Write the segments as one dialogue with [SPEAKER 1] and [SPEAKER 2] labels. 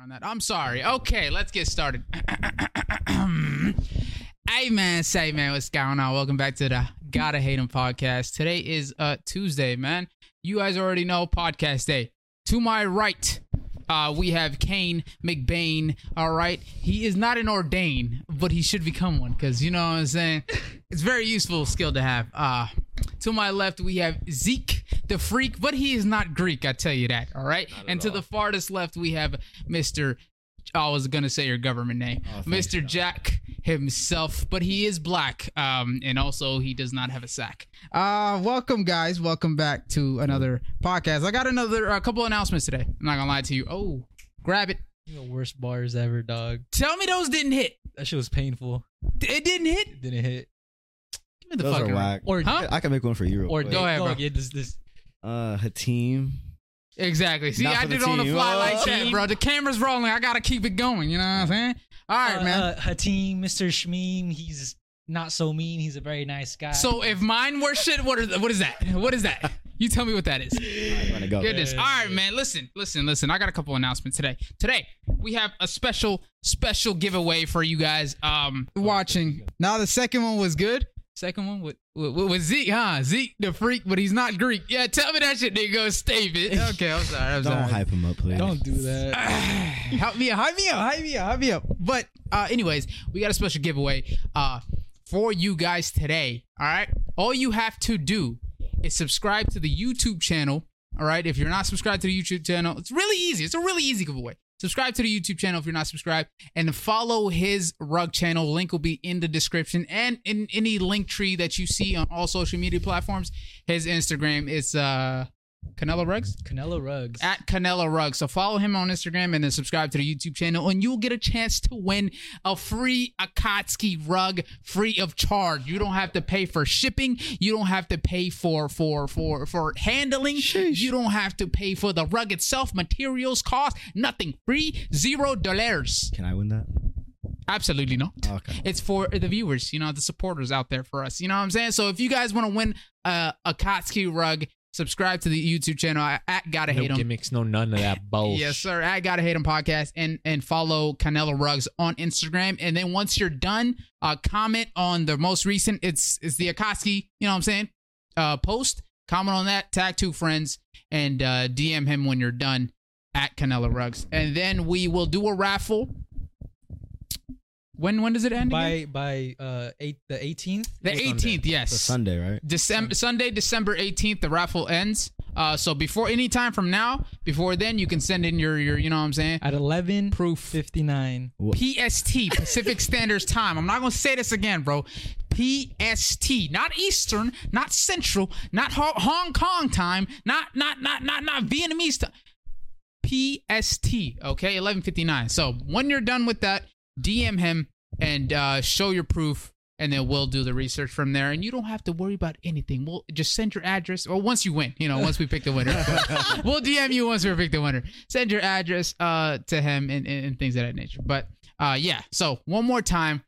[SPEAKER 1] on that. I'm sorry. Okay, let's get started. hey man, say man, what's going on? Welcome back to the Gotta Hate Him podcast. Today is uh Tuesday, man. You guys already know podcast day. To my right, uh, we have Kane McBain. All right, he is not an ordain, but he should become one because you know what I'm saying. It's very useful skill to have. Uh, to my left, we have Zeke the Freak, but he is not Greek. I tell you that. All right, and to the farthest left, we have Mister. I was gonna say your government name, Mr. Jack himself, but he is black, um, and also he does not have a sack. Uh, welcome guys, welcome back to another podcast. I got another a couple announcements today. I'm not gonna lie to you. Oh, grab it.
[SPEAKER 2] The worst bars ever, dog.
[SPEAKER 1] Tell me those didn't hit.
[SPEAKER 2] That shit was painful.
[SPEAKER 1] It didn't hit.
[SPEAKER 2] It didn't hit.
[SPEAKER 1] Give me the
[SPEAKER 3] Those
[SPEAKER 1] fucking
[SPEAKER 3] are whack.
[SPEAKER 2] Or
[SPEAKER 1] Huh?
[SPEAKER 3] I can make one for you. Real
[SPEAKER 2] or
[SPEAKER 3] quick.
[SPEAKER 1] go ahead, bro.
[SPEAKER 2] dog, yeah, this, this.
[SPEAKER 3] Uh, Hatim.
[SPEAKER 1] Exactly. See,
[SPEAKER 3] Not
[SPEAKER 1] I
[SPEAKER 3] for the
[SPEAKER 1] did it on the
[SPEAKER 3] team.
[SPEAKER 1] fly like
[SPEAKER 3] Oh.
[SPEAKER 1] that, bro. The camera's rolling. I gotta keep it going. You know what I'm saying? All right,
[SPEAKER 2] Uh,
[SPEAKER 1] man.
[SPEAKER 2] Uh, Hatim, Mr. Shmeem, he's not so mean. He's a very nice
[SPEAKER 3] uh.
[SPEAKER 2] guy.
[SPEAKER 1] so if mine were shit, what is what is that? What is that? You tell me what that is.
[SPEAKER 3] I'm gonna go.
[SPEAKER 1] Goodness. All right, man. Listen, listen, listen. I got a couple announcements today. Today we have a special, special giveaway for you guys. Um, watching. Now the second one was good. Second one with, with, with Zeke, huh? Zeke the freak, but he's not Greek. Yeah, tell me that shit, nigga. David. Okay, I'm sorry. I'm
[SPEAKER 3] Don't
[SPEAKER 1] sorry.
[SPEAKER 3] hype him up, please.
[SPEAKER 2] don't do
[SPEAKER 1] Ah.
[SPEAKER 2] that.
[SPEAKER 1] Help me, up, hype me up, hype me up, hype me up. But uh, anyways, we got a special giveaway uh, for you guys today. All right, all you have to do is subscribe to the YouTube channel. All right, if you're not subscribed to the YouTube channel, it's really easy. It's a really easy giveaway. Subscribe to the YouTube channel if you're not subscribed, and follow his rug channel. Link will be in the description and in any link tree that you see on all social media platforms. His Instagram is uh, Canelo Rugs
[SPEAKER 2] Canelo Rugs.
[SPEAKER 1] at Canelo Rugg. So follow him on Instagram and then subscribe to the YouTube channel, and you'll get a chance to win a free Akatsuki rug, free of charge. You don't have to pay for shipping. You don't have to pay for for for for handling. You don't have to pay for the rug itself, materials, cost, nothing. Free, zero dollars.
[SPEAKER 3] Can I win that?
[SPEAKER 1] Absolutely not.
[SPEAKER 3] Okay.
[SPEAKER 1] It's for the viewers, you know, the supporters out there for us. You know what I'm saying? So if you guys want to win uh, a Kotsky rug, subscribe to the YouTube channel at Gotta
[SPEAKER 4] no
[SPEAKER 1] Hate 'Em.
[SPEAKER 4] gimmicks, no none of that bullshit.
[SPEAKER 1] Yes, sir. I gotta hate him podcast and and follow Canelo Rugs on Instagram. And then once you're done, uh, comment on the most recent. It's it's the Akoski. You know what I'm saying? Uh, post comment on that. Tag two friends and uh, DM him when you're done at Canelo Rugs. And then we will do a raffle. When when does it end? again?
[SPEAKER 2] by by uh eight the 18th.
[SPEAKER 1] the 18th. Yes.
[SPEAKER 3] It's a Sunday, right?
[SPEAKER 1] December Sunday, December 18th, the raffle ends. Uh, so before any time from now, before then, you can send in your your you know what I'm saying
[SPEAKER 2] At 11
[SPEAKER 1] proof.
[SPEAKER 2] 59.
[SPEAKER 1] PST, Pacific Standard Time. I'm not going to say this again, bro. PST, not Eastern, not Central, not Ho- Hong Kong time, not not not not not Vietnamese time. PST, okay, 11:59. So when you're done with that, DM him and uh, show your proof, and then we'll do the research from there. And you don't have to worry about anything. We'll just send your address, or once you win, you know, once we pick the winner, we'll DM you once we pick the winner. Send your address uh, to him and, and, and things of that nature. But uh, yeah, so one more time,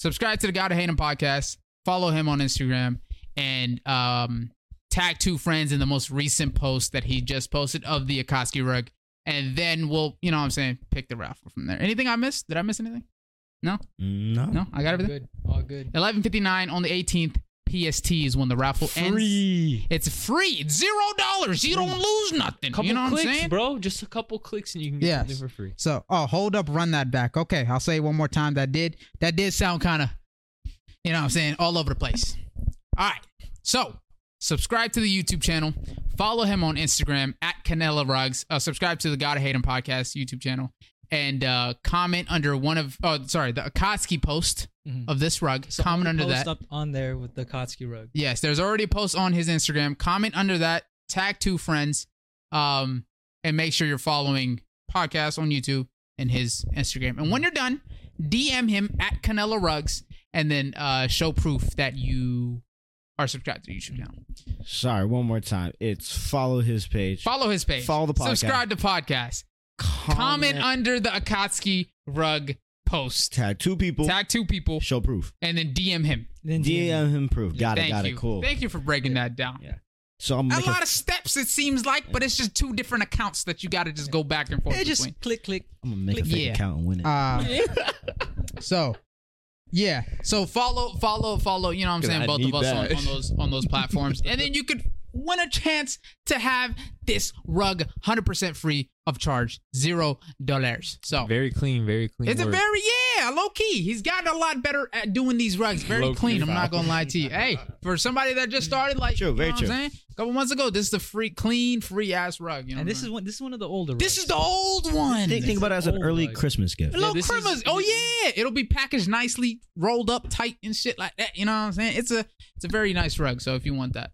[SPEAKER 1] subscribe to the Gotta Hate Him podcast, follow him on Instagram, and um, tag two friends in the most recent post that he just posted of the Akoski rug. And then we'll, you know what I'm saying, pick the raffle from there. Anything I missed? Did I miss anything?
[SPEAKER 3] No.
[SPEAKER 1] No, I got
[SPEAKER 2] All
[SPEAKER 1] everything.
[SPEAKER 2] good. All good.
[SPEAKER 1] 11:59 on the 18th. PST is when the raffle ends. It's free. It's zero dollars. You don't lose nothing.
[SPEAKER 4] Couple
[SPEAKER 1] you know
[SPEAKER 4] clicks,
[SPEAKER 1] what I'm saying?
[SPEAKER 4] bro. Just a couple clicks and you can get
[SPEAKER 1] Yes.
[SPEAKER 4] something for free.
[SPEAKER 1] So, oh, hold up, run that back. Okay, I'll say it one more time. That did that did sound kind of, you know, what I'm saying all over the place. All right, so subscribe to the YouTube channel, follow him on Instagram at Canela Rugs. Uh, subscribe to the Gotta Hate Him podcast YouTube channel, and uh, comment under one of oh sorry the Akatsuki post
[SPEAKER 2] Mhm.
[SPEAKER 1] of this rug.
[SPEAKER 2] So
[SPEAKER 1] comment
[SPEAKER 2] I'm
[SPEAKER 1] under
[SPEAKER 2] gonna
[SPEAKER 1] that.
[SPEAKER 2] post Up on there with the Kotsky rug.
[SPEAKER 1] Yes, there's already a post on his Instagram. Comment under that, tag two friends, um, and make sure you're following podcast on YouTube and his Instagram. And when you're done, DM him at Canelo Rugs and then uh, show proof that you are subscribed to the YouTube channel.
[SPEAKER 3] Sorry, one more time. It's follow his page.
[SPEAKER 1] Follow his page.
[SPEAKER 3] Follow the podcast.
[SPEAKER 1] Subscribe to podcast. Comment, under the Akatsuki Rug post.
[SPEAKER 3] Tag two people.
[SPEAKER 1] Tag two people
[SPEAKER 3] Show proof.
[SPEAKER 1] and then DM him.
[SPEAKER 2] Then
[SPEAKER 3] DM him proof. Got it.
[SPEAKER 1] Thank
[SPEAKER 3] Got
[SPEAKER 1] you.
[SPEAKER 3] it. Cool.
[SPEAKER 1] Thank you for breaking that down.
[SPEAKER 3] Yeah. So I'm
[SPEAKER 1] A
[SPEAKER 3] gonna make a-
[SPEAKER 1] lot of steps it seems like, but it's just two different accounts that you got to just go back and forth
[SPEAKER 2] It just
[SPEAKER 1] between.
[SPEAKER 2] click, click.
[SPEAKER 3] I'm gonna make a fake
[SPEAKER 1] yeah.
[SPEAKER 3] account and win it.
[SPEAKER 1] Uh, so yeah, so follow, follow, follow. You know what I'm saying?
[SPEAKER 4] I
[SPEAKER 1] Both of
[SPEAKER 4] need
[SPEAKER 1] us on,
[SPEAKER 4] that.
[SPEAKER 1] on those on those platforms, and then you could win a chance to have this rug 100% free of charge, zero dollars. So
[SPEAKER 4] Very clean, very clean.
[SPEAKER 1] it's a
[SPEAKER 4] work.
[SPEAKER 1] very yeah low key. He's gotten a lot better at doing these rugs. Very
[SPEAKER 4] Low-key
[SPEAKER 1] clean. I'm
[SPEAKER 4] vibe.
[SPEAKER 1] not gonna lie to you. Hey, for somebody that just started, like
[SPEAKER 3] True,
[SPEAKER 1] you know
[SPEAKER 3] very
[SPEAKER 1] what
[SPEAKER 3] true.
[SPEAKER 1] I'm saying? a couple months ago, this is the free, clean, free ass rug. You know,
[SPEAKER 2] And
[SPEAKER 1] what
[SPEAKER 2] this
[SPEAKER 1] I'm
[SPEAKER 2] is one. This is one of the older.
[SPEAKER 1] saying? this is the old one.
[SPEAKER 3] think, think about it as an
[SPEAKER 1] Oh
[SPEAKER 2] old
[SPEAKER 3] early
[SPEAKER 2] rug.
[SPEAKER 3] Christmas gift.
[SPEAKER 1] Little
[SPEAKER 4] this is-
[SPEAKER 1] Crimmers. oh yeah, it'll be packaged nicely, rolled up tight and shit like that. You know what I'm saying? It's a it's a very nice rug. So if you want that,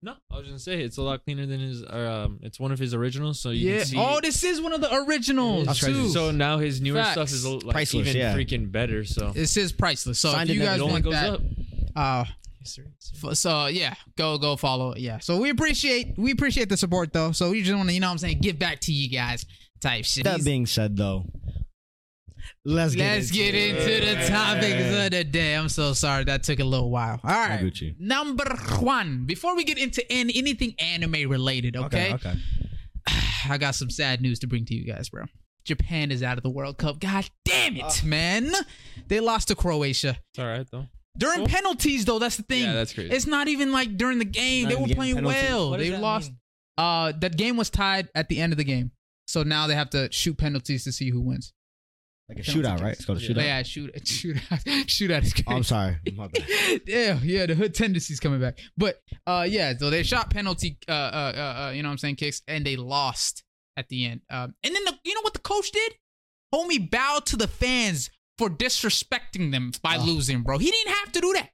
[SPEAKER 4] No, I was gonna say it's a lot cleaner than his. uh, Um, it's one of his originals, so you
[SPEAKER 1] yeah.
[SPEAKER 4] can see.
[SPEAKER 1] Oh, this is one of the originals
[SPEAKER 3] That's right.
[SPEAKER 1] too.
[SPEAKER 4] so now his newer
[SPEAKER 1] Facts.
[SPEAKER 4] stuff is a- like
[SPEAKER 3] Priceless,
[SPEAKER 4] even
[SPEAKER 3] yeah.
[SPEAKER 4] freaking better. So
[SPEAKER 1] this is priceless. So if
[SPEAKER 3] Signed it
[SPEAKER 1] you
[SPEAKER 3] never
[SPEAKER 1] guys
[SPEAKER 4] it only
[SPEAKER 1] want
[SPEAKER 4] goes
[SPEAKER 1] that,
[SPEAKER 4] up.
[SPEAKER 1] uh, F- So yeah, go go follow. it. Yeah. So we appreciate we appreciate the support though. So we just want to you know what I'm saying give back to you guys type shit.
[SPEAKER 3] That being said, though, let's get
[SPEAKER 1] Let's
[SPEAKER 3] into
[SPEAKER 1] get into the topics of the day. I'm so sorry that took a little while. All right.
[SPEAKER 3] Gucci.
[SPEAKER 1] Number one. Before we get into an- anything anime related, okay?
[SPEAKER 3] Okay.
[SPEAKER 1] I got some sad news to bring to you guys, bro. Japan is out of the World Cup. God damn it, man! They lost to Croatia.
[SPEAKER 4] It's all right though.
[SPEAKER 1] During penalties, though, that's the thing.
[SPEAKER 4] Yeah, that's crazy.
[SPEAKER 1] It's not even like during the game.
[SPEAKER 3] Not
[SPEAKER 1] they
[SPEAKER 3] in
[SPEAKER 1] were
[SPEAKER 3] the game,
[SPEAKER 1] playing
[SPEAKER 3] penalties.
[SPEAKER 1] well.
[SPEAKER 2] What does
[SPEAKER 1] They
[SPEAKER 2] that
[SPEAKER 1] Oh, lost.
[SPEAKER 2] mean?
[SPEAKER 1] Uh, that game was tied at the end of the game, so now they have to shoot penalties to see who wins.
[SPEAKER 3] Like a shootout, right? It's called a
[SPEAKER 4] Yeah.
[SPEAKER 3] shootout.
[SPEAKER 1] But yeah, shoot, shoot, shoot out is
[SPEAKER 3] Oh, I'm
[SPEAKER 1] crazy.
[SPEAKER 3] sorry. My bad.
[SPEAKER 1] yeah, yeah, the hood tendencies coming back. But uh, yeah, so they shot penalty. Uh, uh, uh, uh, you know what I'm saying? Kicks, and they lost at the end. Um, and then the, you know what the coach did? Homie bowed to the fans for disrespecting them by
[SPEAKER 3] Ugh.
[SPEAKER 1] losing, bro. He didn't have to do that.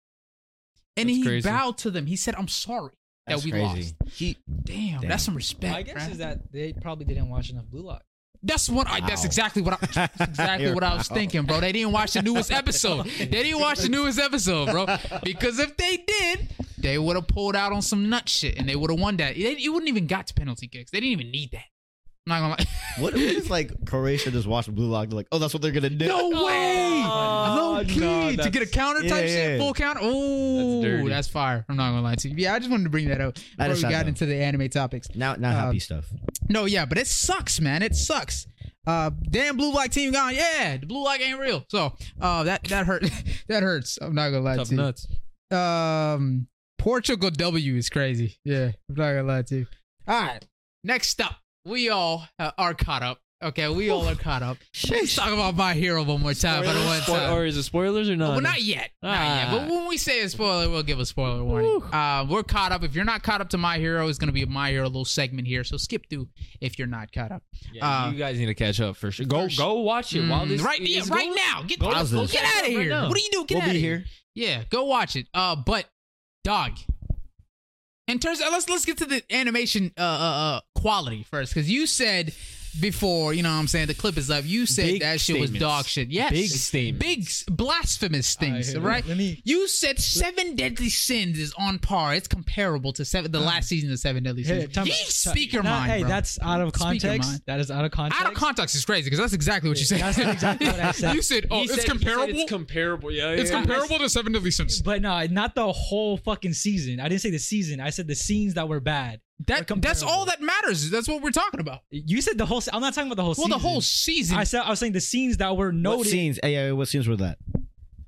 [SPEAKER 1] And
[SPEAKER 4] That's
[SPEAKER 1] he
[SPEAKER 4] crazy.
[SPEAKER 1] bowed to them. He said, "I'm sorry that we lost."
[SPEAKER 3] He,
[SPEAKER 1] Damn,
[SPEAKER 3] Damn.
[SPEAKER 1] that's some respect.
[SPEAKER 2] My guess
[SPEAKER 1] bruh.
[SPEAKER 2] is that they probably didn't watch enough Blue Lock.
[SPEAKER 1] That's what I. That's
[SPEAKER 3] Wow.
[SPEAKER 1] exactly what I. that's Exactly
[SPEAKER 3] You're
[SPEAKER 1] what I was
[SPEAKER 3] wow.
[SPEAKER 1] thinking, bro. They didn't watch the newest episode. They didn't watch the newest episode, bro. Because if they did, they would have pulled out on some nut shit, and they would have won that. It, it wouldn't even got to penalty kicks. They didn't even need that. I'm not gonna lie.
[SPEAKER 3] what if like Croatia just watched Blue Lock? They're like, oh, that's what they're gonna do.
[SPEAKER 1] No way.
[SPEAKER 4] Oh,
[SPEAKER 1] Low key
[SPEAKER 4] no,
[SPEAKER 1] to
[SPEAKER 4] that's-
[SPEAKER 1] get a counter
[SPEAKER 3] Yeah,
[SPEAKER 1] type
[SPEAKER 3] yeah,
[SPEAKER 1] shit,
[SPEAKER 3] yeah.
[SPEAKER 1] full counter. Oh,
[SPEAKER 4] That's
[SPEAKER 1] that's,
[SPEAKER 4] dirty.
[SPEAKER 1] fire. I'm not gonna lie to you. Yeah, I just wanted to bring that up
[SPEAKER 3] That
[SPEAKER 1] before
[SPEAKER 3] is
[SPEAKER 1] we
[SPEAKER 3] sad,
[SPEAKER 1] got
[SPEAKER 3] though.
[SPEAKER 1] into the anime topics.
[SPEAKER 3] Now, now, happy stuff.
[SPEAKER 1] No, yeah, but it sucks, man. It sucks. Uh, damn, blue black team gone. Yeah, the blue black ain't real. So, uh, that that hurt. that hurts. I'm not gonna lie
[SPEAKER 4] Tough
[SPEAKER 1] to you.
[SPEAKER 4] nuts.
[SPEAKER 1] Um, Portugal W is crazy. Yeah, I'm not gonna lie to you. All right, next up, we all uh, are caught up. Okay, we all are caught up. Let's talk about my hero one more time for the one
[SPEAKER 4] Spoil-
[SPEAKER 1] time.
[SPEAKER 4] or is it spoilers or not?
[SPEAKER 1] Well, not yet. Not
[SPEAKER 4] Ah.
[SPEAKER 1] yet. But when we say a spoiler, we'll give a spoiler warning. Uh, we're caught up. If you're not caught up to My Hero, it's going to be a My Hero little segment here. So skip through if you're not caught up.
[SPEAKER 4] Yeah,
[SPEAKER 1] Uh,
[SPEAKER 4] you guys need to catch up for sure. Go go watch it while
[SPEAKER 1] Mm,
[SPEAKER 4] this
[SPEAKER 1] right yeah,
[SPEAKER 4] is
[SPEAKER 1] right
[SPEAKER 4] going-
[SPEAKER 1] now. Get,
[SPEAKER 4] go
[SPEAKER 1] out-
[SPEAKER 3] pause this.
[SPEAKER 1] get out of
[SPEAKER 4] Right
[SPEAKER 1] here.
[SPEAKER 4] now.
[SPEAKER 1] What do you do? Get
[SPEAKER 3] we'll
[SPEAKER 1] out
[SPEAKER 3] be
[SPEAKER 1] of
[SPEAKER 3] here.
[SPEAKER 1] Yeah, go watch it. Uh, but dog. In terms, of, let's let's get to the animation uh, uh, uh quality first, because you said before, you know, what I'm saying the clip is up. You said
[SPEAKER 4] Big
[SPEAKER 1] that shit was
[SPEAKER 4] statements.
[SPEAKER 1] dog shit. Yes,
[SPEAKER 4] Big statements.
[SPEAKER 1] big s- blasphemous things,
[SPEAKER 2] All
[SPEAKER 1] right?
[SPEAKER 2] Let me.
[SPEAKER 1] You said Seven Deadly Sins is on par. It's comparable to seven, the last season of Seven Deadly
[SPEAKER 2] Hey,
[SPEAKER 1] Sins.
[SPEAKER 2] time-
[SPEAKER 1] Ye
[SPEAKER 2] time-
[SPEAKER 1] speak your
[SPEAKER 2] nah,
[SPEAKER 1] mind,
[SPEAKER 2] Hey,
[SPEAKER 1] bro.
[SPEAKER 2] that's out of
[SPEAKER 1] Speak your mind.
[SPEAKER 2] context. That is out of context.
[SPEAKER 1] out of context is crazy because that's exactly what you said.
[SPEAKER 2] That's exactly what I said.
[SPEAKER 1] you said, "Oh,
[SPEAKER 4] He
[SPEAKER 1] it's
[SPEAKER 4] said- he said
[SPEAKER 1] comparable.
[SPEAKER 4] It's
[SPEAKER 1] It's,
[SPEAKER 4] comparable. Yeah, yeah, yeah.
[SPEAKER 1] comparable to Seven Deadly Sins."
[SPEAKER 2] But no, not the whole fucking season. I didn't say the season. I said the scenes that were bad.
[SPEAKER 1] That
[SPEAKER 2] They're
[SPEAKER 1] that's all
[SPEAKER 2] comparable.
[SPEAKER 1] that matters. That's what we're talking about.
[SPEAKER 2] You said the whole. Se- I'm not talking about the whole.
[SPEAKER 1] Well,
[SPEAKER 2] season.
[SPEAKER 1] the whole season.
[SPEAKER 2] I said I was saying the scenes that were noted.
[SPEAKER 3] What scenes? eh, yeah, what scenes were that?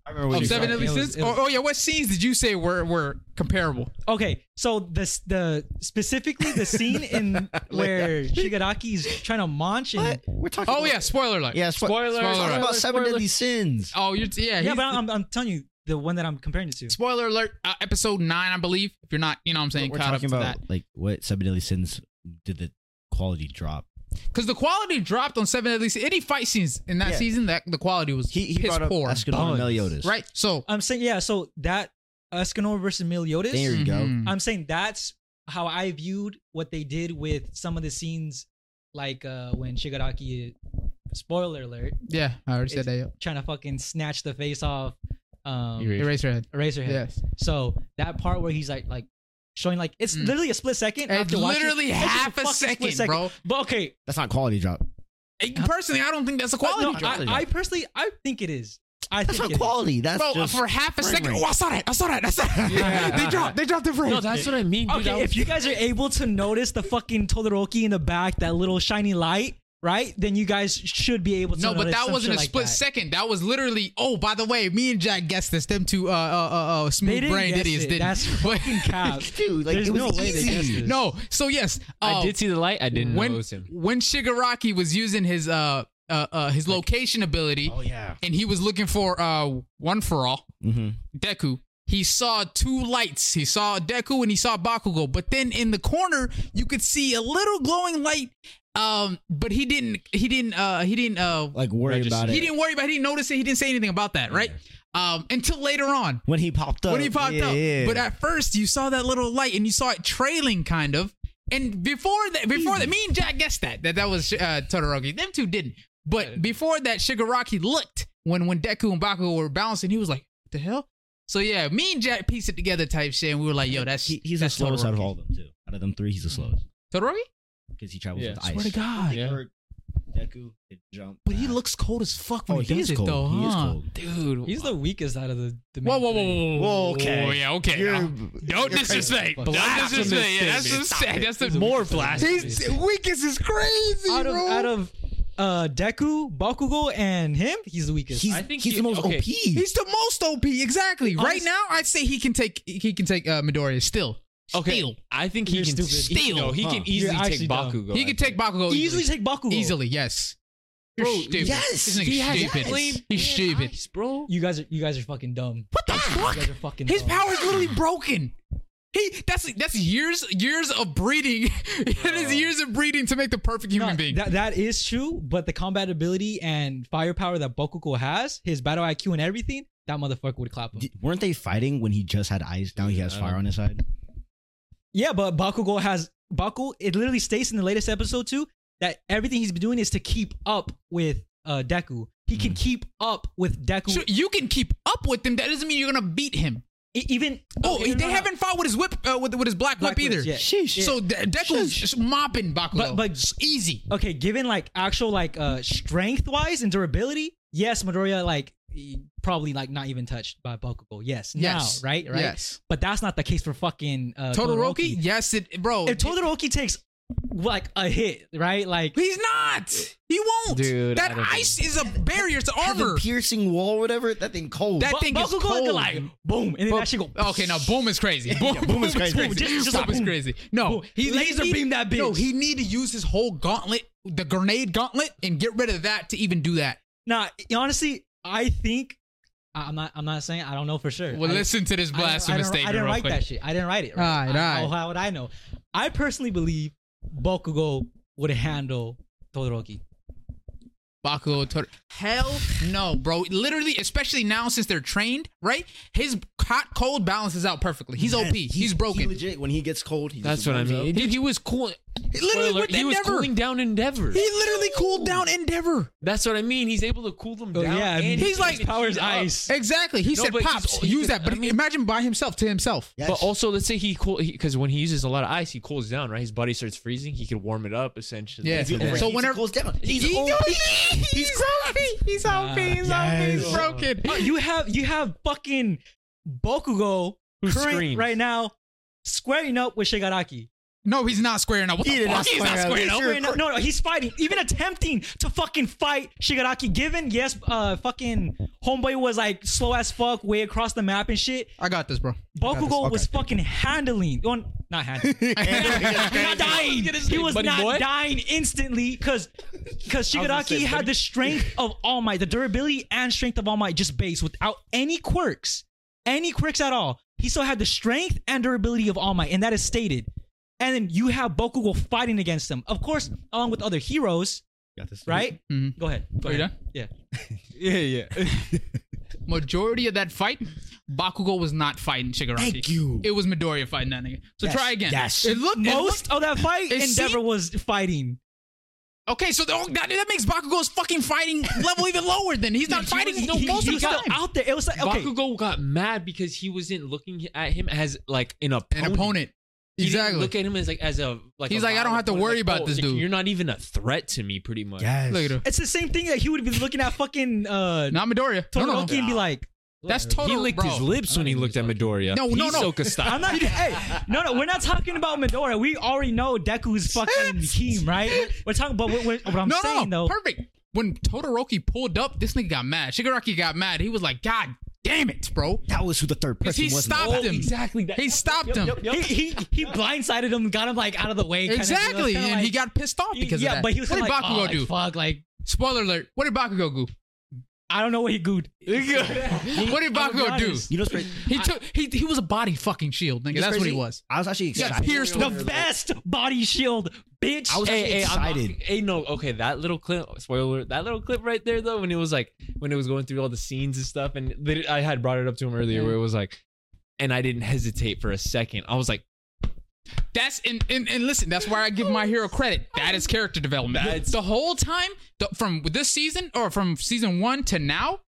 [SPEAKER 3] I remember
[SPEAKER 1] of
[SPEAKER 3] you
[SPEAKER 1] Oh, Seven
[SPEAKER 3] said.
[SPEAKER 1] Deadly
[SPEAKER 2] It was-
[SPEAKER 1] Sins.
[SPEAKER 2] it was-
[SPEAKER 1] oh, oh, yeah, what scenes did you say were were comparable?
[SPEAKER 2] Okay, so this the specifically the scene in
[SPEAKER 1] uh,
[SPEAKER 2] where Shigaraki is trying to munch and
[SPEAKER 3] What? We're talking.
[SPEAKER 1] Oh
[SPEAKER 3] about-
[SPEAKER 1] yeah, spoiler alert.
[SPEAKER 3] Yeah, spo-
[SPEAKER 4] Spoiler,
[SPEAKER 3] we're talking
[SPEAKER 1] spoiler,
[SPEAKER 3] about Seven
[SPEAKER 4] spoiler.
[SPEAKER 3] Deadly Sins.
[SPEAKER 1] Oh, you're yeah.
[SPEAKER 2] yeah,
[SPEAKER 1] he's-
[SPEAKER 2] but I'm, I'm telling you the one that I'm comparing it to.
[SPEAKER 1] spoiler alert. Uh, episode nine, I believe. If you're not, you know, what I'm saying
[SPEAKER 3] We're
[SPEAKER 1] caught up
[SPEAKER 3] talking
[SPEAKER 1] to
[SPEAKER 3] about
[SPEAKER 1] that.
[SPEAKER 3] like what Seven Deadly Sins did the quality drop.
[SPEAKER 1] Because the quality dropped on Seven Deadly Sins. Any fight scenes in that
[SPEAKER 3] Yeah.
[SPEAKER 1] season, that the quality was
[SPEAKER 3] He he
[SPEAKER 1] piss
[SPEAKER 3] brought up
[SPEAKER 1] poor.
[SPEAKER 3] Escanor
[SPEAKER 2] Buns.
[SPEAKER 3] Meliodas.
[SPEAKER 1] right? So
[SPEAKER 2] I'm saying yeah, so that Escanor versus Meliodas.
[SPEAKER 3] There you go.
[SPEAKER 1] Mhm.
[SPEAKER 2] I'm saying that's how I viewed what they did with some of the scenes, like uh when Shigaraki, spoiler alert,
[SPEAKER 1] yeah, I already said
[SPEAKER 2] It's-
[SPEAKER 1] that.
[SPEAKER 2] trying to fucking snatch the face off um,
[SPEAKER 1] Yeah. Erase your head.
[SPEAKER 2] Eraserhead.
[SPEAKER 1] Yes.
[SPEAKER 2] So that part where he's like like showing like it's
[SPEAKER 1] Mm.
[SPEAKER 2] literally a split second.
[SPEAKER 1] It's
[SPEAKER 2] after watching it,
[SPEAKER 1] literally
[SPEAKER 2] it's just
[SPEAKER 1] half a
[SPEAKER 2] fucking split
[SPEAKER 1] second, bro.
[SPEAKER 2] But okay, uh,
[SPEAKER 3] That's not quality drop.
[SPEAKER 1] Personally, I don't think that's a
[SPEAKER 2] But
[SPEAKER 1] quality
[SPEAKER 2] no,
[SPEAKER 1] drop.
[SPEAKER 2] I, I personally, I think it is. I
[SPEAKER 5] That's
[SPEAKER 2] think
[SPEAKER 5] not
[SPEAKER 2] it is.
[SPEAKER 5] quality. That's
[SPEAKER 1] Bro,
[SPEAKER 5] just
[SPEAKER 1] for half a
[SPEAKER 5] frame
[SPEAKER 1] second.
[SPEAKER 5] rate.
[SPEAKER 1] Oh, I saw that. I saw that. I saw that.
[SPEAKER 4] Yeah.
[SPEAKER 1] they dropped. They dropped the frame.
[SPEAKER 4] No, that's what I mean, dude. I
[SPEAKER 2] Okay,
[SPEAKER 4] was-
[SPEAKER 2] if you guys are able to notice the fucking Todoroki in the back, that little shiny light, right? Then you guys should be able to.
[SPEAKER 1] No, but
[SPEAKER 2] notice
[SPEAKER 1] that
[SPEAKER 2] some
[SPEAKER 1] wasn't a
[SPEAKER 2] shit like
[SPEAKER 1] split
[SPEAKER 2] that.
[SPEAKER 1] second. That was literally. Oh, by the way, me and Jack guessed this. Them two, uh, uh, uh, uh
[SPEAKER 2] They
[SPEAKER 1] smooth
[SPEAKER 2] didn't
[SPEAKER 1] brain
[SPEAKER 2] guess
[SPEAKER 1] idiots
[SPEAKER 2] it.
[SPEAKER 1] didn't.
[SPEAKER 2] That's
[SPEAKER 1] But-
[SPEAKER 2] fucking cap.
[SPEAKER 5] Dude, like
[SPEAKER 2] There's
[SPEAKER 5] it was
[SPEAKER 2] no way they guessed
[SPEAKER 5] easy.
[SPEAKER 2] it.
[SPEAKER 1] no. So yes, uh,
[SPEAKER 4] I did see the light. I didn't
[SPEAKER 1] when
[SPEAKER 4] notice him.
[SPEAKER 1] when Shigaraki was using his uh uh, uh his location ability,
[SPEAKER 3] Oh yeah.
[SPEAKER 1] and he was looking for uh one for all
[SPEAKER 3] Mm-hmm.
[SPEAKER 1] Deku. He saw two lights. He saw Deku and he saw Bakugo. But then in the corner, you could see a little glowing light. Um, but he didn't. He didn't. Uh, he didn't. Uh,
[SPEAKER 3] Like worry
[SPEAKER 4] Register.
[SPEAKER 3] about it.
[SPEAKER 1] he didn't worry about. It. He didn't notice it. He didn't say anything about that. Right. Um, until later on
[SPEAKER 3] when he popped up.
[SPEAKER 1] when he popped
[SPEAKER 3] yeah,
[SPEAKER 1] up.
[SPEAKER 3] Yeah.
[SPEAKER 1] But at first, you saw that little light and you saw it trailing, kind of. And before that, before that, me and Jack guessed that that that was uh, Todoroki. Them two didn't. But before that, Shigaraki looked when when Deku and Bakugo were balancing. He was like, "What the hell?" So yeah, me and Jack pieced it together, type shit, and we were like, "Yo, that's
[SPEAKER 3] he, he's the
[SPEAKER 1] that's
[SPEAKER 3] slowest out of
[SPEAKER 1] Todoroki.
[SPEAKER 3] all of them too. Out of them three, he's the slowest
[SPEAKER 1] Todoroki,
[SPEAKER 3] because he travels
[SPEAKER 4] Yeah.
[SPEAKER 3] with ice.
[SPEAKER 1] swear to God,
[SPEAKER 4] Yeah.
[SPEAKER 3] Or Deku could jump.
[SPEAKER 1] but he
[SPEAKER 3] back.
[SPEAKER 1] looks cold as fuck when
[SPEAKER 3] Oh,
[SPEAKER 1] he, does
[SPEAKER 3] he's
[SPEAKER 1] it
[SPEAKER 3] cold.
[SPEAKER 1] though,
[SPEAKER 3] He is
[SPEAKER 1] huh?
[SPEAKER 3] cold.
[SPEAKER 4] Dude,
[SPEAKER 2] He's the weakest out of the. the
[SPEAKER 1] Whoa,
[SPEAKER 2] main
[SPEAKER 1] whoa, whoa,
[SPEAKER 2] three.
[SPEAKER 1] whoa, whoa,
[SPEAKER 5] Whoa,
[SPEAKER 1] whoa,
[SPEAKER 5] okay.
[SPEAKER 1] yeah, okay.
[SPEAKER 5] You're-
[SPEAKER 1] now. Don't
[SPEAKER 5] you're crazy.
[SPEAKER 1] disrespect. Don't
[SPEAKER 4] Blasphemous
[SPEAKER 1] disrespect. Yeah, that's
[SPEAKER 4] statement.
[SPEAKER 1] insane. That's the
[SPEAKER 4] more blasphemy.
[SPEAKER 1] He's weakest is crazy,
[SPEAKER 2] Out of
[SPEAKER 1] bro.
[SPEAKER 2] out of uh, Deku, Bakugo, and him, he's the weakest.
[SPEAKER 3] He's,
[SPEAKER 4] I think
[SPEAKER 3] he's
[SPEAKER 4] he-
[SPEAKER 3] the most
[SPEAKER 4] okay.
[SPEAKER 3] OP.
[SPEAKER 1] He's the most OP, exactly. right
[SPEAKER 2] Honest-
[SPEAKER 1] now, I'd say he can take he can take uh, Midoriya still.
[SPEAKER 4] okay.
[SPEAKER 1] Still.
[SPEAKER 4] I think he
[SPEAKER 2] You're
[SPEAKER 4] can
[SPEAKER 2] stupid.
[SPEAKER 4] He, no, he
[SPEAKER 3] Huh.
[SPEAKER 4] can easily
[SPEAKER 2] You're
[SPEAKER 4] take
[SPEAKER 2] actually dumb.
[SPEAKER 1] He
[SPEAKER 4] Bakugo. I
[SPEAKER 1] can
[SPEAKER 4] think.
[SPEAKER 1] take Bakugo
[SPEAKER 2] easily
[SPEAKER 1] easily.
[SPEAKER 2] take Bakugo.
[SPEAKER 1] Easily, yes. You're
[SPEAKER 4] Bro,
[SPEAKER 1] stupid.
[SPEAKER 3] yes.
[SPEAKER 1] This nigga's
[SPEAKER 4] He has
[SPEAKER 1] stupid.
[SPEAKER 4] flame
[SPEAKER 1] He's
[SPEAKER 4] and
[SPEAKER 1] stupid.
[SPEAKER 4] ice, bro.
[SPEAKER 2] You guys are you guys are fucking dumb.
[SPEAKER 1] What the fuck?
[SPEAKER 2] You guys are fucking.
[SPEAKER 1] His
[SPEAKER 2] dumb.
[SPEAKER 1] power is literally broken. He that's that's years years of breeding. it is years of breeding to make the perfect human
[SPEAKER 2] No,
[SPEAKER 1] being.
[SPEAKER 2] That, that is true, but the combat ability and firepower that Bokugo has, his battle IQ and everything, that motherfucker would clap him.
[SPEAKER 3] D- weren't they fighting when he just had ice? Now he has
[SPEAKER 4] I
[SPEAKER 3] fire
[SPEAKER 4] don't-
[SPEAKER 3] on his side.
[SPEAKER 2] yeah, but Bakugo has Baku. It literally states in the latest episode too that everything he's been doing is to keep up with uh, Deku. He
[SPEAKER 1] Hmm.
[SPEAKER 2] can keep up with Deku.
[SPEAKER 1] Sure, you can keep up with him. That doesn't mean you're gonna beat him.
[SPEAKER 2] E- even
[SPEAKER 1] Oh,
[SPEAKER 2] okay, no,
[SPEAKER 1] they
[SPEAKER 2] no, no.
[SPEAKER 1] haven't fought with his whip uh, with with his black,
[SPEAKER 2] Black
[SPEAKER 1] whip either.
[SPEAKER 2] Witch, yeah.
[SPEAKER 3] Sheesh.
[SPEAKER 1] So De- Deku's just mopping Bakugo.
[SPEAKER 2] But- but-
[SPEAKER 1] It's easy.
[SPEAKER 2] okay, given like actual like uh strength wise and durability, yes, Midoriya like e- probably like not even touched by Bakugo. Yes,
[SPEAKER 1] Yes.
[SPEAKER 2] now, right, right.
[SPEAKER 1] Yes.
[SPEAKER 2] But that's not the case for fucking uh,
[SPEAKER 1] Todoroki? Yes, it, bro.
[SPEAKER 2] If Todoroki takes like a hit, right, like
[SPEAKER 1] he's not. He won't.
[SPEAKER 4] Dude, I
[SPEAKER 1] that
[SPEAKER 4] don't
[SPEAKER 1] ice is a barrier to
[SPEAKER 3] Has a
[SPEAKER 1] armor.
[SPEAKER 3] piercing wall, whatever. That thing cold.
[SPEAKER 1] That
[SPEAKER 2] Ba-
[SPEAKER 1] thing is
[SPEAKER 2] Bakugo could,
[SPEAKER 1] cold.
[SPEAKER 2] like boom, and then that shit go.
[SPEAKER 1] Okay, now boom is crazy. Boom, boom is crazy.
[SPEAKER 2] Boom, just- just
[SPEAKER 1] Boom
[SPEAKER 2] like
[SPEAKER 1] is
[SPEAKER 2] boom.
[SPEAKER 1] crazy. No,
[SPEAKER 2] Boom. Laser
[SPEAKER 1] need-
[SPEAKER 2] beam that bitch.
[SPEAKER 1] No, he need to use his whole gauntlet, the grenade gauntlet, and get rid of that to even do that.
[SPEAKER 2] Nah, honestly, I think I- I'm not. I'm not saying I don't know for sure.
[SPEAKER 1] Well,
[SPEAKER 2] I-
[SPEAKER 1] listen to this
[SPEAKER 2] I don't-
[SPEAKER 1] blasphemous
[SPEAKER 2] I didn't, I
[SPEAKER 1] statement
[SPEAKER 2] didn't
[SPEAKER 1] real
[SPEAKER 2] write
[SPEAKER 1] quick.
[SPEAKER 2] that shit. I didn't write it.
[SPEAKER 1] Alright,
[SPEAKER 2] I-
[SPEAKER 1] alright.
[SPEAKER 2] How, how would I know? I personally believe Bakugo would handle Todoroki.
[SPEAKER 1] Bakugo Tor- Hell no, bro. Literally, especially now since they're trained, right? His hot cold balances out perfectly. He's OP. He's, broken.
[SPEAKER 3] He legit, when he gets cold, he
[SPEAKER 4] That's
[SPEAKER 3] just
[SPEAKER 4] what I
[SPEAKER 3] warms
[SPEAKER 4] mean.
[SPEAKER 3] up.
[SPEAKER 4] Dude, he was cool.
[SPEAKER 1] literally
[SPEAKER 4] Spoiler,
[SPEAKER 1] with
[SPEAKER 4] he was
[SPEAKER 1] Endeavor.
[SPEAKER 4] cooling down Endeavor.
[SPEAKER 1] He literally cooled down Endeavor.
[SPEAKER 4] That's what I mean. He's able to cool them
[SPEAKER 2] Oh,
[SPEAKER 4] down.
[SPEAKER 2] yeah, I
[SPEAKER 4] and
[SPEAKER 2] mean,
[SPEAKER 4] he
[SPEAKER 1] he's like-
[SPEAKER 4] can
[SPEAKER 2] powers
[SPEAKER 4] heat up.
[SPEAKER 2] ice.
[SPEAKER 1] Exactly. He
[SPEAKER 4] No,
[SPEAKER 1] said,
[SPEAKER 4] but he's-
[SPEAKER 1] "Pops,
[SPEAKER 4] he
[SPEAKER 1] use
[SPEAKER 4] could-
[SPEAKER 1] that." But
[SPEAKER 4] I mean-
[SPEAKER 1] imagine by himself to himself.
[SPEAKER 3] Yes.
[SPEAKER 4] But also, let's say he cool because when he uses a lot of ice, he cools down, right? His body starts freezing. He can warm it up essentially.
[SPEAKER 1] Yeah.
[SPEAKER 3] Dude,
[SPEAKER 1] Yeah.
[SPEAKER 3] overheats,
[SPEAKER 1] So
[SPEAKER 3] he
[SPEAKER 1] whenever-
[SPEAKER 3] cools down,
[SPEAKER 1] He's
[SPEAKER 3] he's
[SPEAKER 1] he's,
[SPEAKER 3] old.
[SPEAKER 1] he's, OP. He's OP. He's OP. He's
[SPEAKER 3] Yes.
[SPEAKER 1] broken.
[SPEAKER 2] Oh, you have you have fucking Bakugo
[SPEAKER 4] Who
[SPEAKER 2] current
[SPEAKER 4] screams.
[SPEAKER 2] right now, squaring up with Shigaraki.
[SPEAKER 1] No, he's not squaring up. What
[SPEAKER 3] He
[SPEAKER 1] the
[SPEAKER 3] did
[SPEAKER 1] fuck?
[SPEAKER 3] not
[SPEAKER 1] He's not
[SPEAKER 3] square up.
[SPEAKER 1] squaring up.
[SPEAKER 3] He's-
[SPEAKER 2] No, no, no, he's fighting, even attempting to fucking fight Shigaraki. Given, yes, uh, fucking homeboy was like slow as fuck, way across the map and shit.
[SPEAKER 1] I got this, bro.
[SPEAKER 2] Bakugo
[SPEAKER 3] Okay.
[SPEAKER 2] was fucking handling, on, not handling, not dying. He was
[SPEAKER 4] buddy
[SPEAKER 2] not
[SPEAKER 4] boy.
[SPEAKER 2] dying instantly because because
[SPEAKER 4] gonna
[SPEAKER 2] Shigaraki
[SPEAKER 4] say,
[SPEAKER 2] had
[SPEAKER 4] buddy.
[SPEAKER 2] the strength of All Might, the durability and strength of All Might, just base without any quirks, any quirks at all. He still had the strength and durability of All Might, and that is stated. And then you have Bokugo fighting against him, of course, along with other heroes,
[SPEAKER 3] Got this.
[SPEAKER 2] right?
[SPEAKER 1] Mhm.
[SPEAKER 2] Go ahead. Go
[SPEAKER 1] Are you
[SPEAKER 2] ahead. Yeah.
[SPEAKER 4] yeah, yeah.
[SPEAKER 1] Majority of that fight, Bakugo was not fighting Shigaraki.
[SPEAKER 3] Thank you.
[SPEAKER 1] It was Midoriya fighting that nigga. So
[SPEAKER 3] Yes.
[SPEAKER 1] try again.
[SPEAKER 3] Yes.
[SPEAKER 1] It looked it looked-
[SPEAKER 2] Most of that fight,
[SPEAKER 1] It
[SPEAKER 2] Endeavor
[SPEAKER 1] seemed-
[SPEAKER 2] was fighting.
[SPEAKER 1] Okay, so the, oh, that, that makes Bakugo's fucking fighting level even lower. Then he's not fighting.
[SPEAKER 4] was-
[SPEAKER 1] no,
[SPEAKER 2] he,
[SPEAKER 1] most
[SPEAKER 2] he
[SPEAKER 1] of
[SPEAKER 2] was
[SPEAKER 1] the
[SPEAKER 2] still
[SPEAKER 1] time.
[SPEAKER 2] out there. It was like okay.
[SPEAKER 4] Bakugo got mad because he wasn't looking at him as like an
[SPEAKER 1] An
[SPEAKER 4] opponent.
[SPEAKER 1] opponent.
[SPEAKER 4] He didn't
[SPEAKER 1] Exactly.
[SPEAKER 4] Look at him as like as a like.
[SPEAKER 1] He's
[SPEAKER 4] a
[SPEAKER 1] like, I don't
[SPEAKER 4] violent
[SPEAKER 1] have to
[SPEAKER 2] opponent,
[SPEAKER 1] worry
[SPEAKER 2] like,
[SPEAKER 1] about
[SPEAKER 4] oh,
[SPEAKER 1] this
[SPEAKER 4] like,
[SPEAKER 1] dude.
[SPEAKER 4] You're not even a threat to me, pretty much.
[SPEAKER 3] Yes.
[SPEAKER 1] Look at him.
[SPEAKER 2] It's the same thing that he would be looking at fucking uh
[SPEAKER 1] Not Midoriya. No,
[SPEAKER 2] Todoroki
[SPEAKER 1] no, no.
[SPEAKER 2] and be like,
[SPEAKER 1] That's total.
[SPEAKER 4] He licked
[SPEAKER 1] bro.
[SPEAKER 4] his lips when he looked at Midoriya.
[SPEAKER 1] No, no,
[SPEAKER 4] He's
[SPEAKER 1] no.
[SPEAKER 4] Ahsoka style.
[SPEAKER 2] I'm not. hey, no, no, we're not talking about Midora. We already know Deku's fucking team, right? We're talking about what, what, what I'm
[SPEAKER 1] no,
[SPEAKER 2] saying
[SPEAKER 1] no,
[SPEAKER 2] though.
[SPEAKER 1] perfect. When Todoroki pulled up, this nigga got mad. Shigaraki got mad. He was like, "God damn it, bro!"
[SPEAKER 3] That was who the third
[SPEAKER 1] Because
[SPEAKER 3] person
[SPEAKER 1] he
[SPEAKER 3] was.
[SPEAKER 1] stopped him.
[SPEAKER 4] exactly that-
[SPEAKER 1] He stopped him.
[SPEAKER 2] He, he he blindsided him, got him like out of the way. kinda deal. It's
[SPEAKER 1] Exactly,
[SPEAKER 2] kinda
[SPEAKER 1] and
[SPEAKER 2] like-
[SPEAKER 1] he got pissed off because
[SPEAKER 2] yeah,
[SPEAKER 1] of that.
[SPEAKER 2] but he was
[SPEAKER 1] what did
[SPEAKER 2] kinda like,
[SPEAKER 1] Bakugo
[SPEAKER 2] oh, like,
[SPEAKER 1] do?
[SPEAKER 2] Fuck, like
[SPEAKER 1] Spoiler alert! What did Bakugo do?
[SPEAKER 2] I don't know what he gooed.
[SPEAKER 1] What did
[SPEAKER 2] I'll be
[SPEAKER 1] Bakugo do?
[SPEAKER 2] honest.
[SPEAKER 3] You know, what's cra-
[SPEAKER 1] He took he he was a body fucking shield, nigga.
[SPEAKER 3] you know what's
[SPEAKER 1] That's what he
[SPEAKER 3] crazy?
[SPEAKER 1] was.
[SPEAKER 3] I was actually
[SPEAKER 1] He got
[SPEAKER 3] excited.
[SPEAKER 1] pierced.
[SPEAKER 2] The
[SPEAKER 1] over-
[SPEAKER 2] best body shield, bitch.
[SPEAKER 3] I was actually
[SPEAKER 4] Hey, hey, I'm-
[SPEAKER 3] excited.
[SPEAKER 4] hey, no, okay, that little clip, spoiler, that little clip right there though, when it was like, when it was going through all the scenes and stuff, and they, I had brought it up to him earlier, where it was like, and I didn't hesitate for a second. I was like,
[SPEAKER 1] That's and, and and listen, that's why I give my hero credit. That is character development.
[SPEAKER 4] That's-
[SPEAKER 1] the whole time the, from this season or from season one to now,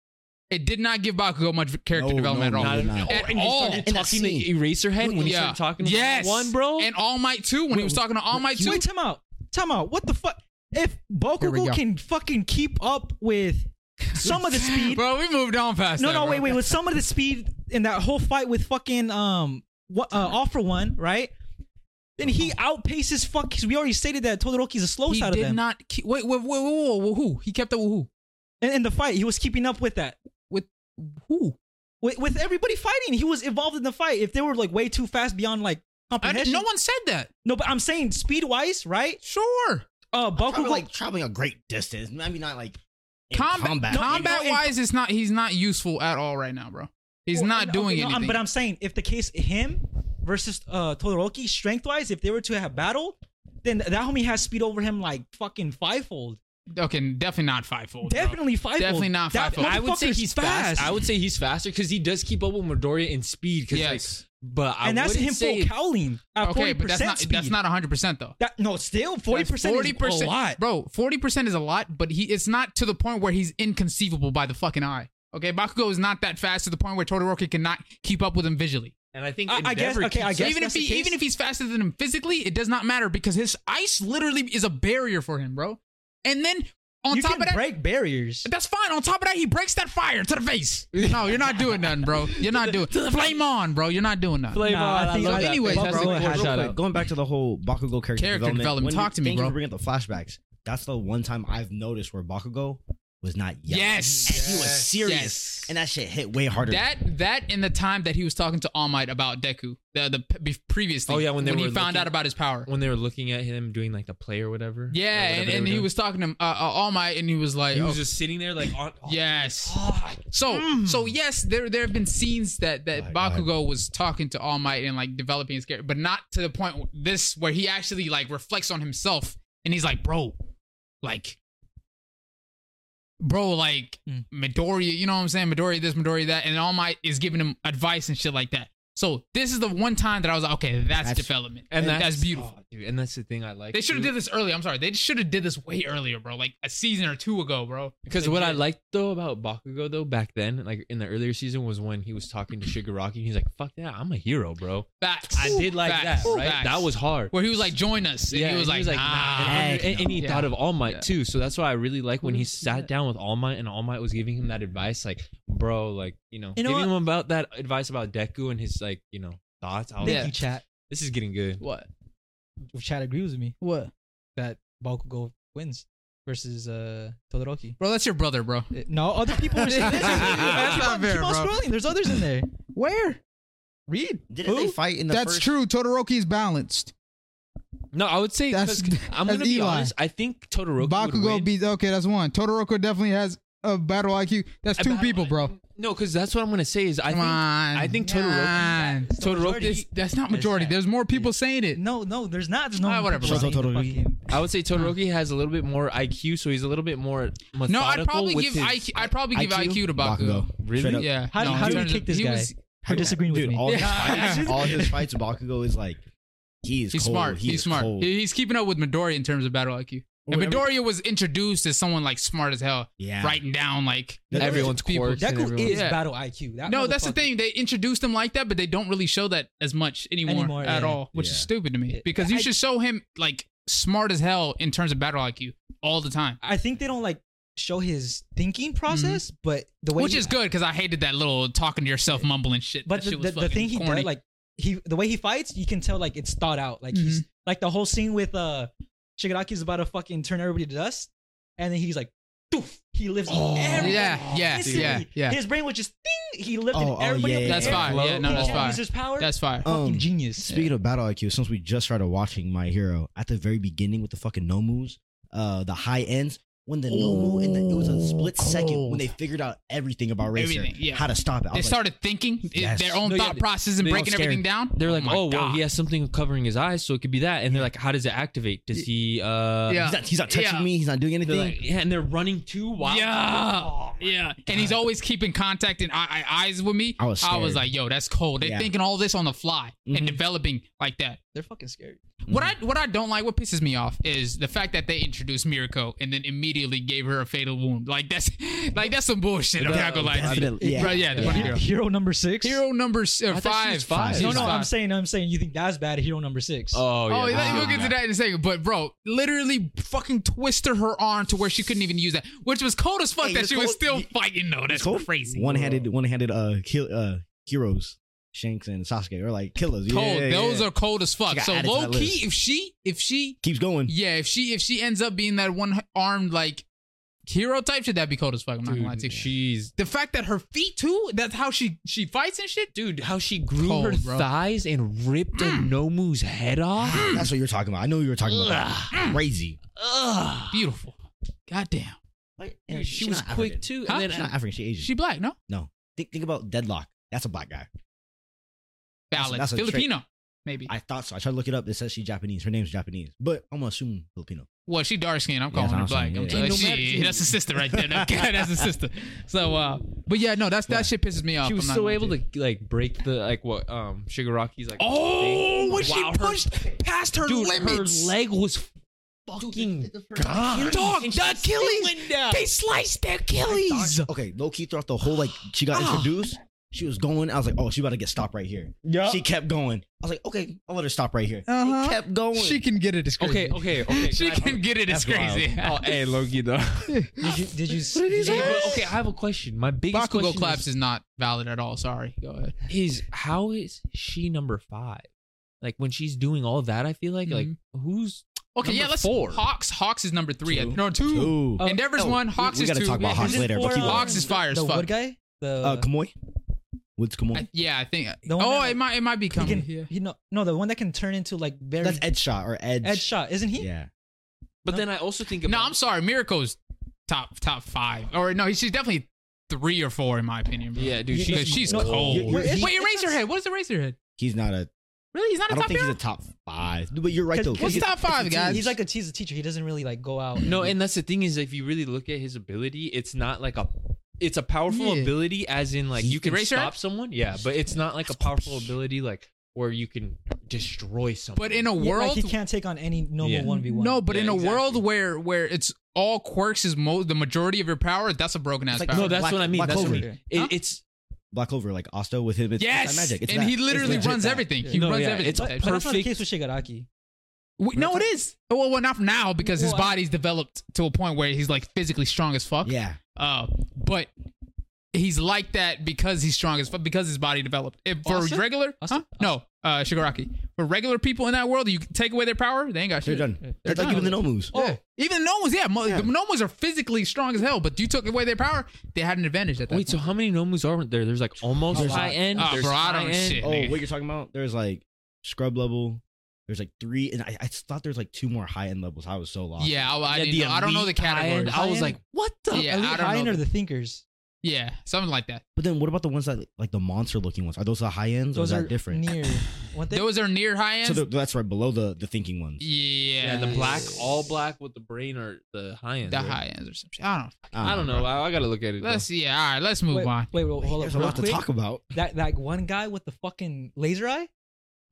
[SPEAKER 1] it did not give Bakugo much character
[SPEAKER 3] No,
[SPEAKER 1] development
[SPEAKER 3] no,
[SPEAKER 1] at all.
[SPEAKER 3] no, no, no.
[SPEAKER 1] At
[SPEAKER 4] oh, and
[SPEAKER 1] all.
[SPEAKER 4] you started
[SPEAKER 3] In that
[SPEAKER 4] talking to
[SPEAKER 2] E.
[SPEAKER 3] scene.
[SPEAKER 4] Eraserhead when you
[SPEAKER 1] yeah.
[SPEAKER 4] started talking to
[SPEAKER 1] yes.
[SPEAKER 4] one, bro.
[SPEAKER 1] and All Might too. When he was talking to All Might too,
[SPEAKER 2] Wait, time out. Time out. What the fuck? If
[SPEAKER 1] we go.
[SPEAKER 2] Bokugo can fucking keep up with some of the speed.
[SPEAKER 1] bro, we moved on fast.
[SPEAKER 2] no,
[SPEAKER 1] that,
[SPEAKER 2] no,
[SPEAKER 1] bro.
[SPEAKER 2] wait, wait. With some of the speed in that whole fight with fucking um what uh all for one, right? Then he outpaces fuck. 'cause We already stated that Todoroki's a slow
[SPEAKER 1] Uh-huh. He
[SPEAKER 2] side of
[SPEAKER 1] did
[SPEAKER 2] them.
[SPEAKER 1] not. Keep, wait, wait, wait, wait, wait, wait, who? He kept up with who?
[SPEAKER 2] in, in the fight, he was keeping up with that.
[SPEAKER 1] With who?
[SPEAKER 2] With, with everybody fighting, he was involved in the fight. If they were like way too fast beyond like
[SPEAKER 1] I didn't-
[SPEAKER 2] comprehension,
[SPEAKER 1] no one said that.
[SPEAKER 2] No, but I'm saying speed wise, right?
[SPEAKER 1] Sure.
[SPEAKER 2] Uh, Bokugo
[SPEAKER 3] Probably like traveling a great distance. Maybe not like in
[SPEAKER 1] Combat,
[SPEAKER 3] combat.
[SPEAKER 1] combat,
[SPEAKER 3] you know?
[SPEAKER 1] wise, it's not. He's not useful at all right now, bro. He's
[SPEAKER 2] Well,
[SPEAKER 1] not
[SPEAKER 2] and-
[SPEAKER 1] doing
[SPEAKER 2] okay, no, I'm-
[SPEAKER 1] anything.
[SPEAKER 2] but I'm saying if the case him versus uh, Todoroki, strength wise, if they were to have battled, then that homie has speed over him like fucking fivefold.
[SPEAKER 1] Okay, definitely not fivefold. bro.
[SPEAKER 2] Definitely fivefold.
[SPEAKER 1] Definitely not
[SPEAKER 2] That
[SPEAKER 1] fivefold.
[SPEAKER 4] I would say
[SPEAKER 2] motherfucker's
[SPEAKER 4] he's fast. I would say he's faster because he does keep up with Midoriya in speed. 'cause,
[SPEAKER 1] Yes.
[SPEAKER 4] like, but I
[SPEAKER 2] and that's
[SPEAKER 4] wouldn't
[SPEAKER 2] him
[SPEAKER 4] say
[SPEAKER 2] full cowling at
[SPEAKER 1] Okay,
[SPEAKER 2] forty
[SPEAKER 1] but that's
[SPEAKER 2] percent
[SPEAKER 1] not
[SPEAKER 2] speed.
[SPEAKER 1] that's not 100 percent though.
[SPEAKER 2] That- no, still forty percent. Forty
[SPEAKER 1] 40%,
[SPEAKER 2] percent, a lot.
[SPEAKER 1] bro. 40 percent is a lot, but he it's not to the point where he's inconceivable by the fucking eye. Okay, Bakugo is not that fast to the point where Todoroki cannot keep up with him visually.
[SPEAKER 4] and I think
[SPEAKER 2] I- I guess-
[SPEAKER 4] Endeavor
[SPEAKER 2] okay, I
[SPEAKER 4] keeps-
[SPEAKER 1] So
[SPEAKER 2] guess
[SPEAKER 1] even if
[SPEAKER 2] that's the
[SPEAKER 1] he
[SPEAKER 2] case.
[SPEAKER 1] even if he's faster than him physically, it does not matter because his ice literally is a barrier for him, bro. And then on
[SPEAKER 2] you
[SPEAKER 1] top
[SPEAKER 2] can
[SPEAKER 1] of that,
[SPEAKER 2] break barriers.
[SPEAKER 1] that's fine. On top of that, he breaks that fire to the face. No, you're not doing nothing, bro. You're not doing flame on, bro. You're not doing nothing.
[SPEAKER 4] Flame
[SPEAKER 2] Nah,
[SPEAKER 4] on,
[SPEAKER 2] I think-
[SPEAKER 4] love
[SPEAKER 2] I
[SPEAKER 4] that
[SPEAKER 1] think-
[SPEAKER 4] face.
[SPEAKER 1] Bakugo
[SPEAKER 4] That's
[SPEAKER 2] had
[SPEAKER 4] a
[SPEAKER 2] shot
[SPEAKER 4] cool shout
[SPEAKER 3] Real
[SPEAKER 4] out.
[SPEAKER 3] quick, going back to the whole Bakugo character,
[SPEAKER 1] Character
[SPEAKER 3] development.
[SPEAKER 1] development.
[SPEAKER 3] when
[SPEAKER 1] Talk
[SPEAKER 3] you,
[SPEAKER 1] to me,
[SPEAKER 3] thank
[SPEAKER 1] bro.
[SPEAKER 3] You for bringing up the flashbacks. That's the one time I've noticed where Bakugo was not yelling.
[SPEAKER 1] Yes.
[SPEAKER 3] And he was serious,
[SPEAKER 1] Yes.
[SPEAKER 3] and that shit hit way harder.
[SPEAKER 1] That that in the time that he was talking to All Might about Deku, the the p- be- previous thing.
[SPEAKER 4] Oh, yeah, when they
[SPEAKER 1] when he
[SPEAKER 4] were
[SPEAKER 1] found
[SPEAKER 4] looking-
[SPEAKER 1] out about his power.
[SPEAKER 4] when they were looking at him doing like the play or whatever.
[SPEAKER 1] Yeah,
[SPEAKER 4] or whatever
[SPEAKER 1] and,
[SPEAKER 4] they were
[SPEAKER 1] and he
[SPEAKER 4] doing.
[SPEAKER 1] was talking to uh, uh, All Might, and he was like,
[SPEAKER 4] He
[SPEAKER 1] "Oh,
[SPEAKER 4] was just sitting there like on. oh,
[SPEAKER 1] yes. So
[SPEAKER 4] Mm.
[SPEAKER 1] so yes, there there have been scenes that that
[SPEAKER 3] My
[SPEAKER 1] Bakugo was talking to All Might and like developing his character, but not to the point w- this where he actually like reflects on himself and he's like, bro, like. Bro, like
[SPEAKER 2] Mm.
[SPEAKER 1] Midoriya, you know what I'm saying? Midoriya this, Midoriya that, and All Might is giving him advice and shit like that. So this is the one time that I was like, okay, that's,
[SPEAKER 3] That's-
[SPEAKER 1] development,
[SPEAKER 4] and
[SPEAKER 1] and that's, beautiful.
[SPEAKER 4] oh, dude, and that's the thing I like.
[SPEAKER 1] They should have did this early. I'm sorry, they should have did this way earlier, bro. Like a season or two ago, bro.
[SPEAKER 4] because
[SPEAKER 1] They
[SPEAKER 4] what I
[SPEAKER 1] did.
[SPEAKER 4] liked though about Bakugo though back then, like in the earlier season, was when he was talking to Shigaraki. and He's like, "Fuck that, I'm a hero, bro."
[SPEAKER 1] facts.
[SPEAKER 4] I did like
[SPEAKER 1] Facts.
[SPEAKER 4] that, right?
[SPEAKER 1] Facts.
[SPEAKER 4] That was hard.
[SPEAKER 1] where he was like, "Join us," and he was
[SPEAKER 4] and
[SPEAKER 1] like,
[SPEAKER 4] nah.
[SPEAKER 1] "Nah."
[SPEAKER 4] And, and- and he
[SPEAKER 1] Yeah.
[SPEAKER 4] thought of All Might too, so that's why I really like when he
[SPEAKER 2] Would've seen
[SPEAKER 4] sat
[SPEAKER 2] that.
[SPEAKER 4] down with All Might, and All Might was giving him that advice, like, bro, like you know,
[SPEAKER 2] You know
[SPEAKER 4] giving
[SPEAKER 2] what?
[SPEAKER 4] him about that advice about Deku and his like you know thoughts. I was
[SPEAKER 2] Thank
[SPEAKER 4] like,
[SPEAKER 2] you, chat.
[SPEAKER 4] this is getting good.
[SPEAKER 1] What?
[SPEAKER 2] Chat agrees with me. What? That Bakugo wins versus uh Todoroki.
[SPEAKER 1] Bro, that's your brother, bro.
[SPEAKER 2] Uh, No, other people are saying this.
[SPEAKER 1] That's
[SPEAKER 2] Keep
[SPEAKER 1] not
[SPEAKER 2] on-
[SPEAKER 1] fair,
[SPEAKER 2] keep on
[SPEAKER 1] bro.
[SPEAKER 2] scrolling. There's others in there.
[SPEAKER 5] Where?
[SPEAKER 2] Read.
[SPEAKER 3] Didn't they fight in the
[SPEAKER 5] That's
[SPEAKER 3] first?
[SPEAKER 5] true. Todoroki's balanced.
[SPEAKER 4] No, I would say
[SPEAKER 5] That's-
[SPEAKER 4] 'cause I'm
[SPEAKER 5] that's
[SPEAKER 4] gonna be
[SPEAKER 5] Eli.
[SPEAKER 4] honest. I think Todoroki would
[SPEAKER 5] Bakugo
[SPEAKER 4] win.
[SPEAKER 5] beats. Okay, that's one. Todoroki definitely has a battle IQ. That's
[SPEAKER 4] A
[SPEAKER 5] two
[SPEAKER 4] battle
[SPEAKER 5] people, bro.
[SPEAKER 4] No, because that's what I'm gonna say is I
[SPEAKER 1] Come
[SPEAKER 4] think
[SPEAKER 1] on.
[SPEAKER 4] I think
[SPEAKER 1] Come
[SPEAKER 4] Todoroki.
[SPEAKER 1] on.
[SPEAKER 2] So majority-
[SPEAKER 1] This- that's not majority. There's more people saying it.
[SPEAKER 2] No, no, there's not. There's no.
[SPEAKER 1] Ah, whatever,
[SPEAKER 2] people
[SPEAKER 3] bro.
[SPEAKER 2] saying the
[SPEAKER 3] Totally.
[SPEAKER 2] fucking-
[SPEAKER 4] I would say Todoroki has a little bit more IQ, so he's a little bit more methodical.
[SPEAKER 1] No, I'd probably
[SPEAKER 4] with
[SPEAKER 1] give
[SPEAKER 4] his,
[SPEAKER 1] IQ. I'd probably give IQ, to Bakugo.
[SPEAKER 4] Really?
[SPEAKER 3] Straight up.
[SPEAKER 1] Yeah.
[SPEAKER 2] How do-
[SPEAKER 1] no,
[SPEAKER 2] how
[SPEAKER 1] in
[SPEAKER 2] do we
[SPEAKER 1] terms
[SPEAKER 2] kick
[SPEAKER 1] of-
[SPEAKER 2] this
[SPEAKER 1] he
[SPEAKER 2] guy?
[SPEAKER 1] was-
[SPEAKER 2] For disagreeing with
[SPEAKER 3] Dude,
[SPEAKER 2] me.
[SPEAKER 3] all his
[SPEAKER 1] Yeah.
[SPEAKER 3] fights, all his fights, Bakugo is like, he is
[SPEAKER 1] he's
[SPEAKER 3] cold.
[SPEAKER 1] smart.
[SPEAKER 3] He
[SPEAKER 1] he's
[SPEAKER 3] is
[SPEAKER 1] smart.
[SPEAKER 3] cold.
[SPEAKER 1] He- He's keeping up with Midori in terms of battle IQ. And Midoriya was introduced as someone like smart as hell,
[SPEAKER 3] Yeah.
[SPEAKER 1] writing down like
[SPEAKER 3] That-
[SPEAKER 4] everyone's
[SPEAKER 1] People-
[SPEAKER 4] quirks. and
[SPEAKER 2] Deku
[SPEAKER 4] everyone-
[SPEAKER 2] is
[SPEAKER 1] Yeah.
[SPEAKER 2] battle IQ. That
[SPEAKER 1] no, that's the
[SPEAKER 2] motherfucker-
[SPEAKER 1] thing. They introduced him like that, but they don't really show that as much anymore,
[SPEAKER 2] Anymore,
[SPEAKER 1] at
[SPEAKER 2] yeah.
[SPEAKER 1] all, which is
[SPEAKER 3] Yeah.
[SPEAKER 1] stupid to me.
[SPEAKER 2] Yeah,
[SPEAKER 1] Because
[SPEAKER 2] I-
[SPEAKER 1] you should show him like smart as hell in terms of battle IQ all the time,
[SPEAKER 2] I think they don't like show his thinking process, but the way
[SPEAKER 1] Mm-hmm. which
[SPEAKER 2] he-
[SPEAKER 1] is good because I hated that little talking to yourself mumbling shit.
[SPEAKER 2] But
[SPEAKER 1] that
[SPEAKER 2] the,
[SPEAKER 1] shit
[SPEAKER 2] the,
[SPEAKER 1] was
[SPEAKER 2] the thing
[SPEAKER 1] fucking
[SPEAKER 2] he
[SPEAKER 1] corny.
[SPEAKER 2] does, like he the way he fights, you can tell like it's thought out. Like he's
[SPEAKER 1] Mm-hmm.
[SPEAKER 2] like the whole scene with uh Shigaraki's about to fucking turn everybody to dust, and then he's like, doof, he lifts
[SPEAKER 4] Oh,
[SPEAKER 2] everything
[SPEAKER 1] yeah, yeah,
[SPEAKER 2] instantly.
[SPEAKER 1] yeah, yeah.
[SPEAKER 2] His brain was just ding. He lifted
[SPEAKER 3] Oh, oh,
[SPEAKER 2] everybody.
[SPEAKER 3] yeah,
[SPEAKER 2] up in
[SPEAKER 3] yeah,
[SPEAKER 1] That's
[SPEAKER 2] the air.
[SPEAKER 1] fire. Yeah, no,
[SPEAKER 2] He
[SPEAKER 1] that's
[SPEAKER 2] can't
[SPEAKER 1] fire.
[SPEAKER 2] use his power.
[SPEAKER 1] that's fire.
[SPEAKER 3] Oh,
[SPEAKER 2] fucking
[SPEAKER 3] Um,
[SPEAKER 2] genius.
[SPEAKER 3] Speaking of battle IQ, since we just started watching My Hero, at the very beginning with the fucking nomus, uh, the high ends, when the nomu and the, it was a split second when they figured out everything about Racer,
[SPEAKER 1] Everything, yeah.
[SPEAKER 3] how to stop it. I
[SPEAKER 1] they
[SPEAKER 3] was like,
[SPEAKER 1] started thinking it-
[SPEAKER 3] Yes.
[SPEAKER 1] their own
[SPEAKER 4] No, yeah,
[SPEAKER 1] thought
[SPEAKER 4] they-
[SPEAKER 1] process and
[SPEAKER 4] they all
[SPEAKER 1] breaking
[SPEAKER 4] scared.
[SPEAKER 1] everything down.
[SPEAKER 4] They're like,
[SPEAKER 1] my
[SPEAKER 4] oh, well,
[SPEAKER 1] God.
[SPEAKER 4] he has something covering his eyes, so it could be that. And they're like, how does it activate? Does he? uh
[SPEAKER 1] Yeah.
[SPEAKER 3] he's not, he's not touching
[SPEAKER 1] Yeah.
[SPEAKER 3] me. He's not doing
[SPEAKER 4] They're
[SPEAKER 3] anything.
[SPEAKER 4] like, yeah, and they're running too wild.
[SPEAKER 1] Yeah, yeah, and he's always keeping contact and eye, eye- eyes with me.
[SPEAKER 3] I was scared.
[SPEAKER 1] like, yo, that's cold. They're
[SPEAKER 3] Yeah.
[SPEAKER 1] thinking all this on the fly and developing like that.
[SPEAKER 2] They're fucking scary.
[SPEAKER 1] What
[SPEAKER 4] Mm-hmm.
[SPEAKER 1] I what I don't like, what pisses me off, is the fact that they introduced Mirko and then immediately gave her a fatal wound. Like that's like that's some bullshit. I'm not gonna lie. to you.
[SPEAKER 3] Definitely, yeah.
[SPEAKER 1] Right, yeah, the
[SPEAKER 3] Yeah.
[SPEAKER 1] funny girl.
[SPEAKER 2] Hero number six.
[SPEAKER 1] Hero number s- uh,
[SPEAKER 4] thought she
[SPEAKER 1] five.
[SPEAKER 4] was five.
[SPEAKER 1] She
[SPEAKER 2] No,
[SPEAKER 1] was
[SPEAKER 2] no, I'm
[SPEAKER 1] five.
[SPEAKER 2] saying, I'm saying, you think that's bad? Hero number six.
[SPEAKER 4] Oh yeah.
[SPEAKER 1] Oh, yeah, we'll get to
[SPEAKER 4] yeah.
[SPEAKER 1] that in a second. But bro, literally fucking twisted her arm to where she couldn't even use that, which was cold as fuck
[SPEAKER 3] Hey,
[SPEAKER 1] that
[SPEAKER 3] it's
[SPEAKER 1] she was
[SPEAKER 3] cold.
[SPEAKER 1] still
[SPEAKER 3] Y-
[SPEAKER 1] fighting though. That's
[SPEAKER 3] Cool.
[SPEAKER 1] crazy.
[SPEAKER 3] One-handed, one-handed uh, kill, uh, heroes, Shanks and Sasuke, are like killers.
[SPEAKER 1] Cold.
[SPEAKER 3] Yeah,
[SPEAKER 1] Those
[SPEAKER 3] yeah.
[SPEAKER 1] are cold as fuck.
[SPEAKER 3] got
[SPEAKER 1] So
[SPEAKER 3] added to
[SPEAKER 1] low
[SPEAKER 3] that
[SPEAKER 1] key,
[SPEAKER 3] list.
[SPEAKER 1] if she, if she,
[SPEAKER 3] keeps going.
[SPEAKER 1] yeah, if she, if she ends up being that one armed like hero type, should that be cold as fuck? I'm not gonna lie to you.
[SPEAKER 4] Dude, she's
[SPEAKER 1] the fact that her feet too that's how she she fights and shit
[SPEAKER 4] dude. How she grew
[SPEAKER 1] Cold,
[SPEAKER 4] her
[SPEAKER 1] bro. Mm.
[SPEAKER 4] thighs and ripped a Nomu's head off.
[SPEAKER 3] That's what you're talking about. I know you were talking about crazy.
[SPEAKER 4] Ugh.
[SPEAKER 1] beautiful goddamn
[SPEAKER 4] Dude, she was quick too.
[SPEAKER 1] Huh?
[SPEAKER 4] And then uh,
[SPEAKER 3] She's not African. She Asian.
[SPEAKER 1] she black no
[SPEAKER 3] no. Think, think about Deadlock. That's a black guy.
[SPEAKER 1] valid
[SPEAKER 3] that's a trick.
[SPEAKER 1] filipino maybe
[SPEAKER 3] I thought so. I tried to look it up. It says she's Japanese. Her name's Japanese, but I'm gonna assume Filipino.
[SPEAKER 1] well she dark skinned i'm
[SPEAKER 3] Yeah,
[SPEAKER 1] calling her
[SPEAKER 3] that's
[SPEAKER 1] black
[SPEAKER 3] what I'm
[SPEAKER 1] I'm
[SPEAKER 3] saying,
[SPEAKER 1] telling you,
[SPEAKER 4] yeah. Ain't no
[SPEAKER 1] shit,
[SPEAKER 4] matter-
[SPEAKER 1] that's a sister right there no, God, that's a sister so uh but yeah no that's that shit pisses me off
[SPEAKER 4] She was
[SPEAKER 1] I'm not
[SPEAKER 4] still
[SPEAKER 1] gonna
[SPEAKER 4] able
[SPEAKER 1] lie
[SPEAKER 4] to like break the like what um Shigaraki's like.
[SPEAKER 1] Oh, when she
[SPEAKER 4] Wow, her-
[SPEAKER 1] pushed past her
[SPEAKER 4] dude,
[SPEAKER 1] limits,
[SPEAKER 4] her leg was fucking gone.
[SPEAKER 1] dog, the
[SPEAKER 4] And she still
[SPEAKER 1] Achilles-
[SPEAKER 4] went down.
[SPEAKER 1] they sliced their Achilles.
[SPEAKER 3] Okay, low key throughout the whole like she got
[SPEAKER 1] Ah.
[SPEAKER 3] introduced. She was going. I was like, oh, she about to get stopped right here.
[SPEAKER 4] Yeah.
[SPEAKER 3] She kept going. I was like, okay, I'll let her stop right here.
[SPEAKER 5] Uh-huh.
[SPEAKER 3] She kept going.
[SPEAKER 5] She can get it. It's crazy.
[SPEAKER 4] Okay, okay, okay.
[SPEAKER 1] She
[SPEAKER 4] I-
[SPEAKER 1] can get it. It's
[SPEAKER 3] That's wild.
[SPEAKER 1] crazy.
[SPEAKER 4] Oh, hey, Loki though.
[SPEAKER 2] Did you? Did you?
[SPEAKER 3] What did he
[SPEAKER 2] did
[SPEAKER 4] Hey,
[SPEAKER 2] you-
[SPEAKER 4] but, okay, I have a question. My biggest
[SPEAKER 1] Bakugo
[SPEAKER 4] question
[SPEAKER 1] claps
[SPEAKER 4] is,
[SPEAKER 1] is not valid at all. Sorry. Go ahead.
[SPEAKER 4] is how is she number five? Like when she's doing all that, I feel like like who's
[SPEAKER 1] Okay,
[SPEAKER 4] Number
[SPEAKER 1] yeah, let's.
[SPEAKER 4] four.
[SPEAKER 1] Hawks. Hawks is number three.
[SPEAKER 3] Two.
[SPEAKER 1] No, two.
[SPEAKER 3] Ooh.
[SPEAKER 2] Oh,
[SPEAKER 1] Endeavor's
[SPEAKER 4] oh,
[SPEAKER 1] one.
[SPEAKER 3] we-
[SPEAKER 1] Hawks
[SPEAKER 3] we
[SPEAKER 1] is
[SPEAKER 3] gotta
[SPEAKER 1] two.
[SPEAKER 3] talk about
[SPEAKER 2] Is
[SPEAKER 3] Hawks
[SPEAKER 2] it
[SPEAKER 3] later, but
[SPEAKER 2] for,
[SPEAKER 3] keep
[SPEAKER 2] uh,
[SPEAKER 3] going.
[SPEAKER 1] Hawks is fire as
[SPEAKER 2] The
[SPEAKER 1] fuck.
[SPEAKER 2] wood guy. The
[SPEAKER 3] uh, Kamoy. Woods Kamoy.
[SPEAKER 1] I- yeah, I think.
[SPEAKER 2] The one
[SPEAKER 1] Oh,
[SPEAKER 2] that-
[SPEAKER 1] it might. It might be
[SPEAKER 2] he
[SPEAKER 1] coming.
[SPEAKER 2] can, he no, no, the one that can turn into like very
[SPEAKER 3] That's Ed Shot or Edge.
[SPEAKER 2] Ed Shot, isn't he?
[SPEAKER 3] Yeah.
[SPEAKER 4] But
[SPEAKER 2] No.
[SPEAKER 4] then I also think about
[SPEAKER 1] No, I'm sorry. Miracle's top top five. Or no, she's definitely three or four in my opinion. Bro.
[SPEAKER 4] Yeah, dude,
[SPEAKER 1] Because
[SPEAKER 4] she's-
[SPEAKER 1] she's
[SPEAKER 4] no,
[SPEAKER 1] cold.
[SPEAKER 3] you're- you're-
[SPEAKER 1] Wait,
[SPEAKER 2] he-
[SPEAKER 1] erase your head. What is erase your head?
[SPEAKER 3] He's not a.
[SPEAKER 1] Really, he's not
[SPEAKER 3] I
[SPEAKER 1] a
[SPEAKER 3] don't
[SPEAKER 1] top
[SPEAKER 3] think
[SPEAKER 1] hero.
[SPEAKER 3] he's a top five. But you're right though.
[SPEAKER 2] Cause- cause
[SPEAKER 1] What's
[SPEAKER 3] He's-
[SPEAKER 1] top five, guys?
[SPEAKER 2] He's like a he's a teacher. He doesn't really like go out.
[SPEAKER 4] No, and that's the thing is if you really look at his ability, it's not like a it's a powerful
[SPEAKER 1] Yeah.
[SPEAKER 4] ability as in like
[SPEAKER 1] You
[SPEAKER 4] you can
[SPEAKER 1] erase her?
[SPEAKER 4] stop someone. Yeah, but it's not like a powerful ability like where you can destroy someone.
[SPEAKER 1] but in a
[SPEAKER 2] Yeah,
[SPEAKER 1] world.
[SPEAKER 2] like he can't take on any
[SPEAKER 4] Yeah.
[SPEAKER 2] normal one v one.
[SPEAKER 1] no, but
[SPEAKER 4] Yeah,
[SPEAKER 1] in a
[SPEAKER 4] exactly.
[SPEAKER 1] world where where it's all quirks is mo- the majority of your power, that's a broken ass
[SPEAKER 3] It's like-
[SPEAKER 1] power.
[SPEAKER 4] No, that's
[SPEAKER 3] Black-
[SPEAKER 4] what I mean.
[SPEAKER 3] Black
[SPEAKER 4] That's what I
[SPEAKER 3] Clover.
[SPEAKER 4] mean. It-
[SPEAKER 1] Huh?
[SPEAKER 4] it's
[SPEAKER 3] Black Clover, like Asta with him. It's,
[SPEAKER 1] yes,
[SPEAKER 3] it's not magic. It's
[SPEAKER 1] and
[SPEAKER 3] that.
[SPEAKER 1] he
[SPEAKER 3] It's
[SPEAKER 1] literally
[SPEAKER 3] legit
[SPEAKER 1] runs
[SPEAKER 3] that.
[SPEAKER 1] everything. He
[SPEAKER 4] No,
[SPEAKER 1] runs
[SPEAKER 4] yeah,
[SPEAKER 1] everything.
[SPEAKER 4] it's
[SPEAKER 2] but, but that's not the
[SPEAKER 4] perfect.
[SPEAKER 2] case with Shigaraki.
[SPEAKER 1] We, no, it is. Well, well, not now because his
[SPEAKER 2] Well, I-
[SPEAKER 1] body's developed to a point where he's like physically strong as fuck.
[SPEAKER 3] Yeah.
[SPEAKER 1] Uh, but he's like that because he's strong as fuck because his body developed. If for
[SPEAKER 2] Austin?
[SPEAKER 1] regular,
[SPEAKER 2] Austin?
[SPEAKER 1] huh? No, uh, Shigaraki. For regular people in that world, you take away their power, they ain't got
[SPEAKER 3] They're
[SPEAKER 1] shit.
[SPEAKER 3] done. They're
[SPEAKER 1] done.
[SPEAKER 3] like even the no moves.
[SPEAKER 1] Oh, even the Nomas, yeah, mo-
[SPEAKER 3] Yeah.
[SPEAKER 1] the Nomas are physically strong as hell. But you took away their power, they had an advantage at that.
[SPEAKER 4] wait, so how many nomus are there? There's like almost
[SPEAKER 3] There's
[SPEAKER 4] high
[SPEAKER 3] like-
[SPEAKER 4] end.
[SPEAKER 1] Ah,
[SPEAKER 4] there's
[SPEAKER 1] bro, I
[SPEAKER 4] high
[SPEAKER 1] don't
[SPEAKER 4] end.
[SPEAKER 1] shit.
[SPEAKER 3] Oh,
[SPEAKER 1] nigga.
[SPEAKER 3] what you're talking about? There's like scrub level. There's like three, and I, I thought there's like two more high end levels. I was so lost.
[SPEAKER 1] yeah, I, I,
[SPEAKER 4] Yeah,
[SPEAKER 1] didn't
[SPEAKER 4] the
[SPEAKER 1] know, I don't know the
[SPEAKER 4] elite high
[SPEAKER 1] categories.
[SPEAKER 4] end. I was
[SPEAKER 2] High
[SPEAKER 4] like,
[SPEAKER 2] end?
[SPEAKER 4] what the?
[SPEAKER 1] Yeah, I
[SPEAKER 2] Elite
[SPEAKER 1] don't
[SPEAKER 2] Lion
[SPEAKER 1] know.
[SPEAKER 2] or the thinkers.
[SPEAKER 1] yeah, something like that.
[SPEAKER 3] But then what about the ones that like the monster looking ones? Are those the high ends?
[SPEAKER 2] Those
[SPEAKER 3] or is
[SPEAKER 2] are
[SPEAKER 3] that different?
[SPEAKER 2] near. Weren't they?
[SPEAKER 1] Those are near high
[SPEAKER 3] so
[SPEAKER 1] ends.
[SPEAKER 3] the, that's right below the the thinking ones.
[SPEAKER 1] yeah,
[SPEAKER 4] Yeah, the
[SPEAKER 2] Nice.
[SPEAKER 4] black, all black with the brain or the high end.
[SPEAKER 1] the
[SPEAKER 4] right?
[SPEAKER 1] high ends or some shit. I don't.
[SPEAKER 4] I don't know. I, I gotta look at it.
[SPEAKER 1] know. Let's yeah. All right, let's move
[SPEAKER 2] wait,
[SPEAKER 1] on.
[SPEAKER 2] wait, wait, hold
[SPEAKER 3] There's
[SPEAKER 2] up.
[SPEAKER 3] a
[SPEAKER 2] Real
[SPEAKER 3] lot to
[SPEAKER 2] quick,
[SPEAKER 3] talk about.
[SPEAKER 2] that that one guy with the fucking laser eye.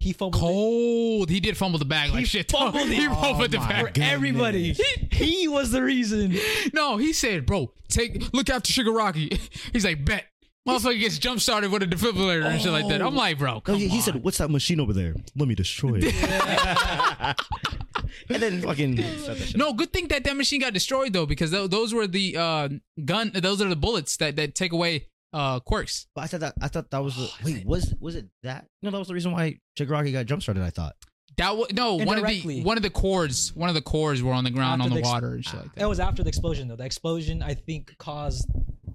[SPEAKER 2] He fumbled. it.
[SPEAKER 1] Cold. He did fumble the bag like
[SPEAKER 2] He
[SPEAKER 1] shit.
[SPEAKER 2] fumbled it.
[SPEAKER 1] he fumbled the
[SPEAKER 3] Oh my
[SPEAKER 1] bag.
[SPEAKER 2] for everybody. He was the reason.
[SPEAKER 1] No, he said, bro, take look after Shigaraki. He's like, bet. Motherfucker gets jump started with a defibrillator and shit like that. I'm like, bro,
[SPEAKER 3] Oh. No,
[SPEAKER 1] come
[SPEAKER 3] he, he said, "What's that machine over there? Let me destroy it." and then fucking shut that shit
[SPEAKER 1] No, good thing that that machine got destroyed though, because tho- those were the uh, gun. Those are the bullets that that take away uh, quirks.
[SPEAKER 3] But I thought that I thought that was the, wait was was it that no that was the reason why Chigaraki got jump started I thought
[SPEAKER 1] That w- no one of the
[SPEAKER 2] Indirectly.
[SPEAKER 1] one of the cords, one of the cords were on the ground
[SPEAKER 2] After
[SPEAKER 1] on the,
[SPEAKER 2] the ex-
[SPEAKER 1] water and shit like
[SPEAKER 2] That
[SPEAKER 1] that.
[SPEAKER 2] was after the explosion, though. The explosion, I think, caused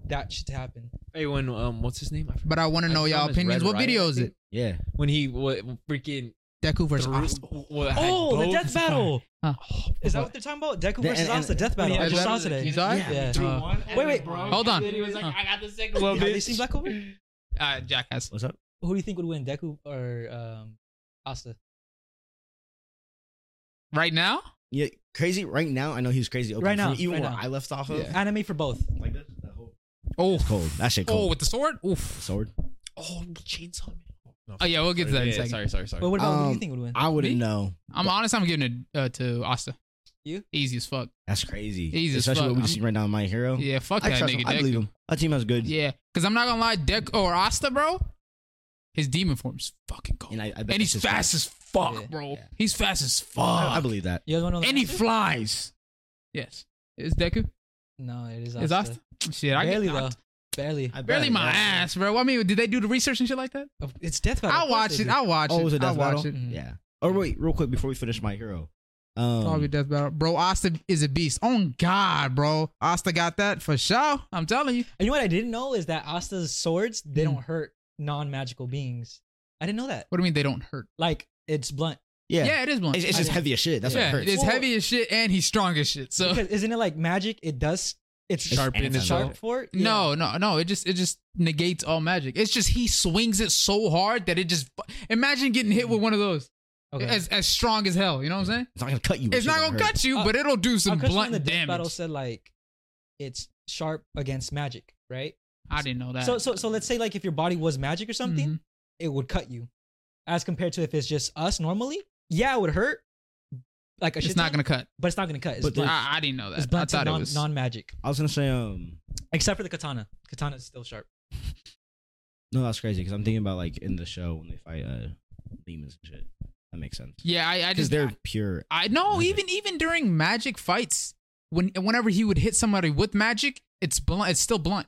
[SPEAKER 2] that shit to happen.
[SPEAKER 4] Hey, when um, what's his name? I forgot.
[SPEAKER 1] But I want to know
[SPEAKER 4] I saw
[SPEAKER 1] y'all
[SPEAKER 4] him as
[SPEAKER 1] opinions.
[SPEAKER 4] Red
[SPEAKER 1] What
[SPEAKER 4] Rider,
[SPEAKER 1] video
[SPEAKER 4] I
[SPEAKER 1] is it?
[SPEAKER 3] yeah
[SPEAKER 4] When he what freaking
[SPEAKER 1] Deku versus
[SPEAKER 4] threw-
[SPEAKER 1] Asta.
[SPEAKER 4] what, had
[SPEAKER 2] Oh, the
[SPEAKER 4] both-
[SPEAKER 2] death battle.
[SPEAKER 1] Huh.
[SPEAKER 2] Is that what they're talking about? Deku
[SPEAKER 3] The-
[SPEAKER 2] versus
[SPEAKER 3] and-
[SPEAKER 2] Asta,
[SPEAKER 3] and-
[SPEAKER 2] death battle.
[SPEAKER 4] Yeah,
[SPEAKER 2] I just
[SPEAKER 4] that-
[SPEAKER 2] saw today.
[SPEAKER 1] He's alright.
[SPEAKER 2] Yeah.
[SPEAKER 1] Uh,
[SPEAKER 2] Wait, wait.
[SPEAKER 1] Hold on.
[SPEAKER 4] He was like,
[SPEAKER 1] Huh.
[SPEAKER 4] I got the second one,
[SPEAKER 2] Have they
[SPEAKER 4] bitch.
[SPEAKER 2] seen Black Clover?
[SPEAKER 1] uh, jackass.
[SPEAKER 3] what's up
[SPEAKER 2] Who do you think would win, Deku or um, Asta?
[SPEAKER 1] Right now,
[SPEAKER 3] yeah crazy right now I know he's crazy okay,
[SPEAKER 2] Right now,
[SPEAKER 3] even
[SPEAKER 2] right
[SPEAKER 3] where
[SPEAKER 2] now.
[SPEAKER 3] I left off of
[SPEAKER 1] Yeah.
[SPEAKER 2] Anime for both.
[SPEAKER 3] like this that whole
[SPEAKER 1] oh,
[SPEAKER 3] it's cold that shit
[SPEAKER 1] oh,
[SPEAKER 3] cold
[SPEAKER 1] with the sword. Oof.
[SPEAKER 3] sword
[SPEAKER 4] Oh, chainsaw man.
[SPEAKER 1] Oh yeah, we'll get to that in a
[SPEAKER 4] yeah,
[SPEAKER 1] second.
[SPEAKER 4] sorry, sorry, sorry.
[SPEAKER 2] But what about who do you
[SPEAKER 3] Um,
[SPEAKER 2] think would win?
[SPEAKER 3] I wouldn't
[SPEAKER 1] Me?
[SPEAKER 3] know
[SPEAKER 1] I'm honest. I'm giving it uh, to Asta.
[SPEAKER 2] You?
[SPEAKER 1] easy as fuck.
[SPEAKER 3] that's crazy
[SPEAKER 1] He's as
[SPEAKER 3] especially
[SPEAKER 1] fuck.
[SPEAKER 3] what we
[SPEAKER 1] I'm-
[SPEAKER 3] see right now in My Hero
[SPEAKER 1] Yeah, fuck
[SPEAKER 3] Oh. I
[SPEAKER 1] that
[SPEAKER 3] trust
[SPEAKER 1] nigga.
[SPEAKER 3] him I
[SPEAKER 1] Deku.
[SPEAKER 3] believe him that team has good
[SPEAKER 1] Yeah, because I'm not gonna lie, Deck or Asta, bro, his demon form is fucking cold,
[SPEAKER 3] and
[SPEAKER 1] and,
[SPEAKER 3] I, I bet
[SPEAKER 1] he's
[SPEAKER 3] that's his
[SPEAKER 1] fast as fuck,
[SPEAKER 2] Yeah.
[SPEAKER 1] bro. He's fast as fuck,
[SPEAKER 3] fault. I, I believe that
[SPEAKER 2] You guys want to know? the
[SPEAKER 1] and he
[SPEAKER 2] answer?
[SPEAKER 1] flies. Yes, is Deku?
[SPEAKER 2] No, it is Asta.
[SPEAKER 1] Is Asta? Shit, I
[SPEAKER 2] Barely
[SPEAKER 1] get
[SPEAKER 2] though.
[SPEAKER 1] knocked-
[SPEAKER 2] Barely.
[SPEAKER 3] I bet,
[SPEAKER 1] barely my
[SPEAKER 3] yeah.
[SPEAKER 1] ass, bro. I mean, did they do the research and shit like that?
[SPEAKER 2] Of- It's death battle.
[SPEAKER 1] I'll
[SPEAKER 2] Oh, Of course
[SPEAKER 1] watch
[SPEAKER 2] they
[SPEAKER 1] it.
[SPEAKER 2] do.
[SPEAKER 1] I'll watch
[SPEAKER 3] oh
[SPEAKER 1] it.
[SPEAKER 3] was it
[SPEAKER 1] I'll
[SPEAKER 3] Death
[SPEAKER 1] watch
[SPEAKER 3] Battle
[SPEAKER 1] it.
[SPEAKER 2] Mhm.
[SPEAKER 3] yeah or wait real quick before we finish My Hero um
[SPEAKER 1] Probably Death Battle, bro. Asta is a beast. Oh God, bro. Asta got that for sure. I'm telling you.
[SPEAKER 2] And you know what I didn't know is that Asta's swords they
[SPEAKER 1] Mm.
[SPEAKER 2] don't hurt non-magical beings. I didn't know that.
[SPEAKER 1] What do you mean they don't hurt?
[SPEAKER 2] Like it's blunt.
[SPEAKER 3] yeah
[SPEAKER 1] Yeah, it is one.
[SPEAKER 3] it's, it's
[SPEAKER 2] I
[SPEAKER 3] just
[SPEAKER 2] know.
[SPEAKER 3] heavy as shit that's
[SPEAKER 1] yeah,
[SPEAKER 3] what hurts
[SPEAKER 1] it's heavy as shit, and he's strong as shit. So
[SPEAKER 2] Because isn't it like magic? It does. It's
[SPEAKER 3] It's
[SPEAKER 2] sharp.
[SPEAKER 4] Sharp in
[SPEAKER 3] anti-
[SPEAKER 4] his
[SPEAKER 2] Sharp for it.
[SPEAKER 1] No, no, no. It just it just negates all magic. It's just he swings it so hard that it just imagine getting hit with one of those.
[SPEAKER 2] Yeah. Okay.
[SPEAKER 1] As as strong as hell, you know what I'm saying?
[SPEAKER 3] it's not gonna cut you
[SPEAKER 1] It's not gonna
[SPEAKER 3] cut
[SPEAKER 1] cut you,
[SPEAKER 2] Uh,
[SPEAKER 1] but it'll do some
[SPEAKER 2] Our customer in
[SPEAKER 1] blunt
[SPEAKER 2] the death battle
[SPEAKER 1] damage.
[SPEAKER 2] said like it's sharp against magic, right?
[SPEAKER 1] I didn't know that.
[SPEAKER 2] So so so let's say like if your body was magic or something,
[SPEAKER 1] Mhm.
[SPEAKER 2] it would cut you, as compared to if it's just us normally. Yeah, it would hurt. Like a
[SPEAKER 1] It's
[SPEAKER 2] shit
[SPEAKER 1] not
[SPEAKER 2] ton,
[SPEAKER 1] gonna cut.
[SPEAKER 2] but it's not gonna cut. It's
[SPEAKER 3] But
[SPEAKER 2] blunt.
[SPEAKER 1] I, I didn't know
[SPEAKER 2] It's
[SPEAKER 1] that. I
[SPEAKER 2] blunt to
[SPEAKER 1] thought it
[SPEAKER 2] non
[SPEAKER 1] was.
[SPEAKER 2] non magic,
[SPEAKER 3] I was gonna say um
[SPEAKER 2] except for the katana. Katana is still sharp.
[SPEAKER 3] No, that's crazy because I'm thinking about like in the show when they fight uh demons and shit. That makes sense
[SPEAKER 1] yeah, I, I
[SPEAKER 3] because
[SPEAKER 1] just
[SPEAKER 3] they're pure.
[SPEAKER 1] I know.
[SPEAKER 3] Yeah.
[SPEAKER 1] Even even during magic fights, when whenever he would hit somebody with magic, it's blunt. It's still blunt.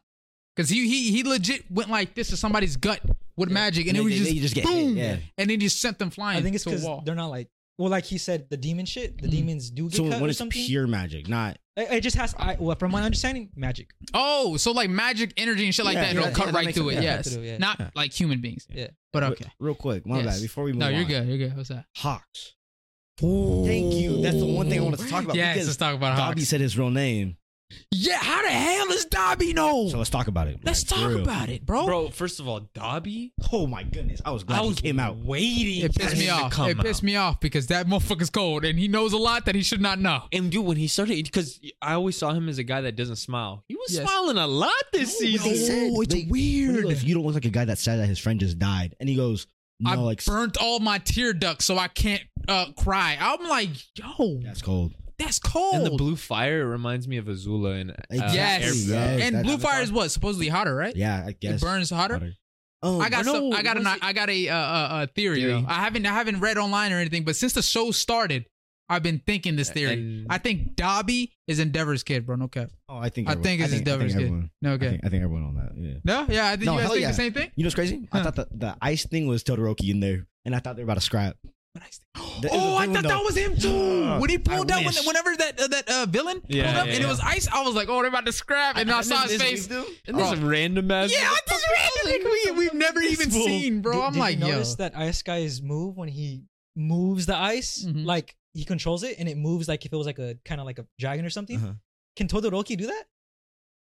[SPEAKER 1] Cause he he he legit went like this to somebody's gut with magic, and
[SPEAKER 3] They-
[SPEAKER 1] it was
[SPEAKER 3] they-
[SPEAKER 1] just,
[SPEAKER 3] they just get hit,
[SPEAKER 1] boom,
[SPEAKER 3] yeah.
[SPEAKER 1] and then he just sent them flying.
[SPEAKER 2] I think it's
[SPEAKER 1] to a
[SPEAKER 2] because
[SPEAKER 1] wall.
[SPEAKER 2] they're not like well, like he said, the demon shit. The
[SPEAKER 1] Mm.
[SPEAKER 2] demons do
[SPEAKER 3] Hmm.
[SPEAKER 2] get
[SPEAKER 3] So
[SPEAKER 2] cut
[SPEAKER 3] when
[SPEAKER 2] or
[SPEAKER 3] it's
[SPEAKER 2] something.
[SPEAKER 3] pure Hmm. magic, not
[SPEAKER 2] It, it just has, I, well, from my understanding, magic.
[SPEAKER 1] Oh, so like magic energy and shit like
[SPEAKER 3] Yeah,
[SPEAKER 1] that, it'll
[SPEAKER 3] yeah,
[SPEAKER 1] cut
[SPEAKER 3] yeah, that
[SPEAKER 1] right
[SPEAKER 3] makes
[SPEAKER 1] through it.
[SPEAKER 3] sense.
[SPEAKER 2] Yeah,
[SPEAKER 1] Yes,
[SPEAKER 2] cut through, yeah.
[SPEAKER 1] not like human beings.
[SPEAKER 2] Yeah.
[SPEAKER 1] but okay.
[SPEAKER 3] real quick. My
[SPEAKER 1] Yes.
[SPEAKER 3] bad. Before we move
[SPEAKER 1] No,
[SPEAKER 3] on,
[SPEAKER 1] you're good. You're good. What's that?
[SPEAKER 3] Hawks. Thank you. That's the one thing I wanted to talk about.
[SPEAKER 1] Yes, let's
[SPEAKER 3] because
[SPEAKER 1] talk about
[SPEAKER 3] Dobby
[SPEAKER 1] Hawks.
[SPEAKER 3] said his real name,
[SPEAKER 1] Yeah, how the hell does Dobby know?
[SPEAKER 3] so let's talk about it.
[SPEAKER 1] let's
[SPEAKER 3] Like,
[SPEAKER 1] talk
[SPEAKER 3] for real.
[SPEAKER 1] about it, bro.
[SPEAKER 4] Bro, first of all, Dobby.
[SPEAKER 3] Oh my goodness, I was glad
[SPEAKER 4] I was
[SPEAKER 3] he came out.
[SPEAKER 4] waiting.
[SPEAKER 1] It
[SPEAKER 4] for
[SPEAKER 1] pissed
[SPEAKER 4] him
[SPEAKER 1] me
[SPEAKER 4] to
[SPEAKER 1] off.
[SPEAKER 4] come
[SPEAKER 1] It pissed
[SPEAKER 4] out.
[SPEAKER 1] me off because that motherfucker's cold and he knows a lot that he should not know.
[SPEAKER 4] And dude, when he started, because I always saw him as a guy that doesn't smile. He was
[SPEAKER 1] Yes.
[SPEAKER 4] smiling a lot this
[SPEAKER 3] They
[SPEAKER 4] season.
[SPEAKER 3] said-
[SPEAKER 1] it's
[SPEAKER 3] they- when he
[SPEAKER 1] weird.
[SPEAKER 3] goes, you don't look like a guy that's sad that his friend just died, and he goes, "No,
[SPEAKER 1] I
[SPEAKER 3] like
[SPEAKER 1] burnt all my tear ducts so I can't uh, cry. I'm like, yo,
[SPEAKER 3] that's cold."
[SPEAKER 1] that's cold.
[SPEAKER 4] And the blue fire reminds me of Azula and uh,
[SPEAKER 1] Yes.
[SPEAKER 4] Air-
[SPEAKER 3] Yes,
[SPEAKER 1] And
[SPEAKER 3] that-
[SPEAKER 1] blue fire is what supposedly hotter, right?
[SPEAKER 3] Yeah, I guess
[SPEAKER 1] It burns hotter.
[SPEAKER 3] Oh,
[SPEAKER 1] I got
[SPEAKER 4] no,
[SPEAKER 1] some, I got an
[SPEAKER 4] was it-
[SPEAKER 1] I got a uh, uh, uh, theory.
[SPEAKER 3] Theory.
[SPEAKER 1] though. I haven't I haven't read online or anything, but since the show started, I've been thinking this theory.
[SPEAKER 4] And-
[SPEAKER 1] I think Dobby is Endeavor's kid, bro. No cap.
[SPEAKER 3] oh, I think
[SPEAKER 1] I
[SPEAKER 3] everyone-
[SPEAKER 1] think it's his Devil's kid.
[SPEAKER 3] everyone-
[SPEAKER 1] No
[SPEAKER 3] I
[SPEAKER 1] cap.
[SPEAKER 3] think, I think everyone on that. Yeah.
[SPEAKER 1] No, yeah. I think
[SPEAKER 3] No,
[SPEAKER 1] you guys
[SPEAKER 3] hell
[SPEAKER 1] think
[SPEAKER 3] yeah.
[SPEAKER 1] the same thing.
[SPEAKER 3] You know what's crazy? I
[SPEAKER 1] Huh.
[SPEAKER 3] thought the, the ice thing was Todoroki in there, and I thought they were about to scrap. That is a
[SPEAKER 1] oh, I
[SPEAKER 3] villain,
[SPEAKER 1] thought that
[SPEAKER 3] though.
[SPEAKER 1] was him too.
[SPEAKER 3] Ugh,
[SPEAKER 1] When he
[SPEAKER 3] I
[SPEAKER 1] pulled out, when,
[SPEAKER 3] wish.
[SPEAKER 1] whenever that uh, that uh, villain
[SPEAKER 4] Yeah,
[SPEAKER 1] pulled up
[SPEAKER 4] yeah,
[SPEAKER 1] and it
[SPEAKER 4] yeah.
[SPEAKER 1] was ice, I was like, oh, they're about to scrap, and I, saw his face. Yeah,
[SPEAKER 4] And this random ass.
[SPEAKER 1] I just read it. We we've never even
[SPEAKER 4] fool.
[SPEAKER 1] seen, bro.
[SPEAKER 2] Did-
[SPEAKER 1] I'm
[SPEAKER 2] did
[SPEAKER 1] like,
[SPEAKER 2] you
[SPEAKER 1] yo.
[SPEAKER 2] notice that ice guy's move when he moves the ice,
[SPEAKER 1] Mhm.
[SPEAKER 2] like he controls it and it moves like if it was like a kind of like a dragon or something.
[SPEAKER 3] Uh-huh.
[SPEAKER 2] Can Todoroki do that?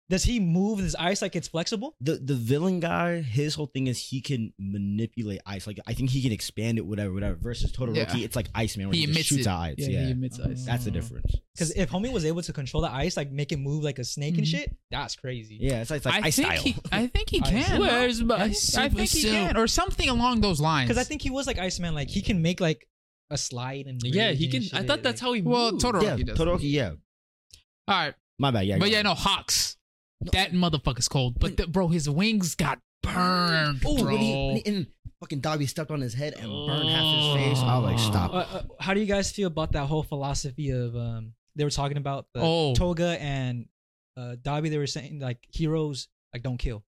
[SPEAKER 2] Does he move his ice like it's flexible?
[SPEAKER 3] the the villain guy, his whole thing is he can manipulate ice. Like I think he can expand it, whatever, whatever. Versus Todoroki,
[SPEAKER 1] Yeah.
[SPEAKER 3] it's like Iceman where
[SPEAKER 1] He
[SPEAKER 3] he, just
[SPEAKER 1] emits
[SPEAKER 3] shoots
[SPEAKER 1] it. Mm.
[SPEAKER 3] out ice. Yeah,
[SPEAKER 6] he emits ice.
[SPEAKER 3] that's the difference.
[SPEAKER 2] Because if homie was able to control the ice, like make it move like a snake and
[SPEAKER 1] Mm-hmm.
[SPEAKER 5] Mhm.
[SPEAKER 2] shit, that's crazy.
[SPEAKER 3] Yeah, it's like, it's like
[SPEAKER 1] I
[SPEAKER 3] ice
[SPEAKER 1] think
[SPEAKER 3] style.
[SPEAKER 1] he, I think he
[SPEAKER 2] Ice-
[SPEAKER 1] can. no?
[SPEAKER 6] Where's my
[SPEAKER 1] I think, I
[SPEAKER 6] super
[SPEAKER 1] think he
[SPEAKER 6] suit?
[SPEAKER 1] can, or something along those lines.
[SPEAKER 2] Because I think he was like Iceman, like he can make like a slide and
[SPEAKER 4] Yeah,
[SPEAKER 2] breathe
[SPEAKER 4] he
[SPEAKER 2] and
[SPEAKER 4] can.
[SPEAKER 2] shit,
[SPEAKER 4] I thought that's
[SPEAKER 2] like-
[SPEAKER 4] how he.
[SPEAKER 1] Well,
[SPEAKER 4] moved.
[SPEAKER 1] Todoroki
[SPEAKER 3] yeah,
[SPEAKER 1] does.
[SPEAKER 3] Todoroki. Yeah,
[SPEAKER 1] All right,
[SPEAKER 3] my bad. Yeah,
[SPEAKER 1] but
[SPEAKER 3] go
[SPEAKER 1] yeah,
[SPEAKER 3] on.
[SPEAKER 1] no, Hawks. That motherfucker's cold, but the, bro, his wings got burned,
[SPEAKER 3] Oh,
[SPEAKER 1] bro.
[SPEAKER 3] when he, when he- and fucking Dobby stepped on his head and burned half his face. I was like,
[SPEAKER 1] Oh.
[SPEAKER 3] stop.
[SPEAKER 2] Uh, uh, how do you guys feel about that whole philosophy of um? They were talking about the
[SPEAKER 1] Oh.
[SPEAKER 2] Toga and uh, Dobby. They were saying like heroes like don't kill,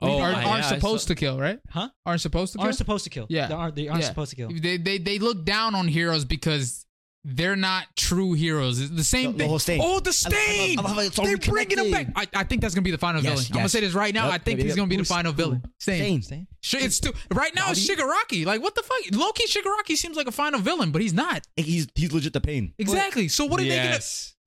[SPEAKER 4] Oh,
[SPEAKER 1] aren't,
[SPEAKER 4] yeah,
[SPEAKER 1] aren't
[SPEAKER 4] I
[SPEAKER 1] supposed
[SPEAKER 4] saw-
[SPEAKER 1] to kill, right?
[SPEAKER 2] Huh?
[SPEAKER 1] Aren't supposed to kill.
[SPEAKER 2] aren't supposed to kill.
[SPEAKER 1] Yeah.
[SPEAKER 2] they aren't, they aren't
[SPEAKER 1] Yeah.
[SPEAKER 2] supposed to kill.
[SPEAKER 1] they they they look down on heroes because they're not true heroes. It's the same
[SPEAKER 3] The- the
[SPEAKER 1] thing.
[SPEAKER 3] whole stain.
[SPEAKER 1] Oh, the
[SPEAKER 3] I love- I
[SPEAKER 1] stain!
[SPEAKER 3] love how it's all
[SPEAKER 1] They're bringing him back.
[SPEAKER 3] reconnected.
[SPEAKER 1] I, I think that's gonna be the final
[SPEAKER 3] Yes,
[SPEAKER 1] villain. I'm gonna
[SPEAKER 3] yes.
[SPEAKER 1] say this right now.
[SPEAKER 3] Yep,
[SPEAKER 1] I think
[SPEAKER 3] maybe
[SPEAKER 1] he's
[SPEAKER 3] that-
[SPEAKER 1] gonna be the
[SPEAKER 3] who's-
[SPEAKER 1] final villain. Stain.
[SPEAKER 3] Stain.
[SPEAKER 2] Stain?
[SPEAKER 1] Sh- It's too, right now. It's Shigaraki. Like what the fuck? Loki Shigaraki seems like a final villain, but he's not.
[SPEAKER 3] He's he's legit the pain.
[SPEAKER 1] Exactly. So what are
[SPEAKER 4] yes.
[SPEAKER 1] they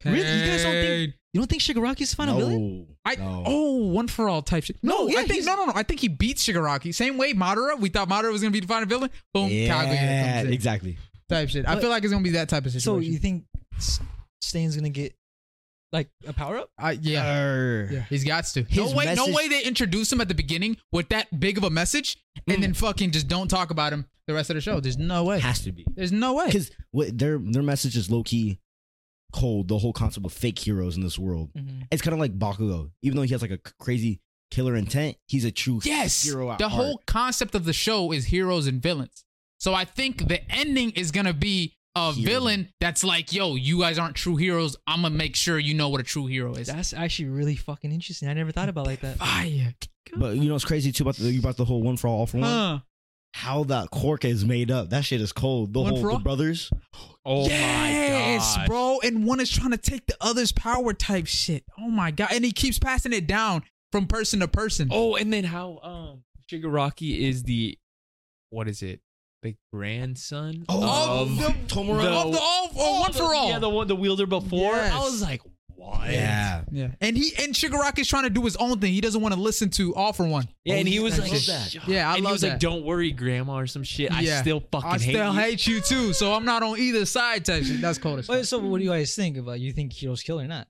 [SPEAKER 1] gonna?
[SPEAKER 2] Really? You guys don't think- You don't think Shigaraki's the final
[SPEAKER 3] no,
[SPEAKER 2] villain?
[SPEAKER 1] I
[SPEAKER 3] no.
[SPEAKER 1] oh one for all type shit. No,
[SPEAKER 2] No, yeah,
[SPEAKER 1] I think
[SPEAKER 2] he's-
[SPEAKER 1] no no no. I think he beats Shigaraki. Same way Madara. We thought Madara was gonna be the final villain. Boom. Kaguya
[SPEAKER 3] yeah,
[SPEAKER 1] comes in.
[SPEAKER 3] exactly.
[SPEAKER 1] Type shit. I
[SPEAKER 2] But-
[SPEAKER 1] feel like it's gonna be that type of
[SPEAKER 2] So you
[SPEAKER 1] situation.
[SPEAKER 2] think S- Stain's gonna get like a power up?
[SPEAKER 1] I, yeah.
[SPEAKER 3] Err.
[SPEAKER 1] Yeah, he's got to.
[SPEAKER 3] His
[SPEAKER 1] no way, no
[SPEAKER 3] message-
[SPEAKER 1] way they introduce him at the beginning with that big of a message,
[SPEAKER 3] Mm.
[SPEAKER 1] and then fucking just don't talk about him the rest of the show. There's no way.
[SPEAKER 3] has to be.
[SPEAKER 1] There's no way.
[SPEAKER 3] because what their their message is low key cold. The whole concept of fake heroes in this world. It's kind of like Bakugo. Even though he has like a c- crazy killer intent, he's a true
[SPEAKER 1] Yes,
[SPEAKER 3] hero. At
[SPEAKER 1] the
[SPEAKER 3] heart.
[SPEAKER 1] whole concept of the show is heroes and villains. So I think the ending is gonna be a
[SPEAKER 3] Hero.
[SPEAKER 1] villain that's like, "Yo, you guys aren't true heroes. I'm gonna make sure you know what a true hero is."
[SPEAKER 2] That's actually really fucking interesting. I never thought about it like that.
[SPEAKER 1] fire.
[SPEAKER 3] But you know what's crazy too about the, you about the whole one for all, all for one.
[SPEAKER 1] Huh.
[SPEAKER 3] How that cork is made up. That shit is cold. The
[SPEAKER 1] One
[SPEAKER 3] whole
[SPEAKER 1] for all?
[SPEAKER 3] the brothers.
[SPEAKER 4] Oh
[SPEAKER 1] yes,
[SPEAKER 4] my god.
[SPEAKER 1] bro. And one is trying to take the other's power type shit. Oh my god! And he keeps passing it down from person to person.
[SPEAKER 4] Oh, and then how um Shigaraki is the what is it? The grandson
[SPEAKER 1] Oh,
[SPEAKER 3] Um,
[SPEAKER 4] of
[SPEAKER 1] the-
[SPEAKER 3] Tomura.
[SPEAKER 1] Of the all, or one
[SPEAKER 4] Oh, the-
[SPEAKER 1] for all.
[SPEAKER 4] Yeah, the one the wielder before. I
[SPEAKER 1] Yes.
[SPEAKER 4] was like, what?
[SPEAKER 3] yeah.
[SPEAKER 1] Yeah. And he and Shigaraki's trying to do his own thing. He doesn't want to listen to all for one.
[SPEAKER 4] Yeah, and he was
[SPEAKER 3] I
[SPEAKER 4] like,
[SPEAKER 3] love that.
[SPEAKER 4] "Shut
[SPEAKER 1] Yeah, I
[SPEAKER 4] and he
[SPEAKER 1] love
[SPEAKER 4] was
[SPEAKER 1] that.
[SPEAKER 4] like, "Don't worry, grandma," or some shit. I
[SPEAKER 1] Yeah.
[SPEAKER 4] still fucking
[SPEAKER 1] I still
[SPEAKER 4] hate,
[SPEAKER 1] hate you too, so I'm not on either side type shit. That's cold as fuck.
[SPEAKER 2] Wait, so what do you guys think about? You think heroes kill or not?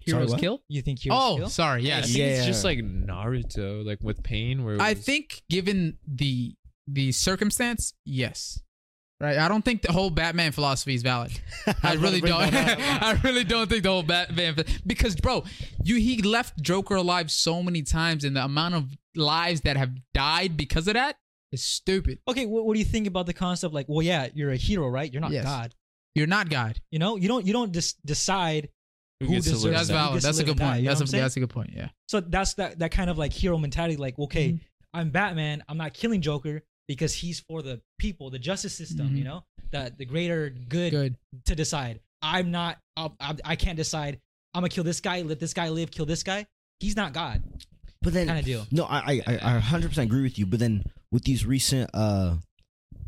[SPEAKER 3] Heroes what?
[SPEAKER 1] kill?
[SPEAKER 2] You think heroes
[SPEAKER 1] Oh,
[SPEAKER 2] kill?
[SPEAKER 1] sorry.
[SPEAKER 4] you. I
[SPEAKER 1] Yes.
[SPEAKER 4] think it's
[SPEAKER 3] Yeah.
[SPEAKER 4] just like Naruto, like with pain. Where it
[SPEAKER 1] I
[SPEAKER 4] was-
[SPEAKER 1] think given the the circumstance, yes. Right. I don't think the whole Batman philosophy is valid. I really
[SPEAKER 3] Bring
[SPEAKER 1] don't.
[SPEAKER 3] that up.
[SPEAKER 1] I really don't think the whole Batman ph- because bro, you he left Joker alive so many times, and the amount of lives that have died because of that is stupid.
[SPEAKER 2] Okay, what, what do you think about the concept? Like, well, yeah, you're a hero, right? You're not
[SPEAKER 1] Yes.
[SPEAKER 2] God.
[SPEAKER 1] You're not God.
[SPEAKER 2] You know, you don't you don't dis- decide.
[SPEAKER 4] Who
[SPEAKER 2] who
[SPEAKER 4] gets to
[SPEAKER 2] deserves
[SPEAKER 4] learn
[SPEAKER 1] That's
[SPEAKER 4] that?
[SPEAKER 2] val-
[SPEAKER 1] valid.
[SPEAKER 2] gets to
[SPEAKER 1] That's a
[SPEAKER 2] live
[SPEAKER 1] good
[SPEAKER 2] and die,
[SPEAKER 1] point.
[SPEAKER 2] you know
[SPEAKER 1] That's a
[SPEAKER 2] what I'm
[SPEAKER 1] that's a good point. Yeah.
[SPEAKER 2] So that's that that kind of like hero mentality. Like, okay,
[SPEAKER 1] Mm-hmm.
[SPEAKER 2] I'm Batman. I'm not killing Joker because he's for the people, the justice system.
[SPEAKER 1] Mhm.
[SPEAKER 2] You know, the the greater good,
[SPEAKER 1] Good.
[SPEAKER 2] to decide. I'm not. I'll, I I can't decide. I'm gonna kill this guy. Let this guy live. Kill this guy. He's not God.
[SPEAKER 3] But then
[SPEAKER 2] Kind of deal.
[SPEAKER 3] No, I I- I I hundred percent agree with you. But then with these recent uh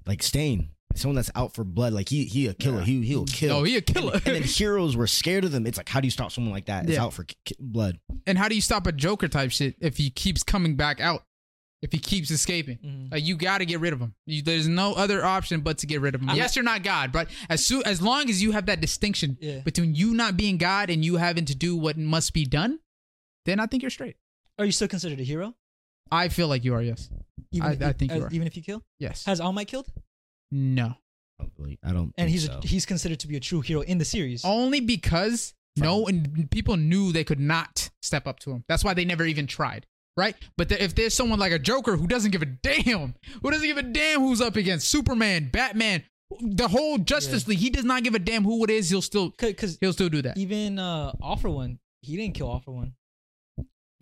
[SPEAKER 3] like Stain, someone that's out for blood, like he he a killer. He he'll kill.
[SPEAKER 1] Oh, he a killer.
[SPEAKER 3] and then heroes were scared of them. It's like, how do you stop someone like that? It's
[SPEAKER 1] Yeah.
[SPEAKER 3] out for k- k- blood.
[SPEAKER 1] and how do you stop a Joker type shit if he keeps coming back out? If he keeps escaping,
[SPEAKER 2] Mhm.
[SPEAKER 1] like you got to get rid of him. You, there's no other option but to get rid of him.
[SPEAKER 2] I'm
[SPEAKER 1] yes, you're not God, but as soon as long as you have that distinction
[SPEAKER 2] Yeah.
[SPEAKER 1] between you not being God and you having to do what must be done, then I think you're straight.
[SPEAKER 2] Are you still considered a hero?
[SPEAKER 1] I feel like you are. Yes. I-
[SPEAKER 2] if
[SPEAKER 1] I think you are.
[SPEAKER 2] Even if you kill,
[SPEAKER 1] Yes.
[SPEAKER 2] has All Might killed?
[SPEAKER 1] No.
[SPEAKER 3] Probably. I don't.
[SPEAKER 2] And
[SPEAKER 3] think
[SPEAKER 2] he's
[SPEAKER 3] so.
[SPEAKER 2] a, he's considered to be a true hero in the series.
[SPEAKER 1] Only because no, and people knew they could not step up to him. That's why they never even tried, right? But the, if there's someone like a Joker who doesn't give a damn, who doesn't give a damn who's up against Superman, Batman, the whole Justice League, he does not give a damn who it is. He'll still
[SPEAKER 2] Because
[SPEAKER 1] he'll still do that.
[SPEAKER 2] even uh, All for One, he didn't kill All for One.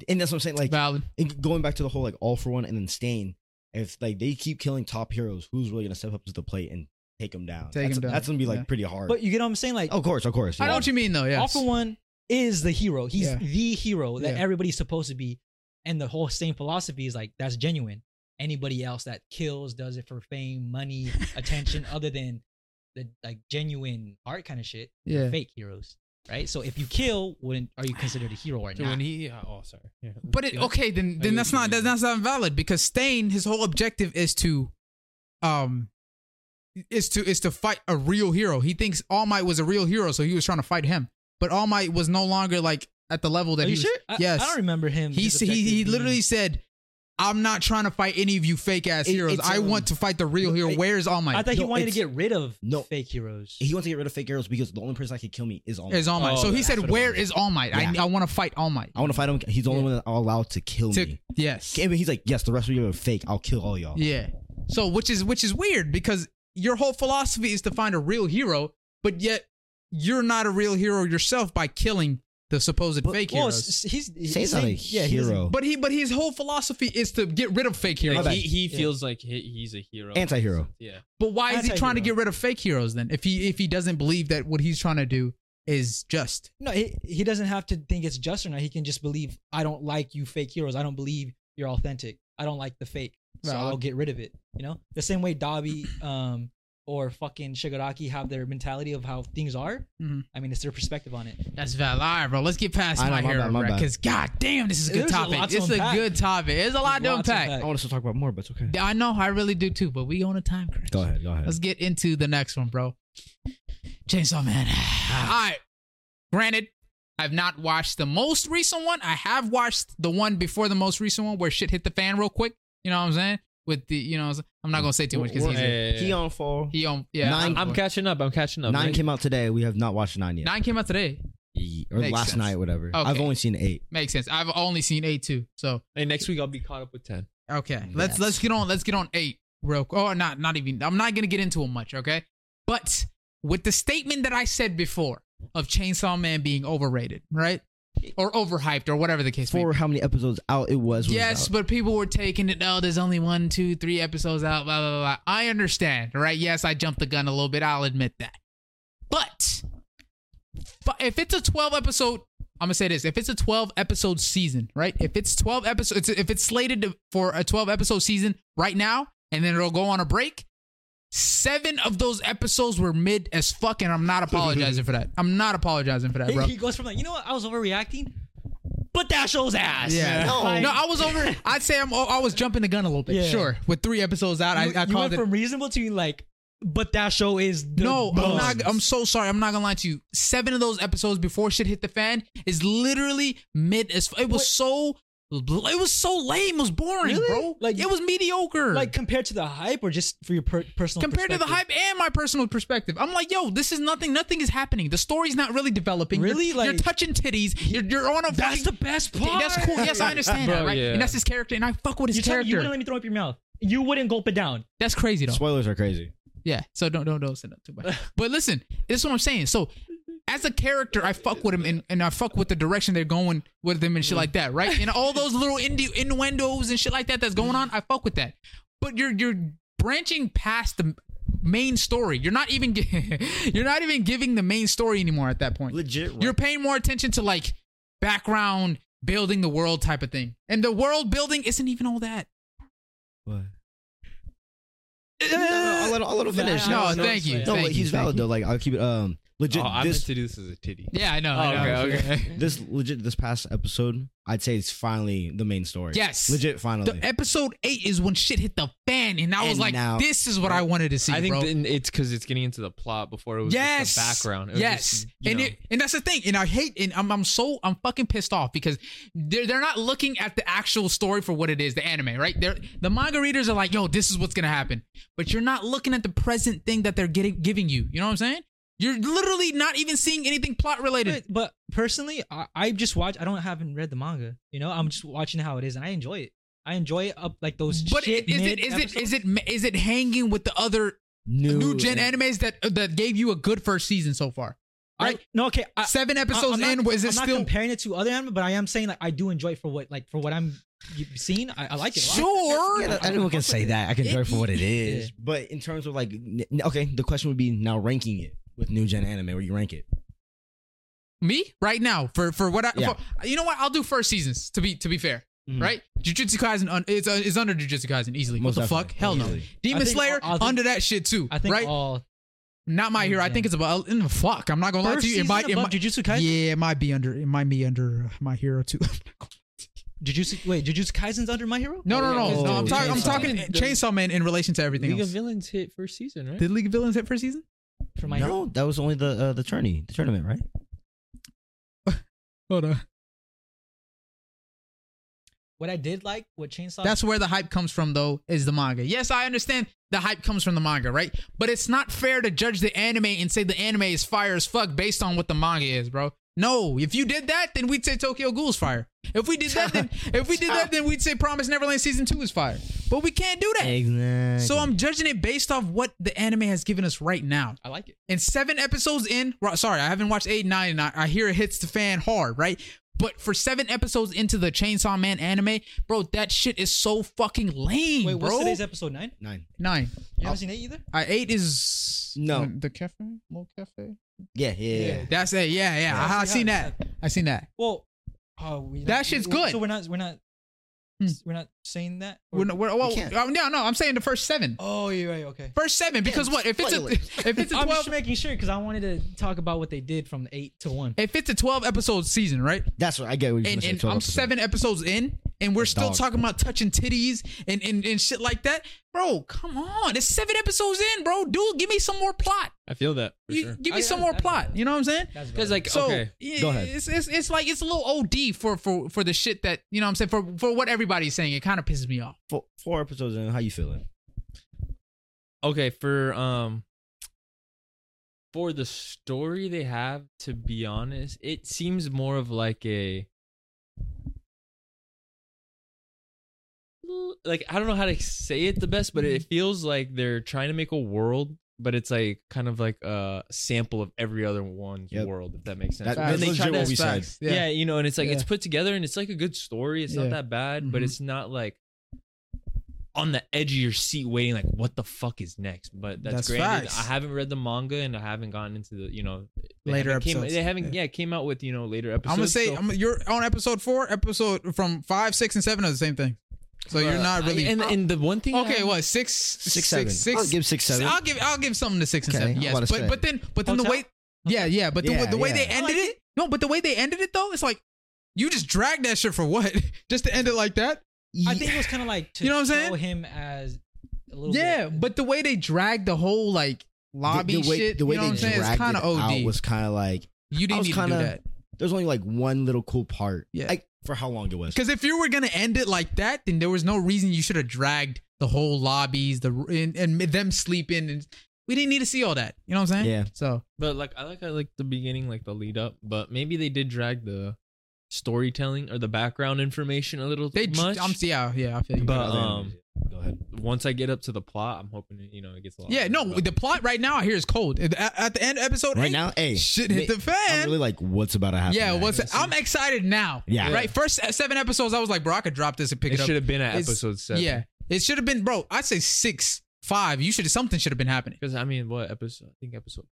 [SPEAKER 3] and that's what I'm saying. Like
[SPEAKER 1] Valid.
[SPEAKER 3] and going back to the whole like all for one and then Stain. If like they keep killing top heroes, who's really gonna step up to the plate and take them down?
[SPEAKER 1] Take
[SPEAKER 3] that's,
[SPEAKER 1] 'em down.
[SPEAKER 3] that's gonna be like
[SPEAKER 1] Yeah.
[SPEAKER 3] pretty hard. Oh,
[SPEAKER 2] But you get what I'm saying? Like
[SPEAKER 3] of course, of course.
[SPEAKER 1] I know
[SPEAKER 3] yeah.
[SPEAKER 1] what you mean though. Yes.
[SPEAKER 2] All for One is the hero. He's
[SPEAKER 1] Yeah.
[SPEAKER 2] the hero that
[SPEAKER 1] Yeah.
[SPEAKER 2] everybody's supposed to be. And the whole same philosophy is like that's genuine. Anybody else that kills does it for fame, money, attention, other than the like genuine art kind of shit. they're
[SPEAKER 1] Yeah.
[SPEAKER 2] Fake heroes. right? So if you kill, when are you considered a hero or
[SPEAKER 4] So
[SPEAKER 2] not?
[SPEAKER 4] when he, oh sorry, yeah.
[SPEAKER 1] But it, okay, then then
[SPEAKER 4] you
[SPEAKER 1] that's
[SPEAKER 4] can
[SPEAKER 1] not
[SPEAKER 4] do
[SPEAKER 1] that's,
[SPEAKER 4] that.
[SPEAKER 1] that's not valid because Stain his whole objective is to, um, is to is to fight a real hero. He thinks All Might was a real hero, so he was trying to fight him. But All Might was no longer like at the level that
[SPEAKER 2] are
[SPEAKER 1] he
[SPEAKER 2] you
[SPEAKER 1] was.
[SPEAKER 2] sure? I-
[SPEAKER 1] yes,
[SPEAKER 2] I, don't remember him.
[SPEAKER 1] he
[SPEAKER 2] his
[SPEAKER 1] s- he, he
[SPEAKER 2] objective
[SPEAKER 1] literally
[SPEAKER 2] being-
[SPEAKER 1] said, "I'm not trying to fight any of you fake ass
[SPEAKER 3] It-
[SPEAKER 1] heroes.
[SPEAKER 3] it's,
[SPEAKER 1] I
[SPEAKER 3] um,
[SPEAKER 1] want to fight the real hero.
[SPEAKER 3] it-
[SPEAKER 1] Where is All
[SPEAKER 2] I
[SPEAKER 1] Might?
[SPEAKER 2] thought he
[SPEAKER 3] No,
[SPEAKER 2] wanted to
[SPEAKER 3] it's-
[SPEAKER 2] get rid of
[SPEAKER 3] no.
[SPEAKER 2] fake heroes.
[SPEAKER 3] He wants to get rid of fake arrows because the only person that can kill me is All Might.
[SPEAKER 1] Is All Might?
[SPEAKER 4] Oh,
[SPEAKER 1] so he
[SPEAKER 4] that's what
[SPEAKER 1] said,
[SPEAKER 4] it
[SPEAKER 1] "Where
[SPEAKER 4] was.
[SPEAKER 1] is All Might? I
[SPEAKER 3] Yeah.
[SPEAKER 1] I want to fight All Might.
[SPEAKER 3] I want to fight him. He's the only one that I'll allow to kill
[SPEAKER 1] To-
[SPEAKER 3] me.
[SPEAKER 1] yes,
[SPEAKER 3] And he's like, yes, the rest of you are fake. I'll kill all y'all.
[SPEAKER 1] Yeah. So which is which is weird because your whole philosophy is to find a real hero, but yet you're not a real hero yourself by killing the supposed
[SPEAKER 3] But-
[SPEAKER 1] fake
[SPEAKER 2] well,
[SPEAKER 1] heroes.
[SPEAKER 2] s- s- he's, he's
[SPEAKER 3] Say something,
[SPEAKER 2] saying- yeah, he doesn't-
[SPEAKER 3] hero.
[SPEAKER 1] But he but his whole philosophy is to get rid of fake heroes.
[SPEAKER 4] Like,
[SPEAKER 3] bad.
[SPEAKER 4] he, he
[SPEAKER 2] Yeah.
[SPEAKER 4] feels like he, he's a hero,
[SPEAKER 3] Anti-hero.
[SPEAKER 4] Yeah,
[SPEAKER 1] But why is he trying to
[SPEAKER 2] Anti-hero.
[SPEAKER 1] get rid of fake heroes then? If he if he doesn't believe that what he's trying to do is just.
[SPEAKER 2] No, he, he doesn't have to think it's just or not. He can just believe I don't like you fake heroes. I don't believe you're authentic. I don't like the fake. So
[SPEAKER 1] Valid.
[SPEAKER 2] I'll get rid of it. You know? The same way Dobby um or fucking Shigaraki have their mentality of how things are.
[SPEAKER 1] Mhm.
[SPEAKER 2] I mean, it's their perspective on it.
[SPEAKER 1] That's valid. All right, bro. Let's get past
[SPEAKER 3] I know,
[SPEAKER 1] my,
[SPEAKER 3] my
[SPEAKER 1] hero,
[SPEAKER 3] bad, my bad.
[SPEAKER 1] Because god damn, this is a good
[SPEAKER 2] There's a
[SPEAKER 1] topic.
[SPEAKER 2] lot to
[SPEAKER 1] it's a
[SPEAKER 2] unpack.
[SPEAKER 1] good topic. It's a lot to
[SPEAKER 2] Lots of
[SPEAKER 1] unpack.
[SPEAKER 2] fact.
[SPEAKER 3] I want us to talk about more, but it's okay.
[SPEAKER 1] I know, I really do too. But we on a time crunch.
[SPEAKER 3] Go ahead, go ahead.
[SPEAKER 1] Let's get into the next one, bro. Chainsaw Man. All right. Granted, I've not watched the most recent one. I have watched the one before the most recent one where shit hit the fan real quick. You know what I'm saying? With the, you know, I'm not gonna say too much because he's a,
[SPEAKER 4] yeah,
[SPEAKER 3] He on four.
[SPEAKER 1] he on yeah.
[SPEAKER 3] Nine-
[SPEAKER 1] I'm-
[SPEAKER 4] I'm catching up. I'm catching up.
[SPEAKER 3] Nine
[SPEAKER 4] man.
[SPEAKER 3] came out today. We have not watched nine yet.
[SPEAKER 1] nine came out today.
[SPEAKER 3] Ye- Or
[SPEAKER 1] Makes
[SPEAKER 3] last
[SPEAKER 1] sense.
[SPEAKER 3] night, whatever. I've
[SPEAKER 1] Okay.
[SPEAKER 3] only seen eight.
[SPEAKER 1] Makes sense. I've only seen eight too. So
[SPEAKER 4] and next week I'll be caught up with ten.
[SPEAKER 1] Okay, let's let's get on let's get on eight real. Oh, not not even. I'm not gonna get into it much. Okay, but with the statement that I said before of Chainsaw Man being overrated, right, or overhyped, or whatever the case. may
[SPEAKER 3] For how many episodes out it was?
[SPEAKER 1] be.
[SPEAKER 3] when it was
[SPEAKER 1] Yes,
[SPEAKER 3] out.
[SPEAKER 1] but people were taking it. Oh, there's only one, two, three episodes out. Blah blah blah. blah. I understand, right? Yes, I jumped the gun a little bit. I'll admit that. But fu- if it's a 12 episode, I'm gonna say this: if it's a 12 episode season, right? If it's 12 episodes, if it's slated to, for a 12 episode season right now, and then it'll go on a break. Seven of those episodes were mid as fuck, and I'm not apologizing for that. I'm not apologizing for that,
[SPEAKER 2] He,
[SPEAKER 1] bro.
[SPEAKER 2] he goes from like, you know what? I was overreacting, but that show's ass.
[SPEAKER 1] Yeah.
[SPEAKER 2] No,
[SPEAKER 1] No, I was over. I'd say I'm. I was jumping the gun a little bit.
[SPEAKER 2] Oh. Yeah.
[SPEAKER 1] Sure, with three episodes out,
[SPEAKER 2] you,
[SPEAKER 1] I, I
[SPEAKER 2] you
[SPEAKER 1] called
[SPEAKER 2] went
[SPEAKER 1] it.
[SPEAKER 2] from reasonable to like, but that show is the
[SPEAKER 1] no, I'm
[SPEAKER 2] buzz.
[SPEAKER 1] not. I'm so sorry. I'm not gonna lie to you. Seven of those episodes before shit hit the fan is literally mid as. It was so. It was so lame. It was boring,
[SPEAKER 2] Really?
[SPEAKER 1] bro. Like
[SPEAKER 2] Like-
[SPEAKER 1] it was mediocre.
[SPEAKER 2] like compared to the hype or just for your per- personal
[SPEAKER 1] compared to the
[SPEAKER 2] perspective?
[SPEAKER 1] hype and my personal perspective. I'm like, yo, this is nothing. Nothing is happening. The story's not really developing. You're-
[SPEAKER 2] Really?
[SPEAKER 1] you're,
[SPEAKER 2] Like-
[SPEAKER 1] touching titties. You're, you're on a.
[SPEAKER 2] That's
[SPEAKER 1] fucking-
[SPEAKER 2] the best
[SPEAKER 1] Th-
[SPEAKER 2] part.
[SPEAKER 1] That's cool. Yes, I understand that,
[SPEAKER 4] Bro,
[SPEAKER 1] right?
[SPEAKER 4] yeah.
[SPEAKER 1] And that's his character, and I fuck with his
[SPEAKER 2] You, tell me
[SPEAKER 1] character.
[SPEAKER 2] you wouldn't let me throw up your mouth. You wouldn't gulp it down.
[SPEAKER 1] that's crazy though.
[SPEAKER 3] Spoilers are crazy.
[SPEAKER 1] Yeah. So don't don't don't send up too much. But listen, this is what I'm saying. So as a character, I fuck with him and, and I fuck with the direction they're going with them and shit like that, right? And all those little innu- innuendos and shit like that that's going on, I fuck with that. But you're you're branching past the main story. You're not even gi- you're not even giving the main story anymore at that point.
[SPEAKER 3] Legit.
[SPEAKER 1] You're paying more attention to like background building the world type of thing. And the world building isn't even all that.
[SPEAKER 3] What? I'll let, I'll let him finish.
[SPEAKER 1] No,
[SPEAKER 2] No, no,
[SPEAKER 1] thank you.
[SPEAKER 2] it's
[SPEAKER 3] No,
[SPEAKER 1] thank
[SPEAKER 3] like,
[SPEAKER 1] you,
[SPEAKER 3] he's
[SPEAKER 1] thank
[SPEAKER 3] valid
[SPEAKER 1] you.
[SPEAKER 3] though. Like I'll keep it. Um, legit.
[SPEAKER 4] oh, I meant
[SPEAKER 3] this
[SPEAKER 4] to do this as a titty.
[SPEAKER 1] Yeah, I know.
[SPEAKER 4] Oh,
[SPEAKER 1] I know.
[SPEAKER 4] okay, okay.
[SPEAKER 3] this legit this past episode, I'd say it's finally the main story.
[SPEAKER 1] Yes.
[SPEAKER 3] Legit. Finally.
[SPEAKER 1] The episode eight is when shit hit the fan, and I was
[SPEAKER 3] And
[SPEAKER 1] like,
[SPEAKER 3] now-
[SPEAKER 1] "This is what I wanted to see."
[SPEAKER 4] I think
[SPEAKER 1] bro.
[SPEAKER 4] then it's because it's getting into the plot before it was
[SPEAKER 1] yes,
[SPEAKER 4] just the background. It was
[SPEAKER 1] yes,
[SPEAKER 4] just, you
[SPEAKER 1] and
[SPEAKER 4] know.
[SPEAKER 1] it, and that's the thing. And I hate, and I'm I'm so I'm fucking pissed off because they're they're not looking at the actual story for what it is, the anime, right? They're the manga readers are like, "Yo, this is what's gonna happen," but you're not looking at the present thing that they're getting giving you. You know what I'm saying? You're literally not even seeing anything plot related.
[SPEAKER 2] But, but personally, I, I just watch. I don't haven't read the manga. You know, I'm just watching how it is, and I enjoy it. I enjoy it up like those.
[SPEAKER 1] But is
[SPEAKER 2] shit
[SPEAKER 1] it is it is it is it hanging with the other
[SPEAKER 3] new,
[SPEAKER 1] new gen animes that that gave you a good first season so far?
[SPEAKER 2] I, no, okay. I,
[SPEAKER 1] seven
[SPEAKER 2] I-
[SPEAKER 1] episodes
[SPEAKER 2] I'm not-
[SPEAKER 1] in was it
[SPEAKER 2] I'm not
[SPEAKER 1] still
[SPEAKER 2] comparing it to other anime? But I am saying like I do enjoy it for what like for what I'm seeing. I, I like it. a lot.
[SPEAKER 1] sure
[SPEAKER 3] Yeah, anyone can say that. I can enjoy it for what it is.
[SPEAKER 2] Yeah.
[SPEAKER 3] But in terms of like, n- okay, the question would be now ranking it with new gen anime, where you rank it.
[SPEAKER 1] me right now for for what I
[SPEAKER 3] Yeah.
[SPEAKER 1] for, you know what I'll do first seasons to be to be fair
[SPEAKER 3] Mhm.
[SPEAKER 1] right Jujutsu Kaisen un, it's uh, it's under Jujutsu Kaisen easily
[SPEAKER 3] Most
[SPEAKER 1] what the
[SPEAKER 3] definitely.
[SPEAKER 1] fuck hell no
[SPEAKER 3] Easily.
[SPEAKER 1] Demon
[SPEAKER 2] I think
[SPEAKER 1] Slayer
[SPEAKER 2] all- I think-
[SPEAKER 1] under that shit too
[SPEAKER 2] I think
[SPEAKER 1] right
[SPEAKER 2] all
[SPEAKER 1] Not my hero. I think it's about mm, fuck. I'm not gonna lie
[SPEAKER 2] First
[SPEAKER 1] to you. It
[SPEAKER 2] season
[SPEAKER 1] might, it
[SPEAKER 2] above
[SPEAKER 1] might,
[SPEAKER 2] Jujutsu Kaisen.
[SPEAKER 1] yeah, it might be under. It might be under uh, my hero too.
[SPEAKER 2] Jujutsu. Wait, Jujutsu Kaisen's under my hero.
[SPEAKER 1] no, no, no,
[SPEAKER 3] Oh,
[SPEAKER 1] no. I'm talking. I'm
[SPEAKER 3] Chainsaw
[SPEAKER 1] talking
[SPEAKER 4] Man.
[SPEAKER 1] Chainsaw Man in relation to everything
[SPEAKER 4] League of
[SPEAKER 1] else.
[SPEAKER 4] Villains hit first season, right?
[SPEAKER 1] Did League of Villains hit first season?
[SPEAKER 2] For my hero.
[SPEAKER 3] No, that was only the uh, the tourney, the tournament, right?
[SPEAKER 1] Hold on.
[SPEAKER 2] What I did like, what Chainsaw.
[SPEAKER 1] That's where the hype comes from, though, is the manga. Yes, I understand the hype comes from the manga, right? But it's not fair to judge the anime and say the anime is fire as fuck based on what the manga is, bro. No, if you did that, then we'd say Tokyo Ghoul's fire. If we did that, then if we did that, then we'd say Promise Neverland season two is fire. But we can't do that.
[SPEAKER 3] Exactly.
[SPEAKER 1] So I'm judging it based off what the anime has given us right now.
[SPEAKER 4] I like it.
[SPEAKER 1] And seven episodes in, ro- sorry, I haven't watched eight, nine, and I, I hear it hits the fan hard, right? But for seven episodes into the Chainsaw Man anime, bro, that shit is so fucking lame,
[SPEAKER 2] Wait,
[SPEAKER 1] bro.
[SPEAKER 2] what's today's episode nine?
[SPEAKER 3] nine.
[SPEAKER 1] nine.
[SPEAKER 2] You haven't seen it either.
[SPEAKER 1] Uh, eight is
[SPEAKER 4] Oh.
[SPEAKER 3] No.
[SPEAKER 1] the cafe, little cafe.
[SPEAKER 3] Yeah, yeah, yeah.
[SPEAKER 1] That's it. Mm. Yeah, yeah.
[SPEAKER 3] Yeah.
[SPEAKER 1] I, I
[SPEAKER 2] Yeah,
[SPEAKER 1] seen
[SPEAKER 2] yeah.
[SPEAKER 1] that. I seen that.
[SPEAKER 2] Well, oh, we
[SPEAKER 1] That shit's
[SPEAKER 2] we-
[SPEAKER 1] good.
[SPEAKER 2] So we're not, we're not,
[SPEAKER 1] Hmm.
[SPEAKER 2] we're not saying that. Or-
[SPEAKER 1] We're, not- we're, well,
[SPEAKER 3] can't.
[SPEAKER 1] uh, no, no. I'm saying the first seven.
[SPEAKER 2] oh, you're right. Okay.
[SPEAKER 1] First seven, because what if it's a
[SPEAKER 3] spoilers.
[SPEAKER 1] if it's a
[SPEAKER 2] I'm just
[SPEAKER 1] twelve
[SPEAKER 2] making sure because I wanted to talk about what they did from eight to one.
[SPEAKER 1] if it's a twelve episode season, right?
[SPEAKER 3] That's what I get. What you're
[SPEAKER 1] and,
[SPEAKER 3] saying,
[SPEAKER 1] and
[SPEAKER 3] 12
[SPEAKER 1] I'm
[SPEAKER 3] episodes.
[SPEAKER 1] seven episodes in, and we're still
[SPEAKER 3] Dog.
[SPEAKER 1] talking about touching titties and, and, and shit like that. Bro, come on. It's seven episodes in, bro. Dude, give me some more plot.
[SPEAKER 4] I feel that for
[SPEAKER 1] You-
[SPEAKER 4] sure.
[SPEAKER 1] Give me
[SPEAKER 2] I-
[SPEAKER 1] some
[SPEAKER 2] I-
[SPEAKER 1] more
[SPEAKER 2] I-
[SPEAKER 1] plot. You know what I'm saying?
[SPEAKER 2] That's
[SPEAKER 4] Because like,
[SPEAKER 1] So
[SPEAKER 4] okay,
[SPEAKER 1] yeah,
[SPEAKER 3] Go ahead.
[SPEAKER 1] It's, it's it's like it's a little OD for for for the shit that you know what I'm saying for for what everybody's saying. It kind of pisses me off.
[SPEAKER 3] four, four episodes in. How you feeling?
[SPEAKER 4] okay for um for the story they have to be honest it seems more of like a like i don't know how to say it the best but it feels like they're trying to make a world but it's like kind of like a sample of every other one's
[SPEAKER 3] Yep.
[SPEAKER 4] world if that makes sense
[SPEAKER 3] That-
[SPEAKER 4] Because
[SPEAKER 3] that's
[SPEAKER 4] they try
[SPEAKER 3] legit
[SPEAKER 4] to
[SPEAKER 3] what we said.
[SPEAKER 1] Facts.
[SPEAKER 4] yeah. you know, and it's like
[SPEAKER 1] Yeah.
[SPEAKER 4] it's put together and it's like a good story. It's
[SPEAKER 1] Yeah.
[SPEAKER 4] not that bad, but
[SPEAKER 1] Mhm.
[SPEAKER 4] it's not like on the edge of your seat waiting like what the fuck is next. But that's,
[SPEAKER 1] That's
[SPEAKER 4] great.
[SPEAKER 1] facts.
[SPEAKER 4] I haven't read the manga and I haven't gotten into the you know they
[SPEAKER 1] Later
[SPEAKER 4] haven't Came,
[SPEAKER 1] episodes.
[SPEAKER 4] they haven't yeah. came out with you know later episodes.
[SPEAKER 1] I'm gonna say
[SPEAKER 4] so-
[SPEAKER 1] I'm, you're on episode four, episode from five, six, and seven are the same thing. So you're
[SPEAKER 4] Uh,
[SPEAKER 1] not really
[SPEAKER 4] and and the one thing I
[SPEAKER 1] okay.
[SPEAKER 4] haven't-
[SPEAKER 1] What six
[SPEAKER 3] Six, seven.
[SPEAKER 1] six-
[SPEAKER 3] I'll give six, seven.
[SPEAKER 1] I'll give I'll give something to six and
[SPEAKER 3] Okay,
[SPEAKER 1] seven.
[SPEAKER 3] I'm
[SPEAKER 1] Yes,
[SPEAKER 3] about
[SPEAKER 1] but
[SPEAKER 3] to say.
[SPEAKER 1] but then but then the
[SPEAKER 2] Hotel?
[SPEAKER 1] way yeah yeah but the,
[SPEAKER 3] Yeah,
[SPEAKER 1] way the way they
[SPEAKER 3] yeah.
[SPEAKER 1] ended it no but the way they ended it though it's like you just dragged that shit for what just to end it like that
[SPEAKER 2] I think it was kind of like to
[SPEAKER 1] You know what I'm
[SPEAKER 2] show
[SPEAKER 1] saying?
[SPEAKER 2] him as a little
[SPEAKER 1] yeah
[SPEAKER 2] bit-
[SPEAKER 1] but the way they dragged the whole like lobby shit you know what I'm saying it's
[SPEAKER 3] dragged
[SPEAKER 1] kind
[SPEAKER 3] it
[SPEAKER 1] of OD
[SPEAKER 3] out was kind of like
[SPEAKER 1] you
[SPEAKER 3] I
[SPEAKER 1] didn't
[SPEAKER 3] was
[SPEAKER 1] need to do
[SPEAKER 3] kinda-
[SPEAKER 1] that
[SPEAKER 3] there's only like one little cool part.
[SPEAKER 1] Yeah.
[SPEAKER 3] Like for how long it was.
[SPEAKER 1] because if you were gonna end it like that then there was no reason you should have dragged the whole lobbies the and, and them sleeping and we didn't need to see all that you know what I'm saying
[SPEAKER 3] Yeah.
[SPEAKER 1] so
[SPEAKER 4] But like I like I like the beginning, like the lead up. But maybe they did drag the storytelling or the background information a little
[SPEAKER 1] they
[SPEAKER 4] too much.
[SPEAKER 1] I'm yeah yeah I feel you.
[SPEAKER 4] But,
[SPEAKER 3] Other than-
[SPEAKER 4] um,
[SPEAKER 3] go ahead.
[SPEAKER 4] once I get up to the plot, I'm hoping it, you know it gets a lot.
[SPEAKER 1] Yeah, no,
[SPEAKER 4] but-
[SPEAKER 1] the plot right now I hear is cold. At, at the end of episode
[SPEAKER 3] Right
[SPEAKER 1] eight,
[SPEAKER 3] now, hey,
[SPEAKER 1] shit hit
[SPEAKER 3] ma-
[SPEAKER 1] the
[SPEAKER 3] I'm
[SPEAKER 1] fan.
[SPEAKER 3] really like, what's about to happen?
[SPEAKER 1] yeah,
[SPEAKER 3] next?
[SPEAKER 1] what's I'm excited now.
[SPEAKER 3] Yeah.
[SPEAKER 1] right. First seven episodes, I was like, bro, I could drop this and pick
[SPEAKER 4] it
[SPEAKER 1] it, up.
[SPEAKER 4] should have been at
[SPEAKER 1] It's-
[SPEAKER 4] episode seven.
[SPEAKER 1] Yeah, it should have been, bro. I'd say six, five. You should something should have been happening.
[SPEAKER 4] Because I mean, what episode? I think episode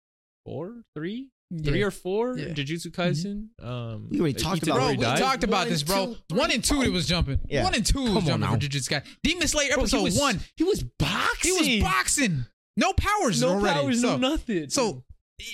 [SPEAKER 4] four, three, three
[SPEAKER 1] Yeah.
[SPEAKER 4] or four.
[SPEAKER 1] Yeah.
[SPEAKER 4] Jujutsu Kaisen. Um,
[SPEAKER 3] We already talked
[SPEAKER 4] Itadori
[SPEAKER 3] about
[SPEAKER 1] Bro,
[SPEAKER 3] Already
[SPEAKER 1] we
[SPEAKER 4] died.
[SPEAKER 1] talked about
[SPEAKER 3] One,
[SPEAKER 1] this, bro.
[SPEAKER 3] two, three,
[SPEAKER 1] one and two, it was jumping.
[SPEAKER 3] Yeah.
[SPEAKER 1] One and two
[SPEAKER 3] Come
[SPEAKER 1] was
[SPEAKER 3] on
[SPEAKER 1] jumping for
[SPEAKER 3] now.
[SPEAKER 1] Jujutsu Kaisen. Demon Slayer
[SPEAKER 4] Bro, he
[SPEAKER 1] episode
[SPEAKER 4] was-
[SPEAKER 1] one,
[SPEAKER 4] He was boxing.
[SPEAKER 1] he was boxing. No powers
[SPEAKER 4] No
[SPEAKER 1] already.
[SPEAKER 4] powers,
[SPEAKER 1] so,
[SPEAKER 4] no nothing.
[SPEAKER 1] So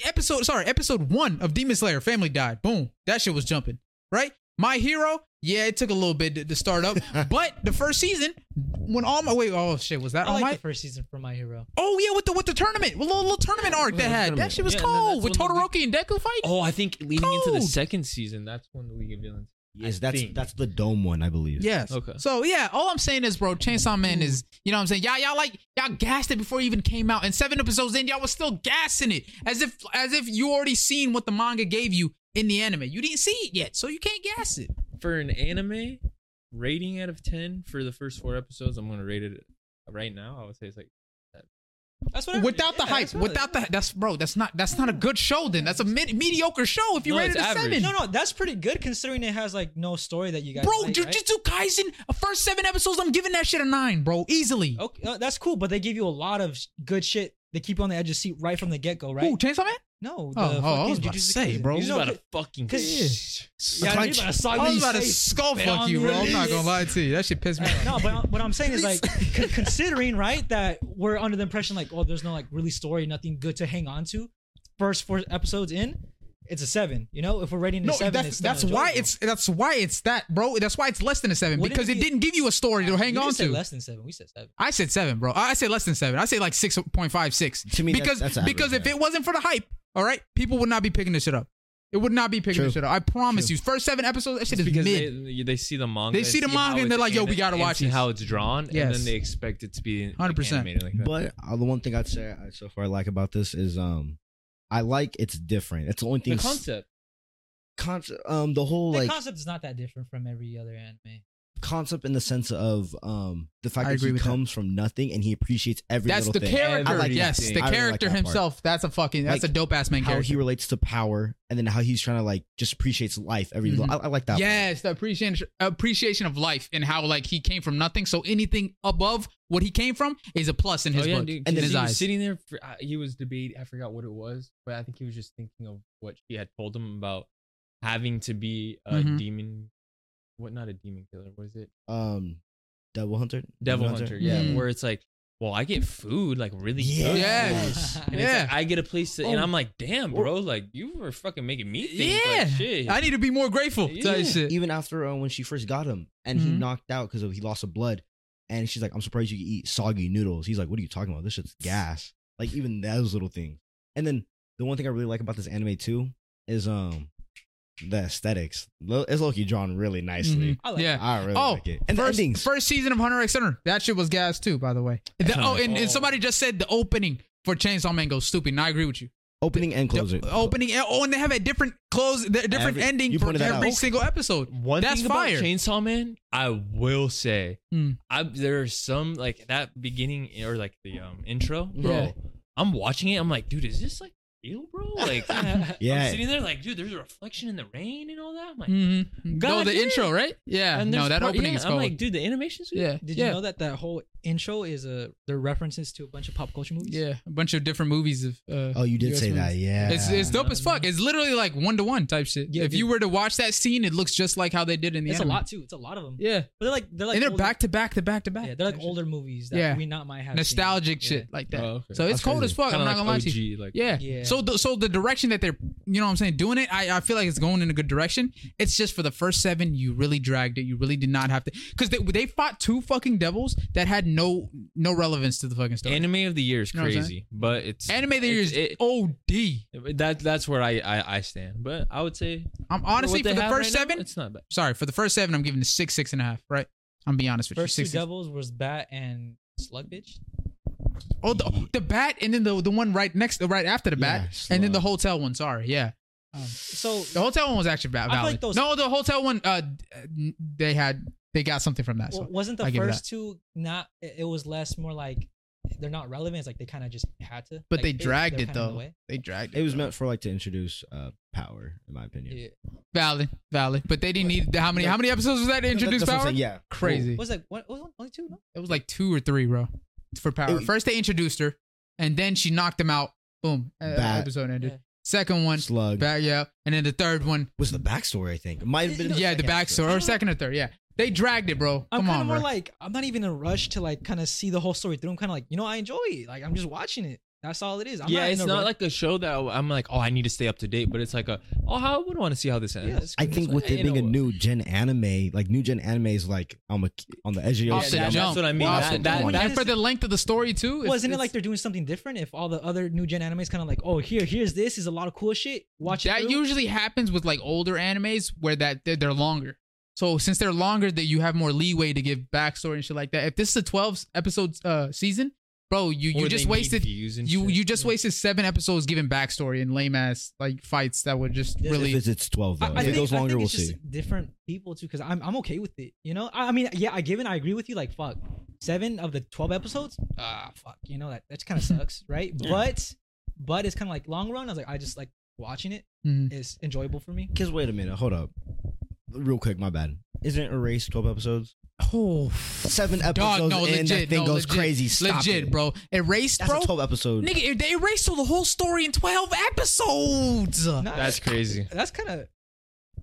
[SPEAKER 1] episode sorry, episode one of Demon Slayer, family died. Boom. That shit was jumping. Right? My hero, yeah, it took a little bit to, to start up. but the first season, when all my wait, oh shit, was that
[SPEAKER 2] I
[SPEAKER 1] all
[SPEAKER 2] like
[SPEAKER 1] my
[SPEAKER 2] the first season for my hero.
[SPEAKER 1] Oh yeah, with the with the tournament. With a little, little tournament arc that had. That shit was
[SPEAKER 4] Yeah, and then
[SPEAKER 1] cold.
[SPEAKER 4] that's
[SPEAKER 1] With
[SPEAKER 4] when the-
[SPEAKER 1] Todoroki and Deku fighting.
[SPEAKER 4] oh, I think leading into the
[SPEAKER 1] Cold.
[SPEAKER 4] second season, that's when the League of Villains.
[SPEAKER 3] Yes, that's
[SPEAKER 4] think.
[SPEAKER 3] that's the dome one, I believe.
[SPEAKER 1] Yes.
[SPEAKER 4] Okay.
[SPEAKER 1] So yeah, all I'm saying is, bro, Chainsaw Man is, you know what I'm saying? Y'all, y'all like y'all gassed it before it even came out. And seven episodes in, y'all was still gassing it. As if as if you already seen what the manga gave you in the anime. You didn't see it yet, so you can't gas it.
[SPEAKER 4] For an anime, rating out of ten for the first four episodes, I'm gonna rate it right now. I would say it's like
[SPEAKER 2] That's what. I-
[SPEAKER 1] Without the
[SPEAKER 2] yeah,
[SPEAKER 1] hype,
[SPEAKER 2] that's what I-
[SPEAKER 1] without the that's bro, that's not that's not a good show. Then that's a mid, mediocre show if you
[SPEAKER 4] No,
[SPEAKER 1] rated
[SPEAKER 4] it's
[SPEAKER 1] a
[SPEAKER 4] average.
[SPEAKER 1] seven.
[SPEAKER 2] No, no, that's pretty good considering it has like no story that you guys.
[SPEAKER 1] Bro,
[SPEAKER 2] like, right?
[SPEAKER 1] Jujutsu Kaisen, uh, first seven episodes, I'm giving that shit a nine, bro, easily.
[SPEAKER 2] Oh, Okay, uh, that's cool, but they give you a lot of sh- good shit. They keep you on the edge of your seat right from the get go, right?
[SPEAKER 1] Ooh, Chainsaw Man?
[SPEAKER 2] No.
[SPEAKER 1] Oh, oh, I was
[SPEAKER 2] fucking
[SPEAKER 1] about to
[SPEAKER 2] Jujutsu
[SPEAKER 1] say,
[SPEAKER 2] Kaisen.
[SPEAKER 1] bro.
[SPEAKER 4] He's
[SPEAKER 2] No,
[SPEAKER 4] about
[SPEAKER 2] but-
[SPEAKER 4] to fucking.
[SPEAKER 2] Cause
[SPEAKER 3] Yeah,
[SPEAKER 2] I was about to saw
[SPEAKER 1] I was about to
[SPEAKER 2] you say-
[SPEAKER 1] skull fuck you, bro. I'm not gonna lie to you. That shit pissed me off.
[SPEAKER 2] no, but what I'm saying is like con- considering right that we're under the impression like oh there's no like really story, nothing good to hang on to. First four episodes in, it's a seven. You know, if we're rating it
[SPEAKER 1] No,
[SPEAKER 2] seven,
[SPEAKER 1] that's
[SPEAKER 2] it's still
[SPEAKER 1] that's why
[SPEAKER 2] enjoyable.
[SPEAKER 1] it's that's why it's that, bro. That's why it's less than a seven
[SPEAKER 2] Wouldn't
[SPEAKER 1] because
[SPEAKER 2] it
[SPEAKER 1] it
[SPEAKER 2] be-
[SPEAKER 1] didn't give you a story to hang
[SPEAKER 2] we
[SPEAKER 1] on
[SPEAKER 2] didn't say
[SPEAKER 1] to.
[SPEAKER 2] less than seven. We said seven.
[SPEAKER 1] I said seven, bro. I I said less than seven. I say like six point five six.
[SPEAKER 3] To me, that-
[SPEAKER 1] because
[SPEAKER 3] that's average,
[SPEAKER 1] because if
[SPEAKER 3] yeah.
[SPEAKER 1] it wasn't for the hype, all right, people would not be picking this shit up. It would not be picking
[SPEAKER 3] True.
[SPEAKER 1] this shit up. I promise you. First seven episodes, that shit
[SPEAKER 4] It's
[SPEAKER 1] is
[SPEAKER 4] because
[SPEAKER 1] mid.
[SPEAKER 4] they, they see the manga,
[SPEAKER 1] They see the
[SPEAKER 4] how
[SPEAKER 1] manga and
[SPEAKER 4] it's
[SPEAKER 1] they're like, yo, we
[SPEAKER 4] ani-
[SPEAKER 1] gotta
[SPEAKER 4] and
[SPEAKER 1] watch
[SPEAKER 4] see
[SPEAKER 1] this.
[SPEAKER 4] how it's drawn, and
[SPEAKER 1] Yes.
[SPEAKER 4] then they expect it to be like,
[SPEAKER 1] 100%.
[SPEAKER 4] animated like that.
[SPEAKER 3] But uh, the one thing I'd say I, so far I like about this is um, I like it's different. It's the only thing.
[SPEAKER 4] the concept,
[SPEAKER 3] concept, um, the whole
[SPEAKER 2] The
[SPEAKER 3] like
[SPEAKER 2] concept is not that different from every other anime.
[SPEAKER 3] concept in the sense of um, the fact
[SPEAKER 1] I
[SPEAKER 3] that
[SPEAKER 1] agree
[SPEAKER 3] he
[SPEAKER 1] with that.
[SPEAKER 3] comes from nothing and he appreciates every
[SPEAKER 1] That's
[SPEAKER 3] little
[SPEAKER 1] the
[SPEAKER 3] thing.
[SPEAKER 1] character.
[SPEAKER 3] I like
[SPEAKER 1] yes, the
[SPEAKER 3] that. I really like
[SPEAKER 1] character
[SPEAKER 3] that part.
[SPEAKER 1] himself. That's a fucking. That's
[SPEAKER 3] Like,
[SPEAKER 1] a dope ass man
[SPEAKER 3] How he
[SPEAKER 1] character.
[SPEAKER 3] relates to power, and then how he's trying to like just appreciates life. Every little,
[SPEAKER 1] Mm-hmm.
[SPEAKER 3] I, I like that. part.
[SPEAKER 1] Yes, the appreciation appreciation of life and how like he came from nothing. So anything above what he came from is a plus in his
[SPEAKER 4] oh, yeah,
[SPEAKER 1] book.
[SPEAKER 4] dude,
[SPEAKER 1] in
[SPEAKER 4] and then
[SPEAKER 1] his
[SPEAKER 4] he was
[SPEAKER 1] eyes.
[SPEAKER 4] sitting there. For, uh, he was debating. I forgot what it was, but I think he was just thinking of what she had told him about having to be a
[SPEAKER 1] Mhm.
[SPEAKER 4] demon. What? Not a demon killer. What is it?
[SPEAKER 3] Um, Devil Hunter.
[SPEAKER 4] Devil Hunter. Yeah,
[SPEAKER 1] Mm.
[SPEAKER 4] where it's like, well, I get food like really. good.
[SPEAKER 1] Yes.
[SPEAKER 4] And it's
[SPEAKER 1] Yeah.
[SPEAKER 4] like, I get a place to, and
[SPEAKER 3] Oh.
[SPEAKER 4] I'm like, damn, bro, like you were fucking making me think.
[SPEAKER 1] Yeah,
[SPEAKER 4] like, shit.
[SPEAKER 1] I need to be more grateful. Type
[SPEAKER 4] Yeah.
[SPEAKER 1] shit.
[SPEAKER 3] Even after uh, when she first got him, and he
[SPEAKER 1] Mhm.
[SPEAKER 3] knocked out because he lost of blood, and she's like, "I'm surprised you could eat soggy noodles." He's like, "What are you talking about? This shit's gas." Like even those little things. And then the one thing I really like about this anime too is um the aesthetics. Lo- It's Loki drawn really nicely.
[SPEAKER 2] I like
[SPEAKER 1] yeah.
[SPEAKER 3] I really
[SPEAKER 1] Oh,
[SPEAKER 3] like it. And
[SPEAKER 1] first,
[SPEAKER 3] the endings.
[SPEAKER 1] first season of Hunter X Hunter. That shit was gas too, by the way. The- oh, and, and somebody just said the opening for Chainsaw Man goes stupid. And I agree with you.
[SPEAKER 3] opening and
[SPEAKER 1] The
[SPEAKER 3] closing.
[SPEAKER 1] opening. Oh, and they have a different close, the different
[SPEAKER 3] Every-
[SPEAKER 1] ending
[SPEAKER 3] you
[SPEAKER 1] for
[SPEAKER 3] pointed that
[SPEAKER 1] every
[SPEAKER 3] out.
[SPEAKER 1] single episode.
[SPEAKER 4] One
[SPEAKER 1] That's
[SPEAKER 4] thing
[SPEAKER 1] fire.
[SPEAKER 4] about Chainsaw Man, I will say,
[SPEAKER 1] Mm.
[SPEAKER 4] I there are some like that beginning or like the um intro, bro.
[SPEAKER 1] Yeah.
[SPEAKER 4] I'm watching it. I'm like, dude, is this like real, bro? Like,
[SPEAKER 3] Yeah.
[SPEAKER 4] I'm sitting there like, dude, there's a reflection in the rain and all that. I'm like,
[SPEAKER 1] Mm-hmm. No,
[SPEAKER 4] God
[SPEAKER 1] the
[SPEAKER 4] damn.
[SPEAKER 1] intro, right? Yeah.
[SPEAKER 4] and
[SPEAKER 1] No,
[SPEAKER 4] there's
[SPEAKER 1] that
[SPEAKER 4] part-
[SPEAKER 1] opening
[SPEAKER 4] yeah,
[SPEAKER 1] is
[SPEAKER 4] I'm
[SPEAKER 1] cold.
[SPEAKER 4] like, dude, the animation's good.
[SPEAKER 1] yeah.
[SPEAKER 2] Did
[SPEAKER 1] yeah.
[SPEAKER 2] you know that that whole intro is a they're references to a bunch of pop culture movies?
[SPEAKER 1] Yeah, a bunch of different movies of. Uh,
[SPEAKER 3] oh, you did
[SPEAKER 1] US
[SPEAKER 3] say that.
[SPEAKER 1] movies.
[SPEAKER 3] Yeah.
[SPEAKER 1] It's it's dope as fuck. It's literally like one to one type shit.
[SPEAKER 2] Yeah,
[SPEAKER 1] if
[SPEAKER 2] dude.
[SPEAKER 1] you were to watch that scene, it looks just like how they did in the
[SPEAKER 2] It's a
[SPEAKER 1] anime.
[SPEAKER 2] lot too. It's a lot of them.
[SPEAKER 1] Yeah,
[SPEAKER 2] But they're like they're like
[SPEAKER 1] and they're
[SPEAKER 2] older-
[SPEAKER 1] back to back to back to back.
[SPEAKER 2] Yeah, they're like
[SPEAKER 1] type shit.
[SPEAKER 2] older movies that
[SPEAKER 1] Yeah.
[SPEAKER 2] we not might have
[SPEAKER 1] nostalgic
[SPEAKER 2] seen.
[SPEAKER 1] shit like that.
[SPEAKER 4] Oh, okay.
[SPEAKER 1] So it's
[SPEAKER 3] That's
[SPEAKER 1] cold
[SPEAKER 3] crazy.
[SPEAKER 1] as fuck.
[SPEAKER 4] Kinda
[SPEAKER 1] I'm not
[SPEAKER 4] like
[SPEAKER 1] gonna lie to you.
[SPEAKER 4] OG, like
[SPEAKER 1] Yeah.
[SPEAKER 2] Yeah.
[SPEAKER 1] So the so the direction that they're you know what I'm saying doing it, I, I feel like it's going in a good direction. It's just for the first seven, you really dragged it. You really did not have to because they they fought two fucking devils that had no no relevance to the fucking story. Anime,
[SPEAKER 4] Anime of the year is
[SPEAKER 1] You know what I'm saying?
[SPEAKER 4] crazy, but it's
[SPEAKER 1] Anime of the
[SPEAKER 4] it's-
[SPEAKER 1] year is
[SPEAKER 4] it-
[SPEAKER 1] OD.
[SPEAKER 4] that that's where I, I I stand. But I would say
[SPEAKER 1] I'm
[SPEAKER 4] for
[SPEAKER 1] honestly
[SPEAKER 4] what
[SPEAKER 1] for
[SPEAKER 4] they
[SPEAKER 1] the
[SPEAKER 4] have
[SPEAKER 1] first
[SPEAKER 4] right now,
[SPEAKER 1] seven.
[SPEAKER 4] it's not bad.
[SPEAKER 1] sorry for the first seven, I'm giving it six six and a half. Right. I'm being honest with
[SPEAKER 2] First
[SPEAKER 1] you.
[SPEAKER 2] two
[SPEAKER 1] Six, six.
[SPEAKER 2] devils was Bat and Slug Bitch.
[SPEAKER 1] Oh, the, the bat, and then the the one right next, right after the bat,
[SPEAKER 3] Yeah,
[SPEAKER 1] and then the
[SPEAKER 3] slow.
[SPEAKER 1] hotel one. Sorry, yeah.
[SPEAKER 2] So
[SPEAKER 1] The hotel one was actually bad.
[SPEAKER 2] I feel
[SPEAKER 1] Valid.
[SPEAKER 2] like those-
[SPEAKER 1] no, the hotel one, uh, d- they had they got something from that.
[SPEAKER 2] w-
[SPEAKER 1] So
[SPEAKER 2] wasn't the
[SPEAKER 1] I give it
[SPEAKER 2] first two not? It it was less more like they're not relevant. It's like they kind of just had to.
[SPEAKER 1] But
[SPEAKER 2] like,
[SPEAKER 1] they dragged
[SPEAKER 2] they're
[SPEAKER 1] it,
[SPEAKER 2] kinda in the
[SPEAKER 1] though.
[SPEAKER 2] way.
[SPEAKER 1] they dragged it.
[SPEAKER 3] it was meant for like to introduce uh power, in my opinion.
[SPEAKER 2] Yeah.
[SPEAKER 1] valid, valid. But they didn't need how many? How many episodes was that to introduce
[SPEAKER 3] That's what I'm
[SPEAKER 1] power?
[SPEAKER 3] saying, Yeah.
[SPEAKER 1] Crazy.
[SPEAKER 2] Was like what? Was it only two? No.
[SPEAKER 1] It was like two or three, bro, for power.
[SPEAKER 3] It-
[SPEAKER 1] first they introduced her, and then she knocked him out. Boom. Uh,
[SPEAKER 3] Bat.
[SPEAKER 1] episode ended.
[SPEAKER 2] Yeah.
[SPEAKER 1] Second one,
[SPEAKER 3] Slug
[SPEAKER 1] back yeah, and then the third one,
[SPEAKER 3] was the backstory. I think it might have been.
[SPEAKER 1] yeah, the backstory or second or third, yeah. They dragged it, bro.
[SPEAKER 2] I'm
[SPEAKER 1] Come
[SPEAKER 2] kind
[SPEAKER 1] on,
[SPEAKER 2] of more
[SPEAKER 1] bro.
[SPEAKER 2] like I'm not even in a rush to like kind of see the whole story through. I'm kind of like you know I enjoy it. Like I'm just watching it. That's all it is. I'm
[SPEAKER 4] yeah,
[SPEAKER 2] not in
[SPEAKER 4] it's
[SPEAKER 2] a
[SPEAKER 4] not
[SPEAKER 2] rush.
[SPEAKER 4] like a show that I'm like, oh, I need to stay up to date. But it's like a, oh, how I would want to see how this ends.
[SPEAKER 2] Yeah, it's
[SPEAKER 3] I
[SPEAKER 2] cool.
[SPEAKER 3] think
[SPEAKER 2] It's
[SPEAKER 3] with
[SPEAKER 2] like-
[SPEAKER 3] it being a new gen anime, like new gen anime is like on the on the edge of your
[SPEAKER 1] Off
[SPEAKER 4] Yeah,
[SPEAKER 1] the
[SPEAKER 3] seat.
[SPEAKER 4] that-
[SPEAKER 1] jump.
[SPEAKER 4] that's what I mean.
[SPEAKER 1] Off
[SPEAKER 4] That-
[SPEAKER 1] the
[SPEAKER 4] that-
[SPEAKER 1] jump.
[SPEAKER 4] that
[SPEAKER 1] and for
[SPEAKER 2] is-
[SPEAKER 1] the length of the story too. it's-
[SPEAKER 2] Wasn't it
[SPEAKER 1] it's-
[SPEAKER 2] like they're doing something different? If all the other new gen animes kind of like, oh, here, here's this is a lot of cool shit. Watch
[SPEAKER 1] that
[SPEAKER 2] it. through.
[SPEAKER 1] usually happens with like older animes where that they're, they're longer. So since they're longer, that you have more leeway to give backstory and shit like that. If this is a twelve episode uh, season, bro, you
[SPEAKER 4] Or
[SPEAKER 1] you
[SPEAKER 4] they
[SPEAKER 1] just
[SPEAKER 4] need
[SPEAKER 1] wasted
[SPEAKER 4] views and
[SPEAKER 1] you
[SPEAKER 4] shit.
[SPEAKER 1] you just
[SPEAKER 4] Yeah.
[SPEAKER 1] wasted seven episodes giving backstory and lame ass like fights that would just
[SPEAKER 2] Yes,
[SPEAKER 1] really
[SPEAKER 3] If it's, it's twelve though.
[SPEAKER 2] I, I
[SPEAKER 3] if
[SPEAKER 2] think,
[SPEAKER 3] it goes
[SPEAKER 2] I
[SPEAKER 3] longer,
[SPEAKER 2] think
[SPEAKER 3] we'll
[SPEAKER 2] it's just
[SPEAKER 3] see.
[SPEAKER 2] Different people too, because I'm I'm okay with it. You know, I, I mean, yeah, I give and I agree with you. Like, fuck, seven of the twelve episodes, ah, fuck, you know that that kind of sucks, right? But but it's kind of like long run. I was like, I just like watching it
[SPEAKER 1] Mhm.
[SPEAKER 2] is enjoyable for me.
[SPEAKER 3] Because wait a minute, hold up, real quick. My bad. Isn't Erase twelve episodes?
[SPEAKER 1] Oh,
[SPEAKER 3] Seven episodes
[SPEAKER 1] dog, no,
[SPEAKER 3] in,
[SPEAKER 1] legit.
[SPEAKER 3] that thing
[SPEAKER 1] no,
[SPEAKER 3] goes
[SPEAKER 1] legit,
[SPEAKER 3] crazy. Stop
[SPEAKER 1] legit,
[SPEAKER 3] it.
[SPEAKER 1] bro. Erased,
[SPEAKER 3] That's
[SPEAKER 1] bro.
[SPEAKER 3] a twelve episode.
[SPEAKER 1] Nigga, they erased the whole story in 12 episodes.
[SPEAKER 2] Nah,
[SPEAKER 4] That's crazy.
[SPEAKER 2] That's kind of.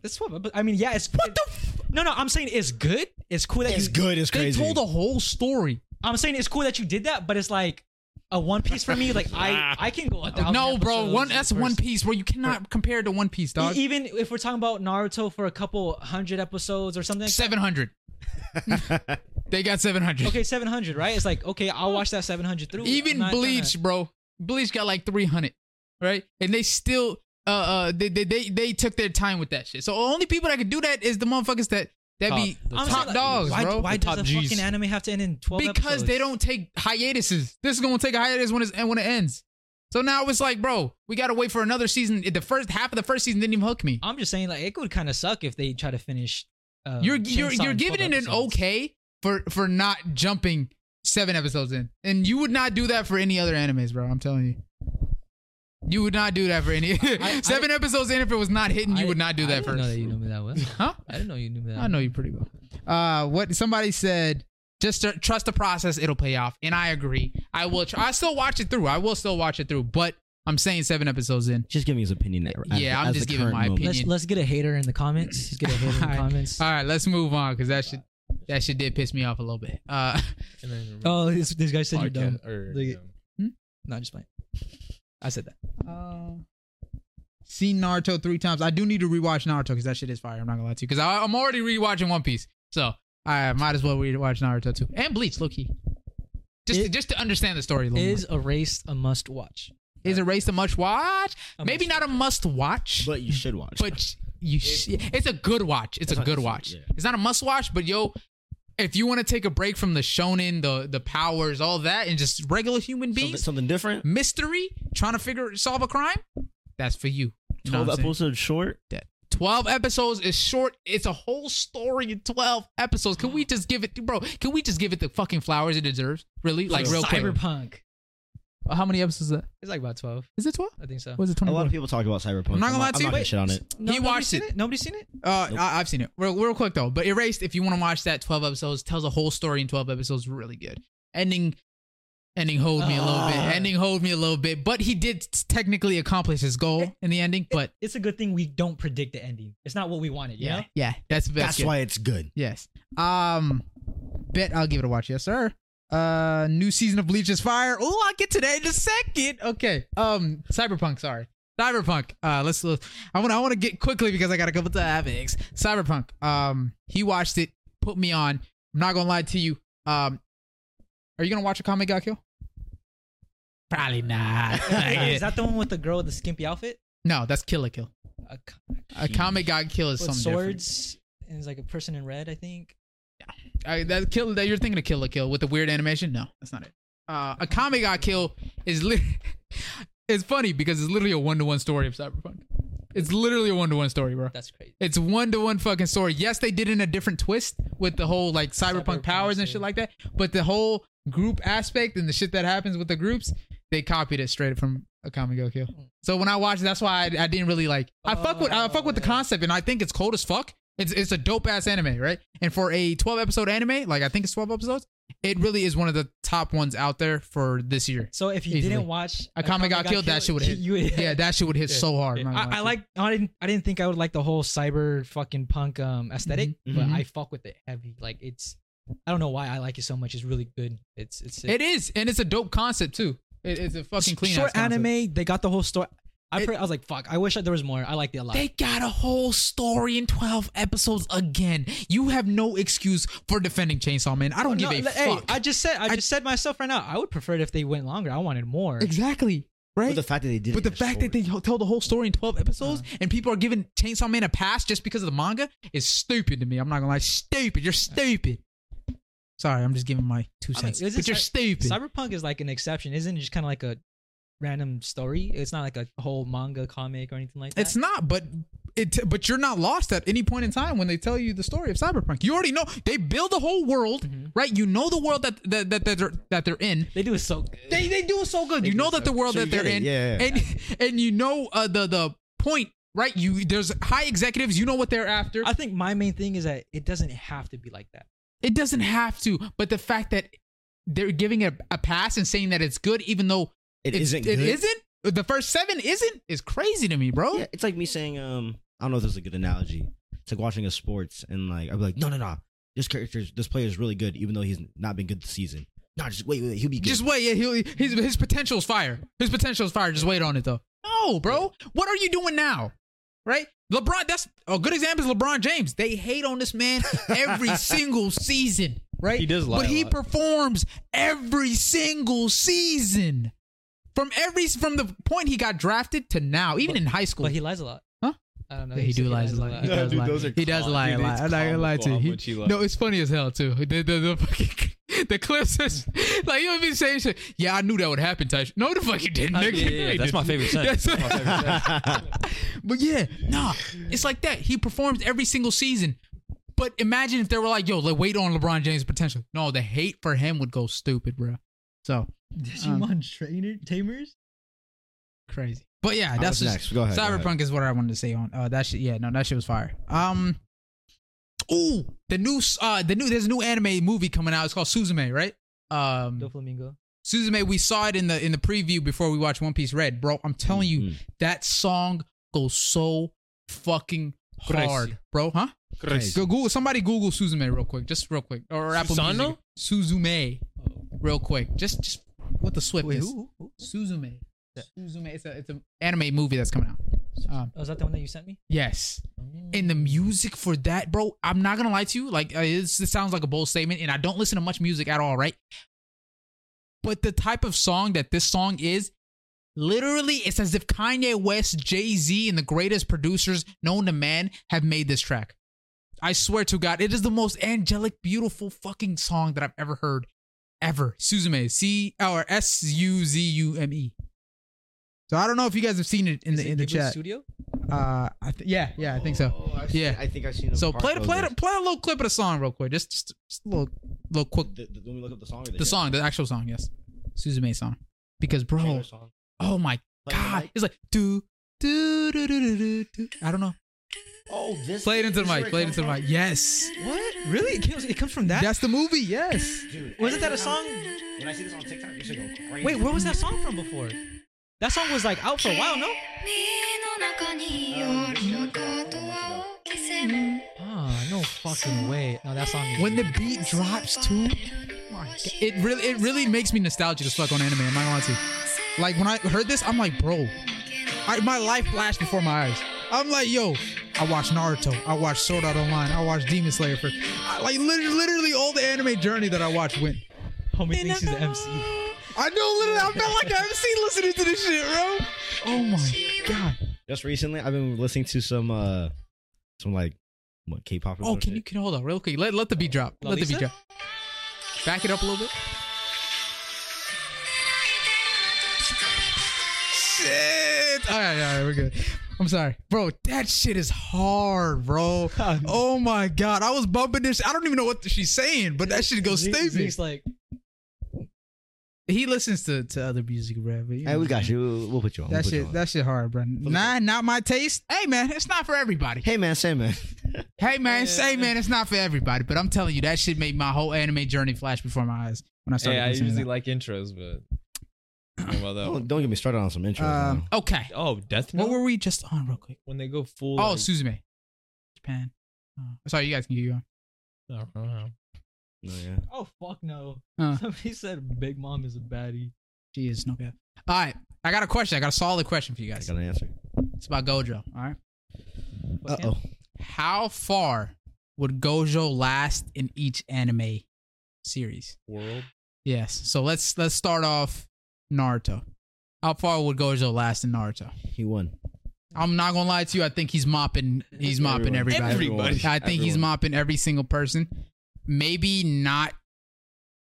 [SPEAKER 2] That's what. But I mean, yeah, it's
[SPEAKER 1] What the f-
[SPEAKER 2] no, no. I'm saying it's good. It's cool that
[SPEAKER 3] it's
[SPEAKER 2] you.
[SPEAKER 3] good. It's
[SPEAKER 1] They
[SPEAKER 3] crazy.
[SPEAKER 1] told the whole story.
[SPEAKER 2] I'm saying it's cool that you did that, but it's like a One Piece for me. Like I, I can go. A thousand
[SPEAKER 1] No, bro.
[SPEAKER 2] episodes
[SPEAKER 1] One that's
[SPEAKER 2] first.
[SPEAKER 1] One Piece, bro. You cannot compare it to One Piece, dog.
[SPEAKER 2] E- Even if we're talking about Naruto for a couple hundred episodes or something.
[SPEAKER 1] 700. they got 700.
[SPEAKER 2] Okay, 700, right? It's like, okay, I'll watch that 700 through. I'm
[SPEAKER 1] Even
[SPEAKER 2] not
[SPEAKER 1] Bleach, bro. Bleach got like 300, right? And they still uh uh they they they, they took their time with that shit. So only people that could do that is the motherfuckers that that
[SPEAKER 4] Top-
[SPEAKER 1] be
[SPEAKER 4] the
[SPEAKER 2] I'm
[SPEAKER 1] top,
[SPEAKER 2] saying, like,
[SPEAKER 1] dogs,
[SPEAKER 2] why,
[SPEAKER 1] bro.
[SPEAKER 2] Why
[SPEAKER 4] The
[SPEAKER 2] does
[SPEAKER 4] top
[SPEAKER 2] a
[SPEAKER 4] Gs.
[SPEAKER 2] fucking anime have to end in 12
[SPEAKER 1] because
[SPEAKER 2] episodes?
[SPEAKER 1] they don't take hiatuses. This is gonna take a hiatus when it's and when it ends. So now it's like, bro, we gotta wait for another season. The first half of the first season didn't even hook me.
[SPEAKER 2] I'm just saying, like, it would kind of suck if they try to finish. Um,
[SPEAKER 1] you're you're
[SPEAKER 2] Chainsaw in
[SPEAKER 1] you're
[SPEAKER 2] 12
[SPEAKER 1] giving it an
[SPEAKER 2] episodes.
[SPEAKER 1] okay for for not jumping seven episodes in, and you would not do that for any other animes, bro. I'm telling you. You would not do that for any
[SPEAKER 2] I-
[SPEAKER 1] seven episodes in if it was not hitting. You
[SPEAKER 2] I-
[SPEAKER 1] would not do that
[SPEAKER 2] I didn't know
[SPEAKER 1] first,
[SPEAKER 2] that you knew me that well.
[SPEAKER 1] huh?
[SPEAKER 2] I didn't know you knew me that
[SPEAKER 1] I know you pretty well. Uh, what somebody said, just tr- trust the process; it'll pay off, and I agree. I will. Tr- I still watch it through. I will still watch it through, but I'm saying seven episodes in.
[SPEAKER 3] Just give me his opinion. at- at-
[SPEAKER 1] Yeah, I'm
[SPEAKER 3] as
[SPEAKER 1] just
[SPEAKER 3] the
[SPEAKER 1] giving
[SPEAKER 3] current
[SPEAKER 1] my
[SPEAKER 3] moment.
[SPEAKER 1] opinion.
[SPEAKER 2] Let's, let's get a hater in the comments. Let's get a hater in the
[SPEAKER 1] Alright.
[SPEAKER 2] comments.
[SPEAKER 1] All right, let's move on because that shit that shit did piss me off a little bit. Uh,
[SPEAKER 4] And then
[SPEAKER 2] Oh, this, this guy said you're dumb.
[SPEAKER 4] podcast- or,
[SPEAKER 2] Like-
[SPEAKER 4] um,
[SPEAKER 2] No, just playing. I said that.
[SPEAKER 1] Uh, seen Naruto three times. I do need to rewatch Naruto because that shit is fire. I'm not gonna lie to you because I'm already rewatching One Piece, so I might as well rewatch Naruto too and Bleach. Low key, just
[SPEAKER 2] It-
[SPEAKER 1] just to understand the story a little
[SPEAKER 2] Is Erased a must watch?
[SPEAKER 1] more. Is a race a must watch?
[SPEAKER 2] A
[SPEAKER 1] Maybe
[SPEAKER 2] must
[SPEAKER 1] not a must watch, but,
[SPEAKER 3] But you should watch.
[SPEAKER 1] you. Sh- it's a good watch. It's a
[SPEAKER 3] That's
[SPEAKER 1] good
[SPEAKER 3] what-
[SPEAKER 1] watch.
[SPEAKER 3] yeah.
[SPEAKER 1] It's not a must watch, but yo. If you want to take a break from the shonen, the the powers, all that, and just regular human
[SPEAKER 3] something,
[SPEAKER 1] beings,
[SPEAKER 3] something different.
[SPEAKER 1] Mm, mystery, trying to figure solve a crime, that's for you. You know
[SPEAKER 3] Twelve
[SPEAKER 1] what I'm saying?
[SPEAKER 3] episodes short.
[SPEAKER 1] that. 12 episodes is short. It's a whole story in 12 episodes. Can we just give it, bro? Can we just give it the fucking flowers it deserves? Really? Like, real quick.
[SPEAKER 2] Cyberpunk.
[SPEAKER 1] How many episodes is that?
[SPEAKER 2] It's like about 12.
[SPEAKER 1] Is it 12?
[SPEAKER 2] I think so.
[SPEAKER 1] Was it
[SPEAKER 3] A
[SPEAKER 1] 20?
[SPEAKER 3] lot of people talk about Cyberpunk.
[SPEAKER 1] I'm not gonna lie to
[SPEAKER 3] I'm
[SPEAKER 1] you,
[SPEAKER 3] not gonna
[SPEAKER 1] but-
[SPEAKER 3] shit on it.
[SPEAKER 1] He
[SPEAKER 2] nobody's
[SPEAKER 1] watched
[SPEAKER 2] seen
[SPEAKER 1] it.
[SPEAKER 2] Nobody's seen it?
[SPEAKER 1] Uh, I, I've seen it. Real, real quick, though. But Erased, if you want to watch that 12 episodes, tells a whole story in 12 episodes. Really good. Ending. Ending hold me a little bit.
[SPEAKER 2] Ah.
[SPEAKER 1] Ending hold me a little bit, but he did technically accomplish his goal in the ending. But
[SPEAKER 2] It's a good thing we don't predict the ending. It's not what we wanted, you
[SPEAKER 1] yeah,
[SPEAKER 2] know?
[SPEAKER 1] yeah, that's the best.
[SPEAKER 3] That's
[SPEAKER 1] good.
[SPEAKER 3] why it's good.
[SPEAKER 1] Yes. Um, bet I'll give it a watch. Yes, sir. Uh, new season of Bleach is fire. Oh, I'll get to that in a second. Okay. Um, Cyberpunk. Sorry, Cyberpunk. Uh, let's. let's I want. I want to get quickly because I got a couple topics. Cyberpunk. Um, he watched it. Put me on. I'm not gonna lie to you. Um, are you gonna watch a comic got kill? Probably not.
[SPEAKER 2] Is that the one with the girl with the skimpy outfit?
[SPEAKER 1] no, that's Kill a Kill.
[SPEAKER 2] A c-
[SPEAKER 1] A comic got kill is
[SPEAKER 2] with
[SPEAKER 1] something different.
[SPEAKER 2] swords. And it's like a person in red, I think.
[SPEAKER 1] I, that kill that you're thinking of Kill a Kill with the weird animation. No, that's not it. Uh, a comic got kill is lit. it's funny because it's literally a one to one story of Cyberpunk. It's literally a one to one story, bro.
[SPEAKER 2] That's crazy.
[SPEAKER 1] It's one to one fucking story. Yes, they did it in a different twist with the whole like cyberpunk,
[SPEAKER 2] Cyberpunk,
[SPEAKER 1] powers and
[SPEAKER 2] yeah.
[SPEAKER 1] shit like that, but the whole group aspect and the shit that happens with the groups, they copied it straight from a comic go kill.
[SPEAKER 2] Hmm.
[SPEAKER 1] So when I watched, it, that's why I, I didn't really like. I fuck with I
[SPEAKER 2] Oh,
[SPEAKER 1] fuck with the
[SPEAKER 2] yeah.
[SPEAKER 1] concept, and I think it's cold as fuck. It's it's a dope ass anime, right? And for a twelve episode anime, like I think it's twelve episodes, it really is one of the top ones out there for this year.
[SPEAKER 2] So if you
[SPEAKER 1] Easily.
[SPEAKER 2] didn't watch
[SPEAKER 1] A comic got killed, that shit would hit.
[SPEAKER 2] you would-
[SPEAKER 1] Yeah, that shit would hit
[SPEAKER 2] Yeah.
[SPEAKER 1] so hard. I'm not gonna lie
[SPEAKER 2] I, I
[SPEAKER 1] to you.
[SPEAKER 2] like. I didn't. I didn't think I would like the whole cyber fucking punk um esthetic
[SPEAKER 3] Mhm.
[SPEAKER 2] but
[SPEAKER 1] Mhm.
[SPEAKER 2] I fuck with it heavy. Like it's. I don't know why I like it so much. It's really good. It's it's
[SPEAKER 1] it is, and it's a dope concept too. It, it's a fucking clean
[SPEAKER 2] short
[SPEAKER 1] ass concept.
[SPEAKER 2] anime. They got the whole story. I,
[SPEAKER 1] It-
[SPEAKER 2] pre- I was like, fuck. I wish that there was more. I liked it a lot.
[SPEAKER 1] They got a whole story in 12 episodes again. You have no excuse for defending Chainsaw Man. I don't give
[SPEAKER 2] Oh, No,
[SPEAKER 1] a
[SPEAKER 2] like, hey,
[SPEAKER 1] fuck.
[SPEAKER 2] I just said. I,
[SPEAKER 1] I-
[SPEAKER 2] just said myself right now. I would prefer it if they went longer. I wanted more.
[SPEAKER 1] exactly. Right?
[SPEAKER 3] But the fact that they did.
[SPEAKER 1] But the
[SPEAKER 3] it in a
[SPEAKER 1] fact that
[SPEAKER 3] short-
[SPEAKER 1] they ho- tell the whole story in 12 episodes
[SPEAKER 2] Uh-huh.
[SPEAKER 1] and people are giving Chainsaw Man a pass just because of the manga is stupid to me. I'm not gonna lie. Stupid. You're stupid. Sorry, I'm just giving my two
[SPEAKER 2] I mean,
[SPEAKER 1] cents.
[SPEAKER 2] is it
[SPEAKER 1] but you're
[SPEAKER 2] cy-
[SPEAKER 1] stupid.
[SPEAKER 2] Cyberpunk is like an exception, isn't it? Just kind of like a random story. It's not like a whole manga comic or anything like that.
[SPEAKER 1] It's not, but it. But you're not lost at any point in time when they tell you the story of cyberpunk. You already know they build a whole world, right? You know the world that that that, that they're that they're in.
[SPEAKER 2] They do it so good.
[SPEAKER 1] They they do it so good. you know that the world
[SPEAKER 3] So
[SPEAKER 1] that
[SPEAKER 3] you
[SPEAKER 1] they're
[SPEAKER 3] get it,
[SPEAKER 1] in,
[SPEAKER 3] yeah, yeah.
[SPEAKER 1] and and you know uh, the the point, right? You there's high executives. You know what they're after.
[SPEAKER 2] I think my main thing is that it doesn't have to be like that.
[SPEAKER 1] It doesn't have to, but the fact that they're giving it a pass and saying that it's good, even though
[SPEAKER 3] It
[SPEAKER 1] it's-
[SPEAKER 3] isn't.
[SPEAKER 1] It
[SPEAKER 3] good.
[SPEAKER 1] isn't. The first seven isn't is crazy to me, bro.
[SPEAKER 3] Yeah, it's like me saying, um, I don't know if this is a good analogy. It's like watching a sports and like I'd be like, no, no, no, this character, this player is really good, even though he's not been good this season. No, just wait, wait, wait, he'll be good.
[SPEAKER 1] Just wait. Yeah, he'll, his his potential's fire. His potential's fire. Just wait on it though. No, bro. What are you doing now? Right? LeBron. That's a good example is LeBron James. They hate on this man every single season. Right?
[SPEAKER 4] He does lie
[SPEAKER 1] But
[SPEAKER 4] a
[SPEAKER 1] he
[SPEAKER 4] lot.
[SPEAKER 1] performs every single season. From every from the point he got drafted to now, even in high school.
[SPEAKER 2] But he lies a lot.
[SPEAKER 1] Huh?
[SPEAKER 2] I don't know.
[SPEAKER 1] Yeah, he do
[SPEAKER 2] said
[SPEAKER 1] lies a lot. He
[SPEAKER 2] He
[SPEAKER 1] does
[SPEAKER 2] does
[SPEAKER 1] lie.
[SPEAKER 2] lie.
[SPEAKER 1] He does lie a
[SPEAKER 4] dude,
[SPEAKER 1] lot.
[SPEAKER 4] it's
[SPEAKER 1] I'm not gonna lie to
[SPEAKER 4] comical
[SPEAKER 1] you.
[SPEAKER 4] how
[SPEAKER 1] He-
[SPEAKER 4] much he lies.
[SPEAKER 1] no, it's funny as hell too. The the, the fucking the clips is like you would be saying shit. Yeah, I knew that would happen. Type. shit." No, the fuck you didn't.
[SPEAKER 4] Yeah,
[SPEAKER 1] Nigga.
[SPEAKER 4] yeah, yeah,
[SPEAKER 1] You
[SPEAKER 4] that's my
[SPEAKER 1] didn't.
[SPEAKER 4] favorite sentence.
[SPEAKER 1] That's-
[SPEAKER 4] That's my favorite sentence.
[SPEAKER 1] but yeah, nah, it's like that. He performs every single season. But imagine if they were like, "Yo, like wait on LeBron James' potential." No, the hate for him would go stupid, bro. So
[SPEAKER 2] Digimon trainer tamers.
[SPEAKER 1] crazy. But yeah,
[SPEAKER 3] I
[SPEAKER 1] that's
[SPEAKER 3] was
[SPEAKER 1] just
[SPEAKER 3] next. Go ahead. go ahead.
[SPEAKER 1] Cyberpunk is what I wanted to say on uh, that shit. Yeah, no, that shit was fire. Um, ooh, the new uh, the new there's a new anime movie coming out. It's called Suzume, right? Um,
[SPEAKER 2] Doflamingo.
[SPEAKER 1] Suzume, we saw it in the in the preview before we watched One Piece Red, bro. I'm telling you,
[SPEAKER 3] Mm,
[SPEAKER 1] that song goes so fucking hard, bro. Huh? Go Google somebody Google Suzume real quick, just real quick, or Apple Music.
[SPEAKER 4] Susano?
[SPEAKER 1] Suzume, real quick, just just what the swift
[SPEAKER 2] Wait,
[SPEAKER 1] is.
[SPEAKER 2] who? who?
[SPEAKER 1] Suzume. Suzume. It's a it's an anime movie that's coming out. Um,
[SPEAKER 2] Oh, is that the one that you sent me?
[SPEAKER 1] yes. And the music for that, bro, I'm not gonna lie to you. Like uh, it's, it sounds like a bold statement, and I don't listen to much music at all, right? But the type of song that this song is, literally, it's as if Kanye West, Jay Z, and the greatest producers known to man have made this track. I swear to God, it is the most angelic, beautiful fucking song that I've ever heard, ever. Suzume, C or S U Z U M E. So I don't know if you guys have seen it in
[SPEAKER 2] Is
[SPEAKER 1] the
[SPEAKER 2] it
[SPEAKER 1] in the
[SPEAKER 2] Ghibli
[SPEAKER 1] chat.
[SPEAKER 2] Studio.
[SPEAKER 1] Uh, I th- yeah, yeah, I think so.
[SPEAKER 3] Oh, I've
[SPEAKER 1] Yeah.
[SPEAKER 3] seen- I think I've seen.
[SPEAKER 1] So play the play the, play a little clip of the song real quick. Just just, just a little little quick.
[SPEAKER 3] The, the, when we look up the song. Or
[SPEAKER 1] The song, the actual song, yes, Suzume song. Because bro,
[SPEAKER 3] Taylor song.
[SPEAKER 1] oh my
[SPEAKER 3] Play it,
[SPEAKER 1] god,
[SPEAKER 3] Mike.
[SPEAKER 1] it's like do do do do do do. I don't know.
[SPEAKER 3] Oh, this.
[SPEAKER 1] Play it into the
[SPEAKER 3] this is
[SPEAKER 1] mic.
[SPEAKER 3] where
[SPEAKER 1] Play it into the
[SPEAKER 3] comes
[SPEAKER 1] mic. Yes,
[SPEAKER 2] What? Really? It comes, it comes from that?
[SPEAKER 1] that's the movie. Yes.
[SPEAKER 3] from? Dude,
[SPEAKER 2] Wasn't that a song?
[SPEAKER 3] When I see this on TikTok, you should go crazy.
[SPEAKER 2] Wait, where was that song from before? That song was like out for a while, no?
[SPEAKER 3] Oh,
[SPEAKER 6] 身
[SPEAKER 2] Ah, no fucking way. No, that song. Is
[SPEAKER 1] When the beat drops too, my God. it really it really makes me nostalgic as fuck on anime. I'm not gonna lie to you. Like when I heard this, I'm like, bro, I, my life flashed before my eyes. I'm like, yo, I watched Naruto, I watched Sword Art Online, I watched Demon Slayer for I, like literally, literally all the anime journey that I watched went.
[SPEAKER 2] homie thinks he's the MC.
[SPEAKER 1] I know, literally, I felt like an MC listening to this shit, bro. Oh my god.
[SPEAKER 3] Just recently, I've been listening to some, uh, some like, what K-pop. or
[SPEAKER 1] Oh, can
[SPEAKER 3] some shit.
[SPEAKER 1] you can hold on real quick? Let let the beat drop. Let the beat
[SPEAKER 2] Lalisa?
[SPEAKER 1] drop. Back it up a little bit. Shit. All right, all right, we're good. I'm sorry, bro. That shit is hard, bro.
[SPEAKER 2] Ah,
[SPEAKER 1] Oh my god, I was bumping this. I don't even know what she's saying, but that shit goes
[SPEAKER 2] Zeke-
[SPEAKER 1] stupid.
[SPEAKER 2] Zeke's like,
[SPEAKER 1] He listens to, to other music, bro. but you
[SPEAKER 3] Hey,
[SPEAKER 1] know.
[SPEAKER 3] we got you. We'll- We'll put you on.
[SPEAKER 1] That
[SPEAKER 3] we'll put you
[SPEAKER 1] shit,
[SPEAKER 3] on.
[SPEAKER 1] that shit hard, bro. Nah, not my taste. Hey man, it's not for everybody.
[SPEAKER 3] Hey man, say man.
[SPEAKER 1] Hey man, say man, it's not for everybody. But I'm telling you, that shit made my whole anime journey flash before my eyes when I started.
[SPEAKER 4] Hey, I
[SPEAKER 1] listening to
[SPEAKER 4] usually
[SPEAKER 1] that.
[SPEAKER 4] like intros, but I don't know about that
[SPEAKER 3] Don't,
[SPEAKER 4] one.
[SPEAKER 3] don't get me started on some intros.
[SPEAKER 1] Um,
[SPEAKER 3] man.
[SPEAKER 1] okay.
[SPEAKER 4] Oh, Death Note.
[SPEAKER 1] What were we just on, real quick?
[SPEAKER 4] when they go full.
[SPEAKER 1] Oh,
[SPEAKER 4] like-
[SPEAKER 1] Suzume, Japan. Oh, sorry, you guys can keep going.
[SPEAKER 4] I don't know.
[SPEAKER 3] No, yeah.
[SPEAKER 2] oh fuck no.
[SPEAKER 1] Uh.
[SPEAKER 2] Somebody said Big Mom is a baddie.
[SPEAKER 1] Jeez, no good. All right, I got a question. I got a solid question for you
[SPEAKER 3] I
[SPEAKER 1] guys.
[SPEAKER 3] got an answer.
[SPEAKER 1] It's about Gojo. All right,
[SPEAKER 3] Uh
[SPEAKER 2] What
[SPEAKER 3] oh.
[SPEAKER 1] how far would Gojo last in each anime series?
[SPEAKER 4] world.
[SPEAKER 1] Yes. So let's let's start off Naruto. How far would Gojo last in Naruto?
[SPEAKER 3] He won.
[SPEAKER 1] I'm not gonna lie to you. I think he's mopping. He's mopping
[SPEAKER 3] Everyone.
[SPEAKER 1] everybody.
[SPEAKER 4] Everybody.
[SPEAKER 1] I think he's
[SPEAKER 3] Everyone.
[SPEAKER 1] mopping every single person. Maybe not.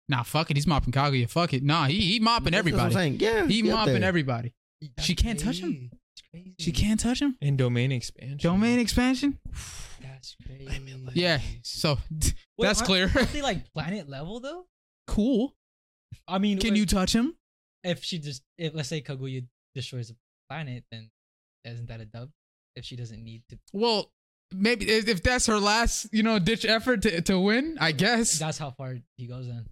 [SPEAKER 1] Nah, fuck it. He's mopping Kaguya. Fuck it. Nah, he he mopping
[SPEAKER 3] That's what I'm
[SPEAKER 1] everybody.
[SPEAKER 3] saying. Yeah.
[SPEAKER 1] He
[SPEAKER 3] get
[SPEAKER 1] mopping
[SPEAKER 3] there.
[SPEAKER 1] everybody.
[SPEAKER 2] the-
[SPEAKER 1] She can't touch him?
[SPEAKER 2] That's crazy.
[SPEAKER 1] She can't touch him.
[SPEAKER 4] And domain expansion.
[SPEAKER 1] Domain expansion.
[SPEAKER 2] That's crazy.
[SPEAKER 1] Yeah. So
[SPEAKER 2] Wait,
[SPEAKER 1] that's
[SPEAKER 2] aren't-
[SPEAKER 1] clear.
[SPEAKER 2] Aren't they like planet level though?
[SPEAKER 1] cool.
[SPEAKER 2] I mean,
[SPEAKER 1] Can you touch him?
[SPEAKER 2] if she just if let's say Kaguya destroys the planet, then isn't that a dub? If she doesn't need to,
[SPEAKER 1] Well, maybe if if that's her last, you know, ditch effort to, to win, I guess.
[SPEAKER 2] That's how far he goes in.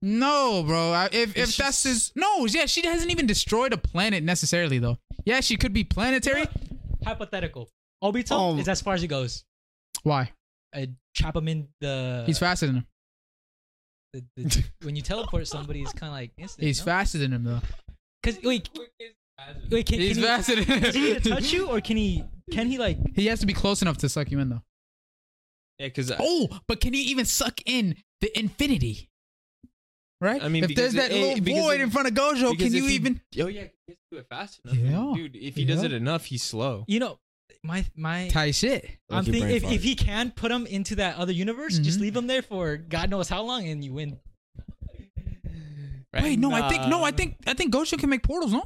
[SPEAKER 1] No, bro. I- If if
[SPEAKER 2] It's
[SPEAKER 1] that's his
[SPEAKER 2] just-
[SPEAKER 1] no, yeah, she hasn't even destroyed a planet necessarily though. Yeah, she could be planetary.
[SPEAKER 2] Hypothetical. Obito
[SPEAKER 5] Um,
[SPEAKER 2] is as far as he goes.
[SPEAKER 1] Why?
[SPEAKER 2] Uh, trap him in the.
[SPEAKER 1] He's faster than him.
[SPEAKER 2] the- the- when you teleport somebody, it's kind of like instant.
[SPEAKER 1] He's
[SPEAKER 2] no?
[SPEAKER 1] faster than him though.
[SPEAKER 2] Cause wait, wait, can,
[SPEAKER 1] He's
[SPEAKER 2] can he,
[SPEAKER 1] faster than
[SPEAKER 2] Does he need to
[SPEAKER 1] him.
[SPEAKER 2] touch you, or can he? Can he like?
[SPEAKER 1] He has to be close enough to suck you in though.
[SPEAKER 4] Yeah, because
[SPEAKER 1] Oh, but can he even suck in the infinity? Right?
[SPEAKER 4] I mean,
[SPEAKER 1] if there's
[SPEAKER 4] because
[SPEAKER 1] that
[SPEAKER 4] it-
[SPEAKER 1] little
[SPEAKER 4] it- because
[SPEAKER 1] void
[SPEAKER 4] it-
[SPEAKER 1] in front of Gojo, can you even?
[SPEAKER 4] Oh yeah, he gets to do it fast enough.
[SPEAKER 1] Yeah.
[SPEAKER 4] dude. If he does
[SPEAKER 1] Yeah.
[SPEAKER 4] it enough, he's slow.
[SPEAKER 2] You know, my my.
[SPEAKER 1] Tight shit.
[SPEAKER 2] I'm
[SPEAKER 3] Like your
[SPEAKER 2] thinking
[SPEAKER 3] brain
[SPEAKER 2] if,
[SPEAKER 3] fart.
[SPEAKER 2] if he can put him into that other universe, just
[SPEAKER 1] Mhm.
[SPEAKER 2] leave him there for God knows how long, and you win.
[SPEAKER 4] Right?
[SPEAKER 1] Wait, no, I think no, I
[SPEAKER 4] Nah.
[SPEAKER 1] think I think Gojo can make portals. No,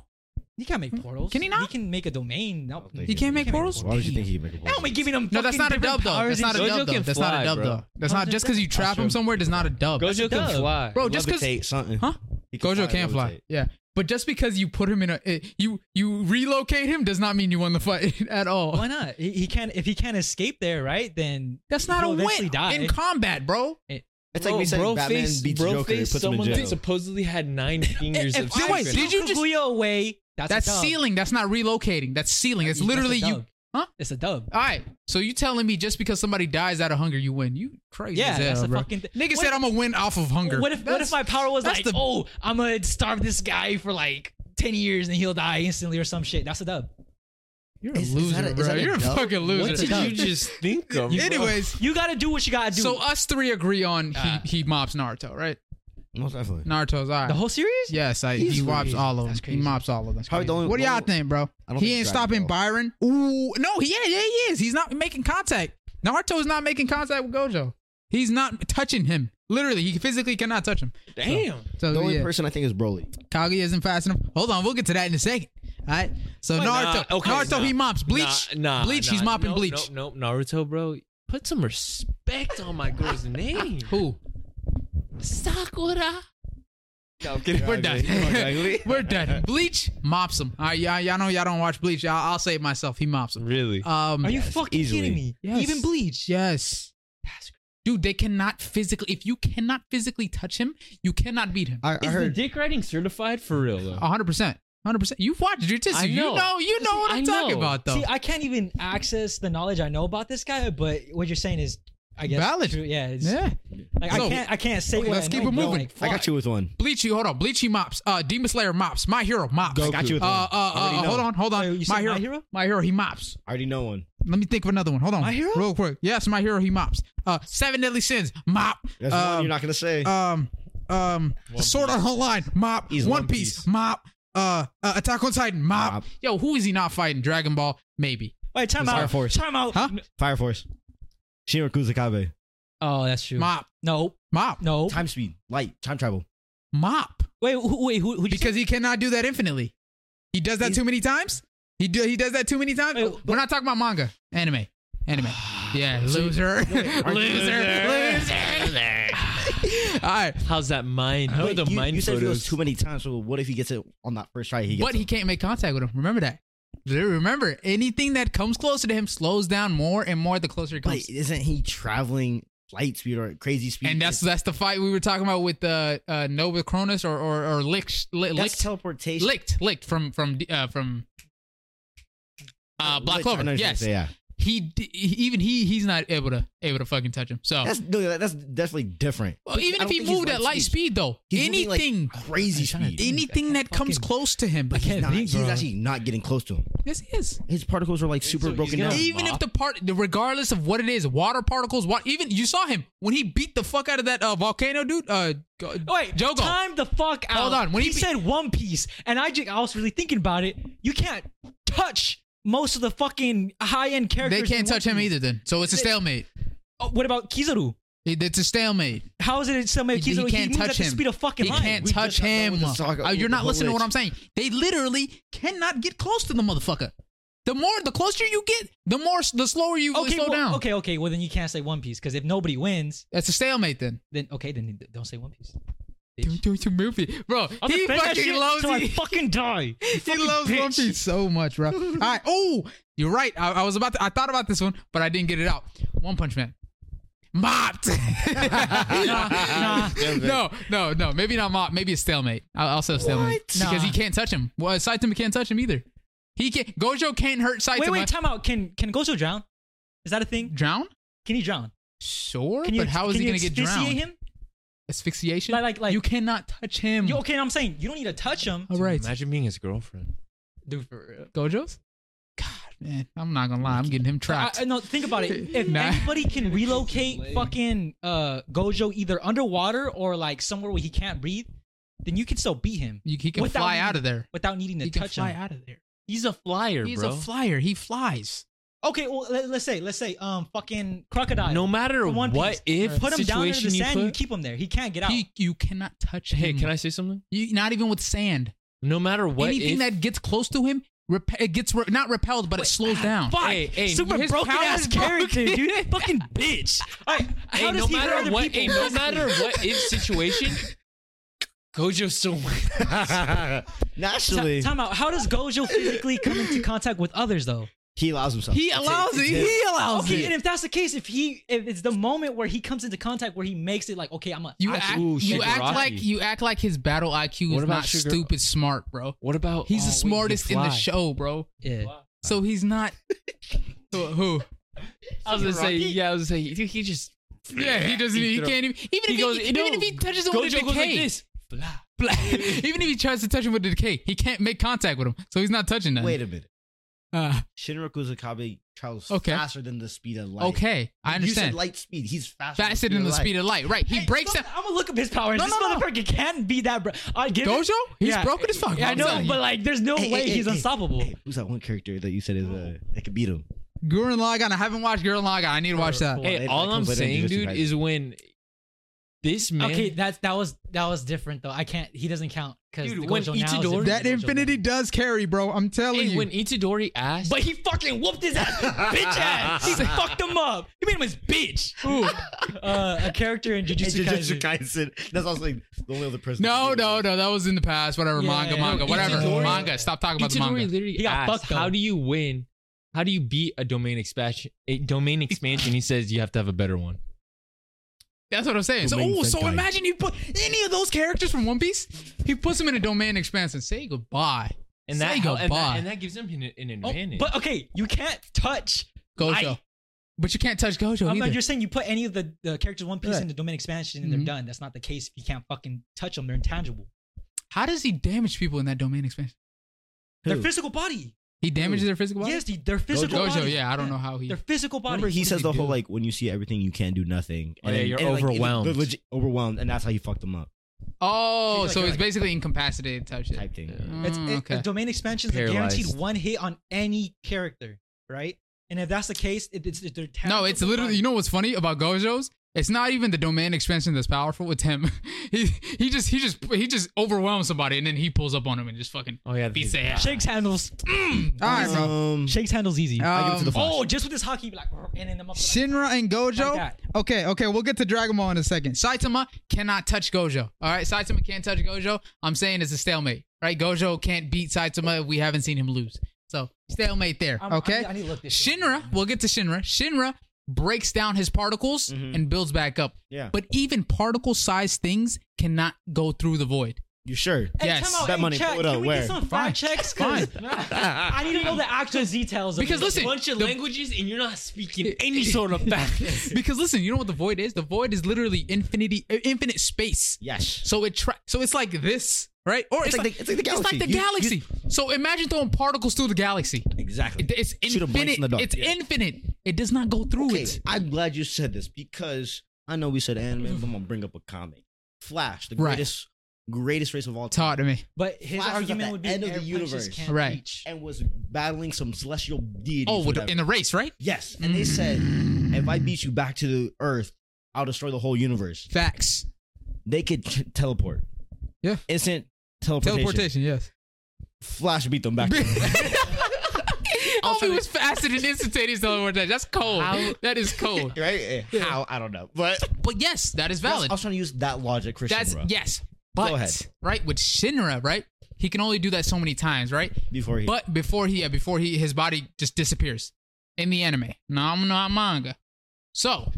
[SPEAKER 2] He can't make portals.
[SPEAKER 1] Hmm? Can he not?
[SPEAKER 2] He can make a domain. No,
[SPEAKER 3] don't think
[SPEAKER 1] he can't make portals.
[SPEAKER 3] Why would you think he'd make a
[SPEAKER 2] Now we're
[SPEAKER 3] point?
[SPEAKER 2] giving him.
[SPEAKER 1] No, that's
[SPEAKER 2] fucking
[SPEAKER 1] not a dub
[SPEAKER 2] different
[SPEAKER 1] though.
[SPEAKER 2] powers
[SPEAKER 1] That's
[SPEAKER 2] and
[SPEAKER 1] not a
[SPEAKER 2] shit.
[SPEAKER 4] Gojo
[SPEAKER 1] dub though.
[SPEAKER 4] can
[SPEAKER 1] That's not a
[SPEAKER 4] fly,
[SPEAKER 1] dub
[SPEAKER 4] bro.
[SPEAKER 1] though. That's not
[SPEAKER 2] Gojo
[SPEAKER 1] just
[SPEAKER 2] can-
[SPEAKER 1] because you trap
[SPEAKER 3] That's
[SPEAKER 1] him
[SPEAKER 3] true.
[SPEAKER 1] somewhere does not a dub.
[SPEAKER 4] Gojo can
[SPEAKER 2] dub.
[SPEAKER 4] fly,
[SPEAKER 1] Bro, oh, just 'cause-
[SPEAKER 3] Levitate something.
[SPEAKER 1] Huh?
[SPEAKER 3] He
[SPEAKER 1] Gojo can fly.
[SPEAKER 3] levitate.
[SPEAKER 1] Yeah, but just because you put him in a it- you you relocate him does not mean you won the fight at all.
[SPEAKER 2] Why not? He, he can if he can't escape there, right? Then
[SPEAKER 1] That's not a
[SPEAKER 2] he'll eventually
[SPEAKER 1] win
[SPEAKER 2] Die.
[SPEAKER 1] in combat, bro.
[SPEAKER 3] It's like me saying Batman beats Joker, he puts him in
[SPEAKER 4] someone
[SPEAKER 3] jail.
[SPEAKER 4] supposedly had nine fingers
[SPEAKER 2] if
[SPEAKER 4] of
[SPEAKER 1] I
[SPEAKER 2] I
[SPEAKER 1] Wait,
[SPEAKER 4] sequence.
[SPEAKER 1] did
[SPEAKER 2] did
[SPEAKER 1] you
[SPEAKER 2] you
[SPEAKER 1] just-
[SPEAKER 2] Kaguya away? That's,
[SPEAKER 1] That's
[SPEAKER 2] a dub.
[SPEAKER 1] sealing. That's not relocating. That's sealing. It's
[SPEAKER 2] That's a
[SPEAKER 1] literally you.
[SPEAKER 2] dub.
[SPEAKER 1] Huh?
[SPEAKER 2] It's a dub.
[SPEAKER 1] All right. So you telling me just because somebody dies out of hunger, you win? You crazy?
[SPEAKER 2] Yeah,
[SPEAKER 1] as hell,
[SPEAKER 2] that's a
[SPEAKER 1] bro.
[SPEAKER 2] fucking thi-
[SPEAKER 1] nigga
[SPEAKER 2] What
[SPEAKER 1] said
[SPEAKER 2] if-
[SPEAKER 1] I'm gonna win off of hunger.
[SPEAKER 2] What if what
[SPEAKER 1] That's-
[SPEAKER 2] if my power was
[SPEAKER 1] that's
[SPEAKER 2] like,
[SPEAKER 1] the-
[SPEAKER 2] oh, I'm gonna starve this guy for like ten years and he'll die instantly or some shit? That's a dub.
[SPEAKER 1] You're a
[SPEAKER 6] Is- is
[SPEAKER 1] loser,
[SPEAKER 6] that a- is
[SPEAKER 1] bro.
[SPEAKER 6] that a
[SPEAKER 1] You're a
[SPEAKER 6] dub?
[SPEAKER 1] fucking
[SPEAKER 4] What
[SPEAKER 1] loser.
[SPEAKER 4] did you just think of? bro?
[SPEAKER 1] Anyways,
[SPEAKER 2] You gotta do what you gotta do.
[SPEAKER 1] so uh, us three agree on he,
[SPEAKER 2] Ah.
[SPEAKER 1] he mops Naruto, right?
[SPEAKER 3] Most definitely.
[SPEAKER 1] Naruto's all
[SPEAKER 2] the
[SPEAKER 1] right.
[SPEAKER 2] whole series?
[SPEAKER 1] Yes, I,
[SPEAKER 2] He's
[SPEAKER 1] he mops
[SPEAKER 2] crazy.
[SPEAKER 1] all of them.
[SPEAKER 2] That's
[SPEAKER 1] He
[SPEAKER 2] crazy.
[SPEAKER 1] mops all of them.
[SPEAKER 3] Probably the only-
[SPEAKER 1] What do y'all
[SPEAKER 3] well,
[SPEAKER 1] think, bro?
[SPEAKER 3] I don't
[SPEAKER 1] He
[SPEAKER 3] think
[SPEAKER 1] ain't
[SPEAKER 3] Dragon
[SPEAKER 1] stopping
[SPEAKER 3] Ball.
[SPEAKER 1] Byron. Ooh, no, he yeah, yeah, he is. He's not making contact. Naruto is not making contact with Gojo. He's not touching him. Literally, he physically cannot touch him.
[SPEAKER 4] damn.
[SPEAKER 1] So
[SPEAKER 3] The only
[SPEAKER 1] Oh, yeah,
[SPEAKER 3] person I think is Broly.
[SPEAKER 1] Kagi isn't fast enough. Hold on, we'll get to that in a second. All right. So
[SPEAKER 4] Nah,
[SPEAKER 1] Naruto,
[SPEAKER 4] okay,
[SPEAKER 1] Naruto,
[SPEAKER 4] nah.
[SPEAKER 1] he mops Bleach.
[SPEAKER 4] Nah, nah,
[SPEAKER 1] Bleach,
[SPEAKER 4] nah,
[SPEAKER 1] he's mopping
[SPEAKER 4] nope,
[SPEAKER 1] Bleach.
[SPEAKER 4] Nope, nope, Naruto, bro. Put some respect on my girl's name.
[SPEAKER 1] Who?
[SPEAKER 4] Sakura. No, I'm kidding.
[SPEAKER 1] We're done. We're done. Bleach mops him. All right, y'all, y'all know y'all don't watch Bleach. Y'all, I'll say it myself. He mops him.
[SPEAKER 4] Really?
[SPEAKER 1] Um,
[SPEAKER 2] Are you fucking
[SPEAKER 3] easily.
[SPEAKER 2] kidding me?
[SPEAKER 1] Yes.
[SPEAKER 2] Even Bleach.
[SPEAKER 1] Yes. Dude, they cannot physically. If you cannot physically touch him, you cannot beat him.
[SPEAKER 3] I, I
[SPEAKER 4] Is the
[SPEAKER 3] heard.
[SPEAKER 4] dick riding certified for real though?
[SPEAKER 1] hundred percent. hundred percent. You've watched Jujutsu.
[SPEAKER 4] I
[SPEAKER 1] You
[SPEAKER 4] know.
[SPEAKER 1] know. You know what
[SPEAKER 4] I
[SPEAKER 1] I'm talking
[SPEAKER 4] know.
[SPEAKER 1] about, though.
[SPEAKER 2] See, I can't even access the knowledge I know about this guy, but what you're saying is I guess
[SPEAKER 1] Valid.
[SPEAKER 2] true. Yeah, it's,
[SPEAKER 1] yeah.
[SPEAKER 2] Like
[SPEAKER 1] So-
[SPEAKER 2] I can't I can't say what
[SPEAKER 1] let's
[SPEAKER 2] I
[SPEAKER 1] keep
[SPEAKER 2] know,
[SPEAKER 1] it
[SPEAKER 2] bro.
[SPEAKER 1] moving.
[SPEAKER 2] Like,
[SPEAKER 3] I
[SPEAKER 2] fuck.
[SPEAKER 3] got you with one.
[SPEAKER 1] Bleach. You hold on. Bleach. He mops. Uh, Demon Slayer mops. My Hero mops.
[SPEAKER 3] I got
[SPEAKER 1] Uh,
[SPEAKER 3] you with
[SPEAKER 1] uh,
[SPEAKER 3] one.
[SPEAKER 1] uh,
[SPEAKER 3] Already know.
[SPEAKER 1] hold on, hold on.
[SPEAKER 2] Wait, you
[SPEAKER 1] my
[SPEAKER 2] said
[SPEAKER 1] hero,
[SPEAKER 2] My Hero?
[SPEAKER 1] my hero, he mops.
[SPEAKER 3] I already know one.
[SPEAKER 1] Let me think of another one. Hold on,
[SPEAKER 2] My Hero?
[SPEAKER 1] real quick. Yes, my hero, he mops. Uh, Seven Deadly Sins, mop.
[SPEAKER 3] That's one
[SPEAKER 1] um,
[SPEAKER 3] you're not gonna say.
[SPEAKER 1] um, um, Sword Art Online, mop.
[SPEAKER 3] He's
[SPEAKER 1] One
[SPEAKER 3] One
[SPEAKER 1] Piece,
[SPEAKER 3] Piece.
[SPEAKER 1] mop. Uh, uh, Attack on Titan, mop.
[SPEAKER 3] Mop.
[SPEAKER 1] Yo, who is he not fighting? Dragon Ball, maybe.
[SPEAKER 2] Wait, time
[SPEAKER 3] Fire
[SPEAKER 2] out.
[SPEAKER 3] Force.
[SPEAKER 2] Time out.
[SPEAKER 1] Huh?
[SPEAKER 3] Fire Force. Shinra Kuzakabe.
[SPEAKER 2] Oh, that's true.
[SPEAKER 1] Mop,
[SPEAKER 2] no,
[SPEAKER 1] mop,
[SPEAKER 2] no.
[SPEAKER 3] Time speed, light, time travel.
[SPEAKER 1] mop.
[SPEAKER 2] Wait, who, wait, who? who
[SPEAKER 1] Because he cannot do that infinitely. He does that too many times. He do, he does that too many times.
[SPEAKER 2] Wait,
[SPEAKER 1] We're
[SPEAKER 2] but-
[SPEAKER 1] not talking about manga, anime, anime. Yeah, loser, loser, loser. All right.
[SPEAKER 4] How's that mind? How are the
[SPEAKER 3] Wait, you,
[SPEAKER 4] mind
[SPEAKER 3] you said he
[SPEAKER 4] photos?
[SPEAKER 3] goes too many times. So what if he gets it on that first try? He gets
[SPEAKER 1] but he
[SPEAKER 3] it.
[SPEAKER 1] can't make contact with him. Remember that. Remember, anything that comes closer to him slows down more and more the closer he comes.
[SPEAKER 3] But isn't he traveling light speed or crazy speed?
[SPEAKER 1] and that's that's the fight we were talking about with uh, uh, Nova Cronus or or, or licked, li-
[SPEAKER 3] that's
[SPEAKER 1] licked,
[SPEAKER 3] teleportation.
[SPEAKER 1] licked, licked from from uh, from uh, Black
[SPEAKER 3] Lich, I know
[SPEAKER 1] Clover.
[SPEAKER 3] what you're
[SPEAKER 1] Yes,
[SPEAKER 3] saying, yeah.
[SPEAKER 1] he, d- he even he he's not able to able to fucking touch him. So
[SPEAKER 3] That's no, that- that's definitely different.
[SPEAKER 1] well, even
[SPEAKER 3] I
[SPEAKER 1] if
[SPEAKER 3] don't
[SPEAKER 1] he
[SPEAKER 3] think he's
[SPEAKER 1] moved at light speed, though,
[SPEAKER 3] He's moving, like,
[SPEAKER 1] anything
[SPEAKER 3] crazy
[SPEAKER 2] I'm trying to
[SPEAKER 3] speed.
[SPEAKER 2] think.
[SPEAKER 1] anything that comes
[SPEAKER 2] fucking-
[SPEAKER 1] close to him,
[SPEAKER 2] I
[SPEAKER 1] but
[SPEAKER 2] can't
[SPEAKER 1] he's not.
[SPEAKER 3] Nah,
[SPEAKER 2] think,
[SPEAKER 3] he's
[SPEAKER 2] bro.
[SPEAKER 3] actually not getting close to him.
[SPEAKER 1] Yes, he is.
[SPEAKER 3] His particles are like super
[SPEAKER 4] so he's
[SPEAKER 3] broken
[SPEAKER 4] gonna-
[SPEAKER 3] down.
[SPEAKER 1] even if
[SPEAKER 4] mop.
[SPEAKER 1] the part, the- regardless of what it is, water particles, what even you saw him when he beat the fuck out of that uh, volcano dude. Uh, go-
[SPEAKER 2] Oh, Wait,
[SPEAKER 1] Jogo.
[SPEAKER 2] time the fuck out.
[SPEAKER 1] Hold on, when
[SPEAKER 2] he
[SPEAKER 1] he be-
[SPEAKER 2] said One Piece, and I, ju- I was really thinking about it. You can't touch most of the fucking high end characters.
[SPEAKER 1] they can't
[SPEAKER 2] in One
[SPEAKER 1] touch him
[SPEAKER 2] Piece.
[SPEAKER 1] either. Then, so it's a
[SPEAKER 2] They-
[SPEAKER 1] stalemate.
[SPEAKER 2] Oh, what about Kizaru?
[SPEAKER 1] It- It's a stalemate.
[SPEAKER 2] How is it some
[SPEAKER 1] He,
[SPEAKER 2] Kizaru?
[SPEAKER 1] he
[SPEAKER 2] moves
[SPEAKER 1] can't
[SPEAKER 2] at
[SPEAKER 1] touch
[SPEAKER 2] the
[SPEAKER 1] him.
[SPEAKER 2] speed of fucking
[SPEAKER 1] he
[SPEAKER 2] light.
[SPEAKER 1] can't
[SPEAKER 3] We
[SPEAKER 1] touch
[SPEAKER 3] just got done
[SPEAKER 1] him.
[SPEAKER 3] with the saga
[SPEAKER 1] Uh,
[SPEAKER 3] with
[SPEAKER 1] you're
[SPEAKER 3] the
[SPEAKER 1] not
[SPEAKER 3] whole
[SPEAKER 1] listening to what
[SPEAKER 3] lich.
[SPEAKER 1] I'm saying. They literally cannot get close to the motherfucker. The more, the closer you get, the more, s- the slower you
[SPEAKER 2] Okay,
[SPEAKER 1] slow
[SPEAKER 2] well,
[SPEAKER 1] down.
[SPEAKER 2] okay, okay. Well, then you can't say One Piece because if nobody wins,
[SPEAKER 1] That's a stalemate. Then
[SPEAKER 2] then okay, then don't say One Piece.
[SPEAKER 1] Don't do it to Murphy, bro.
[SPEAKER 2] I'll
[SPEAKER 1] he
[SPEAKER 2] defend that shit
[SPEAKER 1] fucking loves
[SPEAKER 2] till I
[SPEAKER 1] it.
[SPEAKER 2] fucking die. You
[SPEAKER 1] He
[SPEAKER 2] fucking
[SPEAKER 1] loves
[SPEAKER 2] bitch.
[SPEAKER 1] One Piece so much, bro. All right. Oh, you're right. I, I was about to. I thought about this one, but I didn't get it out. One Punch Man. Mopped.
[SPEAKER 2] nah.
[SPEAKER 1] no, no, no. Maybe not mopped. Maybe it's stalemate. I'll, I'll say stalemate because he
[SPEAKER 2] Nah.
[SPEAKER 1] can't touch him. Well, Saitama can't touch him either. He can't. Gojo can't hurt Saitama.
[SPEAKER 2] Wait, wait, time out. Can can Gojo drown? Is that a thing?
[SPEAKER 1] drown?
[SPEAKER 2] Can he drown?
[SPEAKER 1] Sure,
[SPEAKER 2] Can you?
[SPEAKER 1] but how is
[SPEAKER 2] can
[SPEAKER 1] he
[SPEAKER 2] you
[SPEAKER 1] going to get drowned?
[SPEAKER 2] asphyxiate him?
[SPEAKER 1] Asphyxiation.
[SPEAKER 2] Like- like- like-
[SPEAKER 1] you cannot touch him.
[SPEAKER 2] You- okay, I'm saying you don't need to touch him.
[SPEAKER 1] All right,
[SPEAKER 4] Imagine being his girlfriend.
[SPEAKER 2] Dude, for real.
[SPEAKER 1] Gojo's. God, man, I'm not gonna lie. I'm getting him
[SPEAKER 2] I,
[SPEAKER 1] trapped.
[SPEAKER 2] I- no, think about it. If
[SPEAKER 1] Nah.
[SPEAKER 2] anybody can relocate fucking uh, Gojo either underwater or like somewhere where he can't breathe, then you can still beat him
[SPEAKER 1] You, he can
[SPEAKER 2] Without
[SPEAKER 1] fly
[SPEAKER 2] me-
[SPEAKER 1] out of there.
[SPEAKER 2] without needing to
[SPEAKER 1] He can
[SPEAKER 2] touch
[SPEAKER 1] fly
[SPEAKER 2] him.
[SPEAKER 1] out of there.
[SPEAKER 4] He's a flyer,
[SPEAKER 1] He's
[SPEAKER 4] bro.
[SPEAKER 1] a flyer. He flies.
[SPEAKER 2] Okay, well let, us say let's say um fucking crocodile.
[SPEAKER 4] no matter
[SPEAKER 2] from One
[SPEAKER 4] what
[SPEAKER 2] Piece.
[SPEAKER 4] if
[SPEAKER 2] put him
[SPEAKER 4] situation
[SPEAKER 2] down into the
[SPEAKER 4] you
[SPEAKER 2] sand. You,
[SPEAKER 4] put-
[SPEAKER 2] keep him there. He can't get out.
[SPEAKER 1] He, you cannot touch him.
[SPEAKER 4] hey, can I say something?
[SPEAKER 1] You, not even with sand.
[SPEAKER 4] No matter what
[SPEAKER 1] Anything
[SPEAKER 4] if,
[SPEAKER 1] that gets close to him, rep- it gets re- not repelled, but it
[SPEAKER 4] ah,
[SPEAKER 1] slows down.
[SPEAKER 2] Fuck,
[SPEAKER 4] Hey, hey,
[SPEAKER 2] super
[SPEAKER 4] his
[SPEAKER 2] broken
[SPEAKER 4] power
[SPEAKER 2] ass
[SPEAKER 4] is broken.
[SPEAKER 2] character, dude. fucking bitch. All right,
[SPEAKER 4] hey,
[SPEAKER 2] how does
[SPEAKER 4] no
[SPEAKER 2] he hurt
[SPEAKER 4] matter
[SPEAKER 2] other
[SPEAKER 4] what,
[SPEAKER 2] people?
[SPEAKER 4] hey, no matter what if situation, Gojo still wins.
[SPEAKER 3] Naturally,
[SPEAKER 2] Ti- time out. How does Gojo physically come into contact with others though?
[SPEAKER 3] he allows himself.
[SPEAKER 1] He
[SPEAKER 3] It's-
[SPEAKER 1] allows it.
[SPEAKER 3] it's him.
[SPEAKER 1] He allows
[SPEAKER 2] Okay, and
[SPEAKER 1] it.
[SPEAKER 2] if that's the case, if he if it's the moment where he comes into contact where he makes it like, okay, I'm a
[SPEAKER 1] You
[SPEAKER 4] I-
[SPEAKER 1] act,
[SPEAKER 4] ooh,
[SPEAKER 1] you
[SPEAKER 4] Shigaraki.
[SPEAKER 1] act like you act like his battle IQ
[SPEAKER 4] What
[SPEAKER 1] is
[SPEAKER 4] about
[SPEAKER 1] not
[SPEAKER 4] Shigar-
[SPEAKER 1] stupid smart, bro.
[SPEAKER 4] what about
[SPEAKER 1] He's
[SPEAKER 4] oh,
[SPEAKER 1] the
[SPEAKER 4] wait, he
[SPEAKER 1] smartest in the
[SPEAKER 4] fly.
[SPEAKER 1] show, bro.
[SPEAKER 2] yeah.
[SPEAKER 1] So he's not. Who- Who?
[SPEAKER 4] I was gonna say, yeah, I was gonna say, dude, he just
[SPEAKER 1] Yeah, he doesn't. He
[SPEAKER 4] throw-
[SPEAKER 1] can't even. Even if
[SPEAKER 4] He goes,
[SPEAKER 1] he, even if he
[SPEAKER 4] no,
[SPEAKER 1] touches him with a
[SPEAKER 4] Gojo goes like
[SPEAKER 1] decay,
[SPEAKER 4] this. Blah.
[SPEAKER 1] even if he tries to touch him with a decay, he can't make contact with him, so he's not touching that.
[SPEAKER 3] Wait a minute.
[SPEAKER 1] Uh,
[SPEAKER 3] Shinroku Uzakabe travels
[SPEAKER 1] Okay.
[SPEAKER 3] faster than the speed of light.
[SPEAKER 1] okay, I
[SPEAKER 3] You said
[SPEAKER 1] understand.
[SPEAKER 3] light speed. He's faster.
[SPEAKER 1] Faster than the speed of light, right? He breaks
[SPEAKER 2] I'm
[SPEAKER 1] down.
[SPEAKER 2] gonna look up his powers.
[SPEAKER 1] No,
[SPEAKER 2] this
[SPEAKER 1] no, no.
[SPEAKER 2] motherfucker can be that. Bro- I give
[SPEAKER 1] Gojo,
[SPEAKER 2] it.
[SPEAKER 1] he's
[SPEAKER 2] Yeah.
[SPEAKER 1] broken as fuck.
[SPEAKER 2] Yeah, I
[SPEAKER 1] I'm
[SPEAKER 2] know,
[SPEAKER 1] telling you.
[SPEAKER 2] but like, there's no
[SPEAKER 3] Hey,
[SPEAKER 2] way
[SPEAKER 3] hey,
[SPEAKER 2] he's
[SPEAKER 3] hey, hey.
[SPEAKER 2] unstoppable.
[SPEAKER 3] Hey, who's that one character that you said is uh, that could beat him?
[SPEAKER 1] Gurren Lagann. I haven't watched Gurren Lagann. I need to watch that.
[SPEAKER 2] Or-
[SPEAKER 4] Hey,
[SPEAKER 3] Later,
[SPEAKER 4] all
[SPEAKER 3] that
[SPEAKER 4] I'm
[SPEAKER 3] comes later in
[SPEAKER 4] saying, dude,
[SPEAKER 3] Jujutsu Kaisen.
[SPEAKER 4] is when this man,
[SPEAKER 2] Okay, that's that was that was different though. I can't. He doesn't count because
[SPEAKER 4] Dude, when Itadori-
[SPEAKER 5] That infinity does carry, bro. I'm telling
[SPEAKER 4] hey,
[SPEAKER 5] you.
[SPEAKER 4] when Itadori asked,
[SPEAKER 2] But he fucking whooped his ass, bitch ass. He fucked him up. He made him his bitch. Uh, a character in Jujutsu Kaisen.
[SPEAKER 3] Kaisen. That's also like the only other person.
[SPEAKER 1] No, no, no. That was in the past. Whatever.
[SPEAKER 2] Yeah,
[SPEAKER 1] manga,
[SPEAKER 2] yeah,
[SPEAKER 1] manga,
[SPEAKER 2] yeah.
[SPEAKER 1] whatever.
[SPEAKER 4] Itadori-
[SPEAKER 1] manga. Stop talking about the
[SPEAKER 4] Itadori
[SPEAKER 1] manga.
[SPEAKER 4] literally
[SPEAKER 2] He got
[SPEAKER 4] asked,
[SPEAKER 2] fucked, though.
[SPEAKER 4] "How do you win? How do you beat a domain expansion? A domain expansion?" He says, "You have to have a better one."
[SPEAKER 1] That's what I'm saying. So,
[SPEAKER 3] Domain
[SPEAKER 1] oh, so
[SPEAKER 3] Sentai.
[SPEAKER 1] imagine you put any of those characters from One Piece. He puts them in a domain expanse and say goodbye.
[SPEAKER 4] And
[SPEAKER 1] Say
[SPEAKER 4] that,
[SPEAKER 1] goodbye.
[SPEAKER 4] and that and that gives him an, an
[SPEAKER 2] Oh,
[SPEAKER 4] advantage.
[SPEAKER 2] but okay, you can't touch.
[SPEAKER 1] Gojo.
[SPEAKER 2] I-
[SPEAKER 1] but you can't touch Gojo
[SPEAKER 2] I'm
[SPEAKER 1] either.
[SPEAKER 2] not, you're saying you put any of the, the characters one piece
[SPEAKER 3] Right. Mm-hmm.
[SPEAKER 2] in the domain expansion and
[SPEAKER 1] Mhm.
[SPEAKER 2] they're done. That's not the case. If you can't fucking touch them, they're intangible.
[SPEAKER 1] How does he damage people in that domain expansion?
[SPEAKER 2] Their
[SPEAKER 3] Who?
[SPEAKER 2] physical body.
[SPEAKER 1] He damages their physical body?
[SPEAKER 2] Yes, the, their physical
[SPEAKER 1] Gojo,
[SPEAKER 2] body.
[SPEAKER 1] yeah, I don't know how he-
[SPEAKER 2] Their physical body.
[SPEAKER 3] Remember, he
[SPEAKER 1] What
[SPEAKER 3] says
[SPEAKER 1] did
[SPEAKER 3] the
[SPEAKER 1] he
[SPEAKER 3] whole
[SPEAKER 1] do?
[SPEAKER 3] like when you see everything, you can't do nothing.
[SPEAKER 4] Oh, yeah, you're
[SPEAKER 3] like, it-
[SPEAKER 4] overwhelmed.
[SPEAKER 3] legit overwhelmed, and that's how you fucked them up.
[SPEAKER 1] Oh,
[SPEAKER 2] He's like-
[SPEAKER 1] so
[SPEAKER 2] like-
[SPEAKER 1] it's basically incapacitated type shit.
[SPEAKER 3] Type thing.
[SPEAKER 4] Yeah.
[SPEAKER 2] It's,
[SPEAKER 1] Mm,
[SPEAKER 2] it-
[SPEAKER 1] okay.
[SPEAKER 2] Domain expansions are
[SPEAKER 4] Paralyzed.
[SPEAKER 2] guaranteed one hit on any character, right? And if that's the case, it, it's they're
[SPEAKER 1] No, it's literally. You know what's funny about Gojo's? It's not even the domain expansion that's powerful. It's him. he he just he just he just overwhelms somebody and then he pulls up on him and just fucking
[SPEAKER 4] oh yeah,
[SPEAKER 1] beats their ass.
[SPEAKER 2] shakes handles.
[SPEAKER 1] All right, bro.
[SPEAKER 3] Um,
[SPEAKER 2] Shakes handles easy.
[SPEAKER 5] Uh,
[SPEAKER 3] I give it to the Flash.
[SPEAKER 2] oh, just with his hockey, like, and then the motherfucker, like,
[SPEAKER 5] Shinra and Gojo.
[SPEAKER 2] Like that.
[SPEAKER 5] okay, okay, we'll get to Dragon Ball in a second.
[SPEAKER 1] Saitama cannot touch Gojo. All right, Saitama can't touch Gojo. I'm saying it's a stalemate. Right, Gojo can't beat Saitama. We haven't seen him lose, so stalemate there.
[SPEAKER 2] I'm- I
[SPEAKER 5] Okay.
[SPEAKER 2] need- I need to look this shit up.
[SPEAKER 1] Shinra, we'll get to Shinra. Shinra breaks down his particles
[SPEAKER 3] Mhm.
[SPEAKER 1] and builds back up.
[SPEAKER 3] Yeah.
[SPEAKER 1] But even particle-sized things cannot go through the void.
[SPEAKER 3] You sure?
[SPEAKER 2] Hey,
[SPEAKER 1] Yes.
[SPEAKER 2] time out,
[SPEAKER 3] That
[SPEAKER 2] hey,
[SPEAKER 3] money,
[SPEAKER 2] check,
[SPEAKER 3] put it
[SPEAKER 2] can
[SPEAKER 3] up,
[SPEAKER 2] we
[SPEAKER 3] where?
[SPEAKER 2] get some fact checks? 'Cause I need to know the actual details. Of
[SPEAKER 1] Because
[SPEAKER 2] this.
[SPEAKER 1] listen,
[SPEAKER 4] bunch of
[SPEAKER 1] the-
[SPEAKER 4] languages, and you're not speaking any sort of facts.
[SPEAKER 1] because listen, you know what the void is? The void is literally infinity, uh, infinite space.
[SPEAKER 3] Yes.
[SPEAKER 1] So it tra- so it's like this, right? Or it's,
[SPEAKER 3] It's
[SPEAKER 1] like,
[SPEAKER 3] like the- it's like the
[SPEAKER 1] It's like the
[SPEAKER 3] galaxy.
[SPEAKER 1] galaxy.
[SPEAKER 3] You-
[SPEAKER 1] so imagine throwing particles through the galaxy.
[SPEAKER 3] Exactly.
[SPEAKER 1] It- it's
[SPEAKER 3] Shoot a blank
[SPEAKER 1] infinite.
[SPEAKER 3] in the dark.
[SPEAKER 1] it's
[SPEAKER 3] Yeah.
[SPEAKER 1] infinite. It does not go through
[SPEAKER 3] Okay,
[SPEAKER 1] it.
[SPEAKER 3] I'm glad you said this because I know we said anime, but I'm gonna bring up a comic. Flash, the
[SPEAKER 1] Right.
[SPEAKER 3] greatest, greatest race of all time,
[SPEAKER 1] Talk to me.
[SPEAKER 2] but his
[SPEAKER 3] Flash is at
[SPEAKER 2] argument
[SPEAKER 3] the
[SPEAKER 2] would be
[SPEAKER 3] end of the
[SPEAKER 2] air punches
[SPEAKER 3] universe.
[SPEAKER 2] can't
[SPEAKER 1] Right.
[SPEAKER 2] reach.
[SPEAKER 3] and was battling some celestial deity.
[SPEAKER 1] Oh, with the- in the race, right?
[SPEAKER 3] yes, and they said, if I beat you back to the Earth, I'll destroy the whole universe.
[SPEAKER 1] Facts.
[SPEAKER 3] They could t- teleport.
[SPEAKER 1] Yeah.
[SPEAKER 3] instant teleportation.
[SPEAKER 1] Teleportation. Yes.
[SPEAKER 3] Flash beat them back. to Earth.
[SPEAKER 1] Obi was faster than instantaneous teleportation. That's cold.
[SPEAKER 4] How-
[SPEAKER 1] That is cold.
[SPEAKER 3] right? Eh, How I don't know, but
[SPEAKER 1] But yes, that is valid.
[SPEAKER 3] I was trying to use that logic, Christian.
[SPEAKER 1] That's
[SPEAKER 3] bro.
[SPEAKER 1] yes. But
[SPEAKER 3] ahead.
[SPEAKER 1] right with Shinra, right? He can only do that so many times, right?
[SPEAKER 3] before he.
[SPEAKER 1] But before he, yeah, before he, his body just disappears in the anime. No, I'm not manga. So,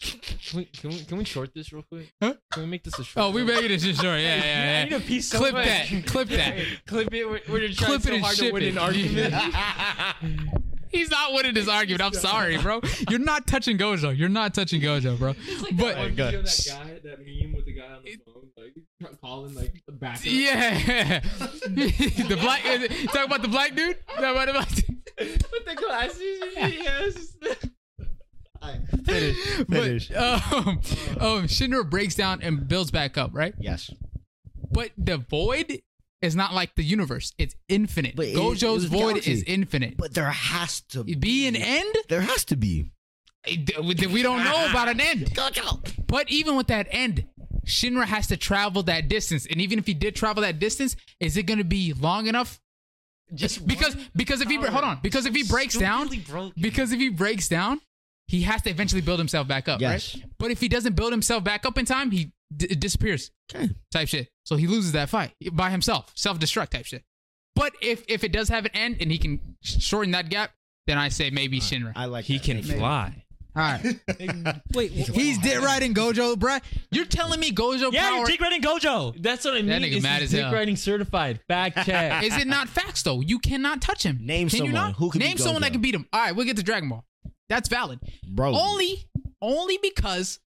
[SPEAKER 4] Can we, can we can we short this real quick?
[SPEAKER 1] Huh?
[SPEAKER 4] Can we make this a short?
[SPEAKER 1] oh, we made it just short. Yeah, yeah, yeah.
[SPEAKER 2] piece
[SPEAKER 1] Clip that. Clip that.
[SPEAKER 4] clip it. We're, we're just
[SPEAKER 1] Clip
[SPEAKER 4] trying
[SPEAKER 1] it and
[SPEAKER 4] so hard to
[SPEAKER 1] ship
[SPEAKER 4] win
[SPEAKER 1] it.
[SPEAKER 4] an argument.
[SPEAKER 1] He's not winning this argument. I'm sorry, bro. You're not touching Gojo. You're not touching Gojo, bro. But
[SPEAKER 4] One video of that guy, that meme with the guy on the phone, like calling like the back. up.
[SPEAKER 1] yeah, the black. Talk about the black dude. Talk about the black dude.
[SPEAKER 4] with the glasses. Yeah. it's just-
[SPEAKER 3] Finish.
[SPEAKER 1] But, um, um, Shinra breaks down and builds back up, right?
[SPEAKER 3] yes.
[SPEAKER 1] But the void is not like the universe. It's infinite.
[SPEAKER 3] But it- it
[SPEAKER 1] Gojo's
[SPEAKER 3] was a
[SPEAKER 1] void
[SPEAKER 3] galaxy.
[SPEAKER 1] is infinite.
[SPEAKER 3] But there has to
[SPEAKER 1] Be an end?
[SPEAKER 3] There has to be.
[SPEAKER 1] We don't know about an end.
[SPEAKER 3] Gojo.
[SPEAKER 1] But even with that end, Shinra has to travel that distance. And even if he did travel that distance, is it going to be long enough? Just because because if he bre- hold on because if he breaks down because if he breaks down, he has to eventually build himself back up,
[SPEAKER 3] Yes.
[SPEAKER 1] right? But if he doesn't build himself back up in time, he d- disappears.
[SPEAKER 3] Okay.
[SPEAKER 1] Type shit. So he loses that fight by himself, self-destruct type shit. But if if it does have an end and he can sh- shorten that gap, then I say maybe Shinra.
[SPEAKER 3] I like
[SPEAKER 4] He
[SPEAKER 3] that.
[SPEAKER 4] can fly.
[SPEAKER 1] All right.
[SPEAKER 2] Wait,
[SPEAKER 1] He's dead right in Gojo, bruh. You're telling me Gojo
[SPEAKER 2] yeah,
[SPEAKER 1] power
[SPEAKER 2] you're Dick Red and Gojo.
[SPEAKER 4] That's what I mean.
[SPEAKER 1] nigga
[SPEAKER 4] is
[SPEAKER 1] mad as
[SPEAKER 4] he's dick
[SPEAKER 1] hell.
[SPEAKER 4] riding certified. Fact check.
[SPEAKER 1] Is it not facts though? You cannot touch him.
[SPEAKER 3] Name
[SPEAKER 1] can you
[SPEAKER 3] someone
[SPEAKER 1] not?
[SPEAKER 3] who can beat
[SPEAKER 1] name someone that
[SPEAKER 3] Gojo.
[SPEAKER 1] can beat him. All right, we'll get to Dragon Ball. That's valid.
[SPEAKER 3] Bro.
[SPEAKER 4] Oh.
[SPEAKER 1] Only, only because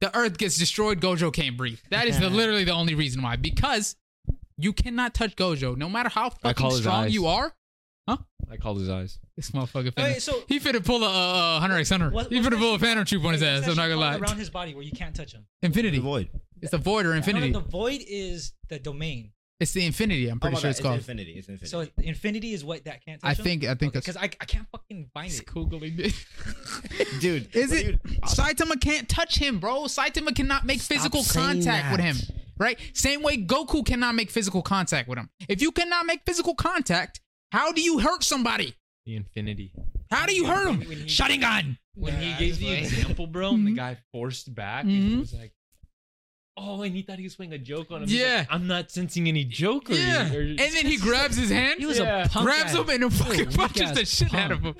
[SPEAKER 1] the Earth gets destroyed. Gojo can't breathe. That is the, literally the only reason why. Because you cannot touch Gojo, no matter how fucking
[SPEAKER 4] call his
[SPEAKER 1] strong
[SPEAKER 4] eyes.
[SPEAKER 1] you are.
[SPEAKER 4] I called his eyes.
[SPEAKER 1] This motherfucker finna.
[SPEAKER 2] Wait, so
[SPEAKER 1] he finna pull a uh, uh, Hunter X Hunter.
[SPEAKER 2] What-
[SPEAKER 1] he
[SPEAKER 2] what's
[SPEAKER 1] finna
[SPEAKER 2] that
[SPEAKER 1] pull a
[SPEAKER 2] shit
[SPEAKER 1] Phantom Troop on his ass. I'm not gonna lie.
[SPEAKER 2] Around his body where you can't touch him.
[SPEAKER 3] the
[SPEAKER 1] Infinity.
[SPEAKER 3] void.
[SPEAKER 1] It's the void or
[SPEAKER 2] No, no,
[SPEAKER 1] infinity.
[SPEAKER 2] the void is the domain.
[SPEAKER 1] It's the infinity. I'm
[SPEAKER 3] Oh
[SPEAKER 1] pretty
[SPEAKER 3] my
[SPEAKER 1] sure
[SPEAKER 3] God,
[SPEAKER 1] it's called.
[SPEAKER 3] infinity. It's infinity.
[SPEAKER 2] So infinity is what that can't touch
[SPEAKER 1] I think. I think
[SPEAKER 2] because
[SPEAKER 1] that's.
[SPEAKER 2] I, I can't fucking find
[SPEAKER 1] It's
[SPEAKER 2] it.
[SPEAKER 1] googling it.
[SPEAKER 3] dude,
[SPEAKER 1] Is
[SPEAKER 3] what
[SPEAKER 1] it
[SPEAKER 3] do you-
[SPEAKER 1] Saitama can't touch him, bro? Saitama cannot make physical
[SPEAKER 3] saying
[SPEAKER 1] contact with
[SPEAKER 3] that.
[SPEAKER 1] him, right? Same way Goku cannot make physical contact with him. If you cannot make physical contact, how do you hurt somebody?
[SPEAKER 4] The infinity.
[SPEAKER 1] How do you hurt him?
[SPEAKER 2] When he-
[SPEAKER 1] Sharingan.
[SPEAKER 4] When he
[SPEAKER 2] Nah,
[SPEAKER 4] gave
[SPEAKER 2] it's
[SPEAKER 4] the
[SPEAKER 2] like-
[SPEAKER 4] example, bro, and the
[SPEAKER 1] Mm-hmm.
[SPEAKER 4] guy forced back, and he
[SPEAKER 1] Mhm.
[SPEAKER 4] was like, "Oh," and he thought he was playing a joke on him. He's like,
[SPEAKER 1] Yeah.
[SPEAKER 4] I'm not sensing any joke. Or
[SPEAKER 1] Yeah.
[SPEAKER 4] or-
[SPEAKER 1] And then he grabs his hand.
[SPEAKER 2] He was
[SPEAKER 4] Yeah.
[SPEAKER 2] a punk
[SPEAKER 1] grabs
[SPEAKER 2] guy.
[SPEAKER 1] him and then fucking
[SPEAKER 2] weak
[SPEAKER 1] punches
[SPEAKER 2] ass
[SPEAKER 1] the shit out of him.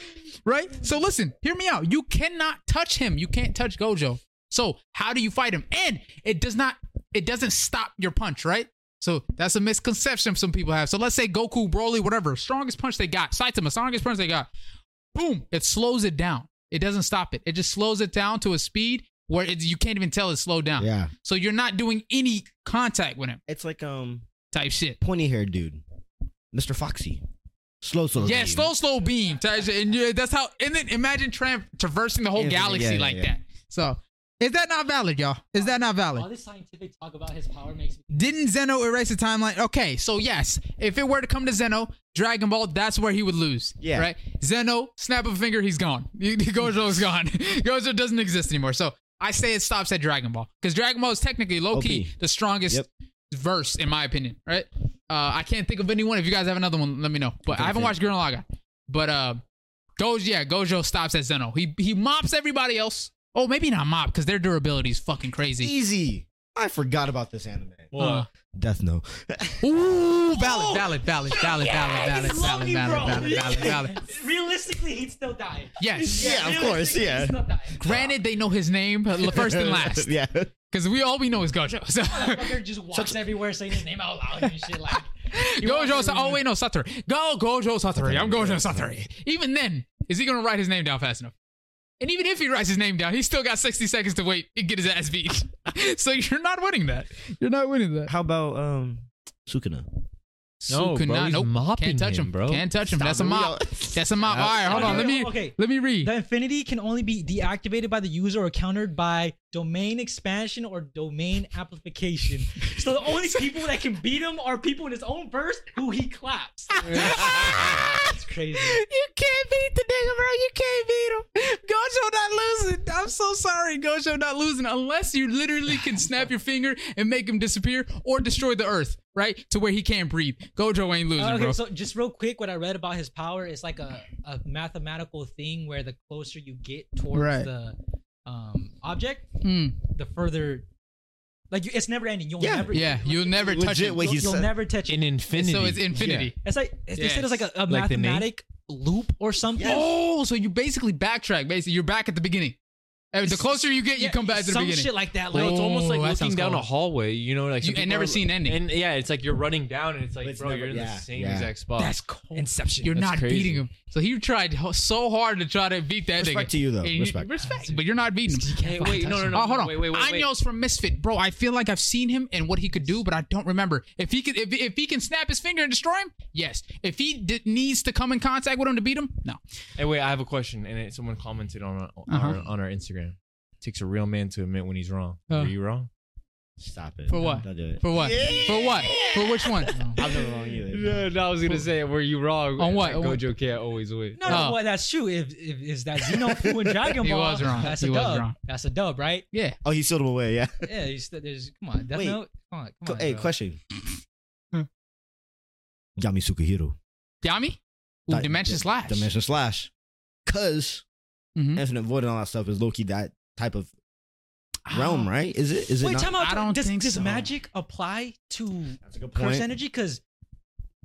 [SPEAKER 1] Right? So listen, hear me out. You cannot touch him. You can't touch Gojo. So how do you fight him? And it does not it doesn't stop your punch, right? So that's a misconception some people have. So let's say Goku, Broly, whatever, strongest punch they got, Saitama, strongest punch they got. Boom, it slows it down. It doesn't stop it. It just slows it down to a speed where it, you can't even tell it's slowed down.
[SPEAKER 3] Yeah.
[SPEAKER 1] So you're not doing any contact with him
[SPEAKER 3] It's like um
[SPEAKER 1] type shit.
[SPEAKER 3] pointy haired dude, Mr. Foxy. Slow, slow.
[SPEAKER 1] Yeah,
[SPEAKER 3] beam.
[SPEAKER 1] slow, slow beam. Taj- And yeah, that's how. And then imagine tram- traversing the whole
[SPEAKER 3] Infinite,
[SPEAKER 1] galaxy
[SPEAKER 3] yeah, yeah,
[SPEAKER 1] like
[SPEAKER 3] yeah.
[SPEAKER 1] that. So,
[SPEAKER 5] Is that not valid, y'all? Is that not
[SPEAKER 6] All
[SPEAKER 5] valid?
[SPEAKER 6] this scientific talk about his power makes me
[SPEAKER 5] Didn't Zeno erase the timeline? Okay.
[SPEAKER 1] okay, so yes, if it were to come to Zeno, Dragon Ball, that's where he would lose.
[SPEAKER 3] Yeah.
[SPEAKER 1] Right? Zeno, snap of a finger, he's gone. Gojo's gone. Gojo doesn't exist anymore. So, I say it stops at Dragon Ball. Because Dragon Ball is technically low key
[SPEAKER 3] OP.
[SPEAKER 1] the strongest.
[SPEAKER 3] Yep.
[SPEAKER 1] Verse, in my opinion, right? Uh, I can't think of anyone. If you guys have another one, let me know. But I haven't watched Gurren Lagann. But uh, Gojo, yeah, Gojo stops at Zeno. He he mops everybody else. Oh, maybe not mop because their durability is fucking crazy.
[SPEAKER 3] Easy. I forgot about this anime.
[SPEAKER 1] Uh,
[SPEAKER 3] Death Note.
[SPEAKER 1] ooh,
[SPEAKER 3] Oh!
[SPEAKER 1] valid, valid, valid, valid, valid, valid,
[SPEAKER 2] He's
[SPEAKER 1] valid,
[SPEAKER 2] lucky, bro.
[SPEAKER 1] valid, valid, valid, valid.
[SPEAKER 2] Realistically, he'd still die.
[SPEAKER 1] Yes.
[SPEAKER 3] Yeah, of course.
[SPEAKER 2] Realistically,
[SPEAKER 3] Yeah.
[SPEAKER 2] He'd still die.
[SPEAKER 1] Granted, they know his name uh, first and last
[SPEAKER 3] yeah.
[SPEAKER 1] because we all we know is Gojo. So
[SPEAKER 6] fucker just walks everywhere saying his name out loud and shit. Like,
[SPEAKER 1] Gojo. Sa- oh wait, no, Satori. Go Gojo Satori. I'm Gojo Satori. Even then, is he gonna write his name down fast enough? And even if he writes his name down, he's still got 60 seconds to wait and get his ass beat. so you're not winning that. You're not winning that.
[SPEAKER 3] How about um Sukuna?
[SPEAKER 4] No,
[SPEAKER 1] Sukuna,
[SPEAKER 4] bro, he's
[SPEAKER 1] nope.
[SPEAKER 4] mopping
[SPEAKER 1] Can't touch him,
[SPEAKER 4] him, bro.
[SPEAKER 1] Can't touch him. That's a
[SPEAKER 3] it. We
[SPEAKER 1] mop. That's a mop. All right, hold on. Let me
[SPEAKER 2] Okay.
[SPEAKER 1] let me read.
[SPEAKER 2] The infinity can only be deactivated by the user or countered by domain expansion or domain amplification. So the only people that can beat him are people in his own verse who he claps. That's crazy.
[SPEAKER 1] You can't beat the nigga, bro. You can't beat him. Gojo not losing. I'm so sorry, Gojo not losing. Unless you literally can snap your finger and make him disappear or destroy the earth, right? To where he can't breathe. Gojo ain't losing,
[SPEAKER 2] Uh, Okay,
[SPEAKER 1] bro.
[SPEAKER 2] so just real quick, what I read about his power is like a, a mathematical thing where the closer you get towards
[SPEAKER 5] Right.
[SPEAKER 2] the um, object,
[SPEAKER 1] Mm.
[SPEAKER 2] the further, Like you, it's never ending. You'll
[SPEAKER 3] Yeah.
[SPEAKER 2] never.
[SPEAKER 1] Yeah, you'll never touch
[SPEAKER 7] Legit
[SPEAKER 1] it.
[SPEAKER 7] what
[SPEAKER 2] You'll,
[SPEAKER 7] he
[SPEAKER 2] you'll
[SPEAKER 7] said.
[SPEAKER 2] never touch it.
[SPEAKER 4] in infinity.
[SPEAKER 1] So it's infinity.
[SPEAKER 2] It's like they said it's like a, a
[SPEAKER 4] Like the name?
[SPEAKER 2] mathematic loop or something.
[SPEAKER 1] Oh, so you basically backtrack. Basically, you're back at the beginning. And the closer you get, Oh, you
[SPEAKER 2] Yeah,
[SPEAKER 1] come back to the
[SPEAKER 2] some
[SPEAKER 1] beginning.
[SPEAKER 2] shit like that.
[SPEAKER 4] Bro,
[SPEAKER 2] Like,
[SPEAKER 4] it's almost like
[SPEAKER 1] Oh, that
[SPEAKER 4] looking
[SPEAKER 1] sounds
[SPEAKER 4] down
[SPEAKER 1] cool.
[SPEAKER 4] a hallway, you know, like
[SPEAKER 1] You-
[SPEAKER 4] some
[SPEAKER 1] and
[SPEAKER 4] people
[SPEAKER 1] never
[SPEAKER 4] are-
[SPEAKER 1] see an ending.
[SPEAKER 4] And yeah, it's like you're running down, and it's like,
[SPEAKER 3] But it's
[SPEAKER 4] bro,
[SPEAKER 3] never-
[SPEAKER 4] you're in
[SPEAKER 3] yeah,
[SPEAKER 4] the same
[SPEAKER 3] yeah.
[SPEAKER 4] exact spot.
[SPEAKER 2] that's cool. Inception.
[SPEAKER 1] you're
[SPEAKER 4] That's
[SPEAKER 1] not
[SPEAKER 4] crazy.
[SPEAKER 1] beating him. So he tried ho- so hard to try to beat that
[SPEAKER 3] Respect
[SPEAKER 1] nigga.
[SPEAKER 3] to you, though.
[SPEAKER 1] And you-
[SPEAKER 3] Respect.
[SPEAKER 1] but you're not beating him.
[SPEAKER 4] Hey, wait, no, no, no.
[SPEAKER 1] oh, hold on.
[SPEAKER 4] Wait, wait, wait. wait.
[SPEAKER 1] Anyo's from Misfit, bro. I feel like I've seen him and what he could do, but I don't remember. If he could, if, if he can snap his finger and destroy him, yes. If he d- needs to come in contact with him to beat him, no.
[SPEAKER 4] Hey, wait, I have a question, and it, someone commented on our, on
[SPEAKER 1] Uh-huh.
[SPEAKER 4] our on our Instagram. takes a real man to admit when he's wrong.
[SPEAKER 1] Uh.
[SPEAKER 4] Were you wrong?
[SPEAKER 3] Stop it.
[SPEAKER 1] For what?
[SPEAKER 3] Don't do it.
[SPEAKER 1] For what? For what? For which one?
[SPEAKER 3] I'm never wrong either.
[SPEAKER 4] no, I was gonna say, were you wrong?
[SPEAKER 1] On what? On what?
[SPEAKER 4] Gojo can't always win.
[SPEAKER 2] No, no,
[SPEAKER 1] Oh.
[SPEAKER 2] well, that's true. If, if is that Xenofu and Dragon Ball?
[SPEAKER 1] He was wrong.
[SPEAKER 2] That's
[SPEAKER 1] He
[SPEAKER 2] a
[SPEAKER 1] was
[SPEAKER 2] dub.
[SPEAKER 1] wrong.
[SPEAKER 2] That's a dub, right?
[SPEAKER 1] Yeah.
[SPEAKER 7] Oh, he sealed him away. Yeah.
[SPEAKER 2] Yeah, you st- there's come on, Death
[SPEAKER 3] Wait.
[SPEAKER 2] Note. Come on, come
[SPEAKER 3] Co-
[SPEAKER 2] on.
[SPEAKER 3] hey,
[SPEAKER 2] bro.
[SPEAKER 3] question.
[SPEAKER 1] Oh Hmm.
[SPEAKER 3] Yami Sukihiro.
[SPEAKER 1] Yami? Ooh,
[SPEAKER 3] Di-
[SPEAKER 1] Dimension
[SPEAKER 3] di-
[SPEAKER 1] Slash.
[SPEAKER 3] Dimension Slash. Because
[SPEAKER 1] Mhm.
[SPEAKER 3] Infinite Void and all that stuff is low key that type of realm,
[SPEAKER 1] Ah.
[SPEAKER 3] right? Is it? Is it
[SPEAKER 2] Wait,
[SPEAKER 3] not?
[SPEAKER 2] time out.
[SPEAKER 1] I don't
[SPEAKER 2] does,
[SPEAKER 1] think
[SPEAKER 2] does
[SPEAKER 1] so.
[SPEAKER 2] magic apply to
[SPEAKER 3] That's a good
[SPEAKER 2] curse energy? Because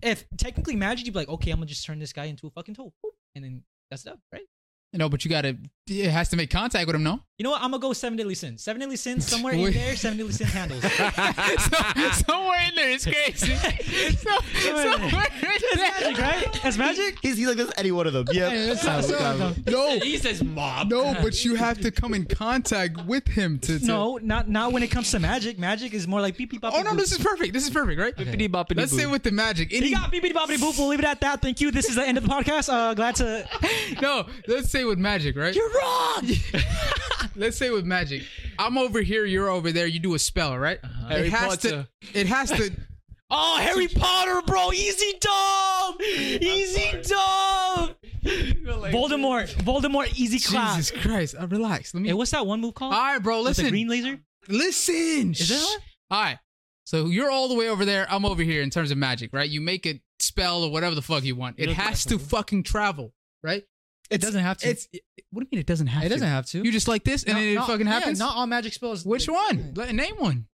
[SPEAKER 2] if technically magic, you'd be like, okay, I'm gonna just turn this guy into a fucking tool, Boop. and then that's dub, right?
[SPEAKER 1] No, but you gotta. It has to make contact with him. No.
[SPEAKER 2] You know what? I'm gonna go seven deadly sins. Seven deadly sins somewhere in
[SPEAKER 1] Wait.
[SPEAKER 2] there. Seven deadly sins handles.
[SPEAKER 1] So- somewhere in there, it's crazy. So, somewhere in there.
[SPEAKER 2] magic, right? That's magic.
[SPEAKER 7] He's, he's like, that's any one of them.
[SPEAKER 5] Hey,
[SPEAKER 7] Yeah.
[SPEAKER 5] that's not- that's not-
[SPEAKER 1] No,
[SPEAKER 4] He says mob.
[SPEAKER 5] no, but you have to come in contact with him to. to
[SPEAKER 2] No, not not when it comes to magic. Magic is more like beep beep.
[SPEAKER 1] Oh no, this is perfect. This is perfect, right? Let's say with the magic.
[SPEAKER 2] He
[SPEAKER 1] Any,
[SPEAKER 2] got beep beep boppity boop. We'll leave it at that. Thank you. This is the end of the podcast. Uh, glad to.
[SPEAKER 1] no, let's say with magic, right?
[SPEAKER 2] You're wrong.
[SPEAKER 1] Let's say with magic. I'm over here, you're over there. You do a spell, right?
[SPEAKER 2] Uh-huh.
[SPEAKER 1] It
[SPEAKER 4] Harry
[SPEAKER 1] has
[SPEAKER 4] Potter.
[SPEAKER 1] to. It has to.
[SPEAKER 2] Oh, Harry Potter, bro. Easy dumb. Easy dumb. Voldemort. Voldemort, easy clap.
[SPEAKER 1] Jesus Christ! Uh, relax. Let me.
[SPEAKER 2] Hey, what's that one move called?
[SPEAKER 1] all right, bro.
[SPEAKER 2] With
[SPEAKER 1] Uh, Listen.
[SPEAKER 2] The green laser?
[SPEAKER 1] Listen.
[SPEAKER 2] Is that
[SPEAKER 1] Shh.
[SPEAKER 2] one?
[SPEAKER 1] All right. So you're all the way over there. I'm over here in terms of magic, right? You make a spell or whatever the fuck you want. It has to fucking travel, right?
[SPEAKER 7] It doesn't have
[SPEAKER 1] It's what do you mean it doesn't have?
[SPEAKER 7] It
[SPEAKER 1] to?
[SPEAKER 7] doesn't have to.
[SPEAKER 1] You just like this, and
[SPEAKER 7] No,
[SPEAKER 1] then it
[SPEAKER 7] no,
[SPEAKER 1] fucking
[SPEAKER 7] yeah,
[SPEAKER 1] happens.
[SPEAKER 7] not all magic spells.
[SPEAKER 1] Which one? Let, name one.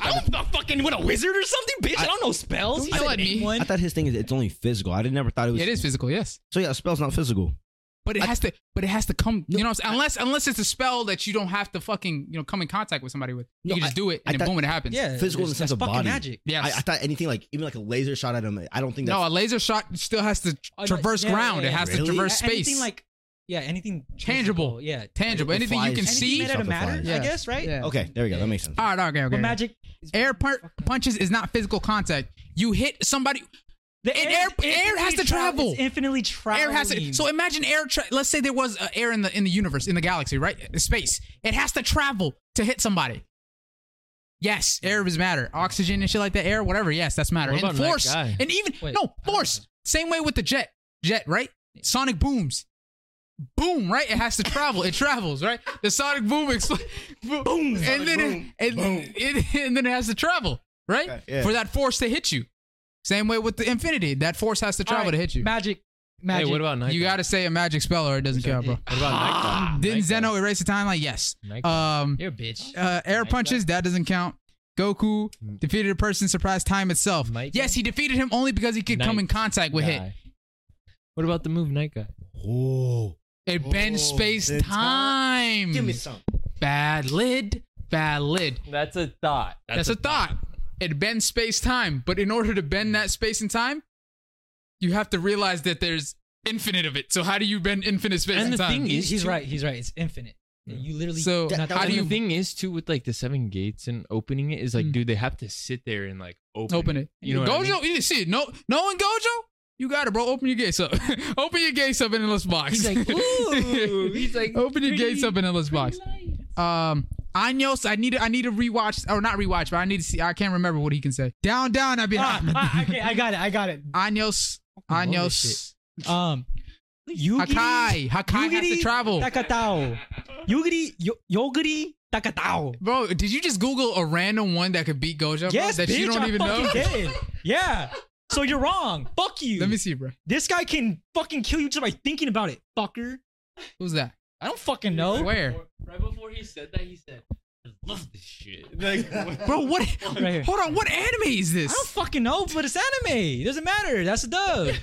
[SPEAKER 2] I'm not fucking with a wizard or something, bitch. I, don't know spells.
[SPEAKER 1] Don't
[SPEAKER 2] You
[SPEAKER 1] yell
[SPEAKER 2] said
[SPEAKER 1] at me.
[SPEAKER 2] anyone.
[SPEAKER 3] I thought his thing is it's only physical. I didn't never thought it was.
[SPEAKER 1] It is physical, yes,
[SPEAKER 3] So yeah, a spell's not physical.
[SPEAKER 1] but it has to. But it has to come. You know, what I'm saying? unless unless it's a spell that you don't have to fucking you know come in contact with somebody with. You
[SPEAKER 3] No,
[SPEAKER 1] can just
[SPEAKER 3] I-
[SPEAKER 1] do it,
[SPEAKER 3] I
[SPEAKER 1] and
[SPEAKER 3] thought-
[SPEAKER 1] then boom, it happens.
[SPEAKER 2] Yeah.
[SPEAKER 3] Physical in the
[SPEAKER 2] that's-
[SPEAKER 3] sense
[SPEAKER 2] that's
[SPEAKER 3] of
[SPEAKER 2] fucking
[SPEAKER 3] body.
[SPEAKER 2] magic.
[SPEAKER 1] Yes.
[SPEAKER 3] I, I thought anything like even like a laser shot at him. I don't think that's
[SPEAKER 1] no, a laser shot still has to
[SPEAKER 2] Oh, no,
[SPEAKER 1] traverse
[SPEAKER 2] yeah, yeah,
[SPEAKER 1] ground.
[SPEAKER 2] yeah.
[SPEAKER 1] It has to
[SPEAKER 3] Really?
[SPEAKER 1] traverse
[SPEAKER 2] A-
[SPEAKER 1] space.
[SPEAKER 2] Anything like, yeah, anything
[SPEAKER 1] Tangible.
[SPEAKER 2] Yeah.
[SPEAKER 1] tangible.
[SPEAKER 3] It
[SPEAKER 1] Anything you
[SPEAKER 3] flies.
[SPEAKER 1] can
[SPEAKER 3] Anything
[SPEAKER 2] Anything
[SPEAKER 1] see.
[SPEAKER 2] made out of
[SPEAKER 3] Stuff that
[SPEAKER 2] matter,
[SPEAKER 3] flies.
[SPEAKER 2] I
[SPEAKER 1] Yeah.
[SPEAKER 2] guess, right?
[SPEAKER 1] Yeah.
[SPEAKER 3] okay. There we go. That makes sense.
[SPEAKER 5] Ah.
[SPEAKER 1] All right, okay, okay.
[SPEAKER 2] But
[SPEAKER 1] okay.
[SPEAKER 2] magic.
[SPEAKER 1] Air part punches is not physical contact. You hit somebody.
[SPEAKER 2] The
[SPEAKER 1] And air-
[SPEAKER 2] is
[SPEAKER 1] air has to
[SPEAKER 2] infinitely tra-
[SPEAKER 1] travel.
[SPEAKER 2] It's infinitely traveling.
[SPEAKER 1] Air has to. So imagine air. Tra- let's say there was uh, air in the in the universe, in the galaxy, right? In Space. It has to travel to hit somebody. Yes, air is matter. Oxygen and shit like that. Air, whatever. Yes, that's matter.
[SPEAKER 4] What
[SPEAKER 1] and
[SPEAKER 4] about that
[SPEAKER 1] force.
[SPEAKER 4] guy?
[SPEAKER 1] And even
[SPEAKER 2] Wait,
[SPEAKER 1] no force. Same way with the jet. Jet, right? Sonic booms. Boom, right? It has to travel. It travels, right? The sonic boom, expl- boom, and then it, and, it- and then it has to travel, right?
[SPEAKER 7] Okay, yeah.
[SPEAKER 1] For that force to hit you. Same way with the infinity. That force has to
[SPEAKER 2] All
[SPEAKER 1] travel
[SPEAKER 2] right,
[SPEAKER 1] to hit you.
[SPEAKER 2] Magic.
[SPEAKER 4] Hey,
[SPEAKER 2] Magic.
[SPEAKER 4] what about night?
[SPEAKER 1] You got to say a magic spell or it doesn't count, bro.
[SPEAKER 4] What about night?
[SPEAKER 1] Didn't Zeno erase the timeline? Yes.
[SPEAKER 4] Night-
[SPEAKER 1] Um,
[SPEAKER 2] You're a bitch.
[SPEAKER 1] uh, air punches that doesn't count. Goku defeated a person surprised time itself.
[SPEAKER 4] Night
[SPEAKER 1] Yes, he defeated him only because he could come in
[SPEAKER 4] Night
[SPEAKER 1] contact with hit.
[SPEAKER 4] Guy. What about the move night guy?
[SPEAKER 7] Oh.
[SPEAKER 1] It bends
[SPEAKER 7] Oh,
[SPEAKER 1] space
[SPEAKER 7] the ti-
[SPEAKER 1] time.
[SPEAKER 7] Give me some.
[SPEAKER 1] Valid, valid.
[SPEAKER 4] That's a thought.
[SPEAKER 1] That's, a thought. It bends space time, but in order to bend that space and time, you have to realize that there's infinite of it. So how do you bend infinite space and,
[SPEAKER 4] And the
[SPEAKER 1] time?
[SPEAKER 4] thing
[SPEAKER 2] He's,
[SPEAKER 4] is,
[SPEAKER 2] he's
[SPEAKER 4] too-
[SPEAKER 2] right. He's right. It's infinite. You literally.
[SPEAKER 1] So
[SPEAKER 2] not-
[SPEAKER 1] how do
[SPEAKER 4] And
[SPEAKER 1] you
[SPEAKER 4] the thing is too with like the seven gates and opening it is like,
[SPEAKER 1] Mm.
[SPEAKER 4] dude, they have to sit there and like open,
[SPEAKER 1] open it.
[SPEAKER 4] You know, what I
[SPEAKER 1] Gojo,
[SPEAKER 4] mean?
[SPEAKER 1] you see, no, knowing Gojo, you got it, bro. Open your gates up. open your gates up and let's box.
[SPEAKER 4] He's like, ooh. He's like,
[SPEAKER 1] open your gates
[SPEAKER 4] pretty-
[SPEAKER 1] up and then let's box. Um, Anyos, I need, I need to rewatch or not rewatch, but I need to see. I can't remember what he can say. Down, down. I've been.
[SPEAKER 2] Ah, ah, okay, I got it. I got it.
[SPEAKER 1] Anyos,
[SPEAKER 4] love this
[SPEAKER 1] Anyos,
[SPEAKER 2] Um, Yugiri.
[SPEAKER 1] Hakai, Hakai has to
[SPEAKER 2] Yugiri
[SPEAKER 1] travel.
[SPEAKER 2] Takatao. Yugiri. Yo- Yogiri Takatao.
[SPEAKER 1] Bro, did you just Google a random one that could beat Gojo? bro,
[SPEAKER 2] Yes,
[SPEAKER 1] that
[SPEAKER 2] bitch.
[SPEAKER 1] you don't
[SPEAKER 2] I
[SPEAKER 1] even
[SPEAKER 2] fucking
[SPEAKER 1] know.
[SPEAKER 2] did. Yeah. So you're wrong. Fuck you.
[SPEAKER 1] Let me see, bro.
[SPEAKER 2] This guy can fucking kill you just by thinking about it, fucker.
[SPEAKER 1] Who's that?
[SPEAKER 2] I don't fucking know.
[SPEAKER 1] Where?
[SPEAKER 4] Right before he said that, he said, love this shit. Like,
[SPEAKER 5] Bro, what?
[SPEAKER 2] Right here.
[SPEAKER 5] Hold on, what anime is
[SPEAKER 2] I don't
[SPEAKER 5] this?
[SPEAKER 2] fucking know, but it's anime. It doesn't matter. That's a dub.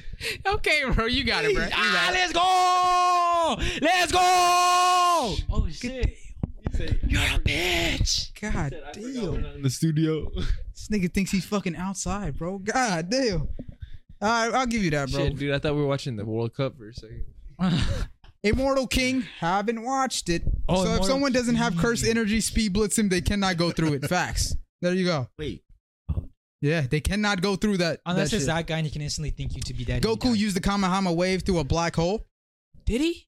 [SPEAKER 5] Okay, bro, you got it, bro. You
[SPEAKER 2] ah,
[SPEAKER 5] got
[SPEAKER 2] let's
[SPEAKER 5] it.
[SPEAKER 2] go! Let's go! Oh shit! You're a bitch.
[SPEAKER 8] God damn.
[SPEAKER 4] in the studio.
[SPEAKER 8] This nigga thinks he's fucking outside, bro. God damn. All right, I'll give you that, bro.
[SPEAKER 4] Shit, dude, I thought we were watching the World Cup for a second.
[SPEAKER 8] Immortal King, haven't watched it.
[SPEAKER 2] Oh,
[SPEAKER 8] so if
[SPEAKER 2] Immortal
[SPEAKER 8] someone doesn't have cursed energy, speed blitz him, they cannot go through it. Facts. There you go.
[SPEAKER 3] Wait,
[SPEAKER 8] Yeah, they cannot go through that.
[SPEAKER 2] Unless
[SPEAKER 8] that
[SPEAKER 2] it's
[SPEAKER 8] shit.
[SPEAKER 2] that guy and he can instantly think you to be that.
[SPEAKER 8] Goku used the Kamahama wave through a black hole.
[SPEAKER 5] Did he?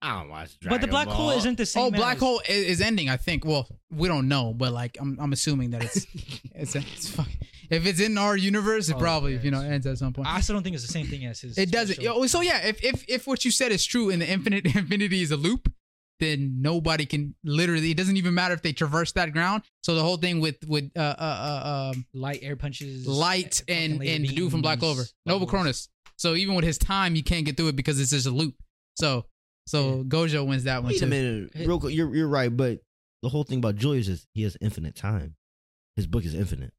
[SPEAKER 3] I don't watch. Dragon
[SPEAKER 2] But the black hole
[SPEAKER 3] Ball.
[SPEAKER 2] isn't the same.
[SPEAKER 5] Oh,
[SPEAKER 2] manner
[SPEAKER 5] black
[SPEAKER 2] as-
[SPEAKER 5] hole i- is ending. I think. Well, we don't know, but like, I'm, I'm assuming that it's it's, it's fuck. if it's in our universe, it
[SPEAKER 2] Oh,
[SPEAKER 5] probably
[SPEAKER 2] yeah,
[SPEAKER 5] you know ends at some point.
[SPEAKER 2] I still don't think it's the same thing as his.
[SPEAKER 5] it doesn't.
[SPEAKER 2] special.
[SPEAKER 5] Oh, So yeah, if if if what you said is true and the infinite infinity is a loop, then nobody can literally. It doesn't even matter if they traverse that ground. So the whole thing with with uh uh, uh um
[SPEAKER 2] Light air punches. eh,
[SPEAKER 5] light
[SPEAKER 2] fucking
[SPEAKER 5] and
[SPEAKER 2] laser
[SPEAKER 5] and the dude from Black
[SPEAKER 2] beams,
[SPEAKER 5] Clover, Nova
[SPEAKER 2] bubbles.
[SPEAKER 5] Cronus. So even with his time, you can't get through it because it's just a loop. So so Gojo wins that one
[SPEAKER 3] Wait
[SPEAKER 5] too.
[SPEAKER 3] a minute, real quick. You're you're right, but the whole thing about Julius is he has infinite time. His book is infinite.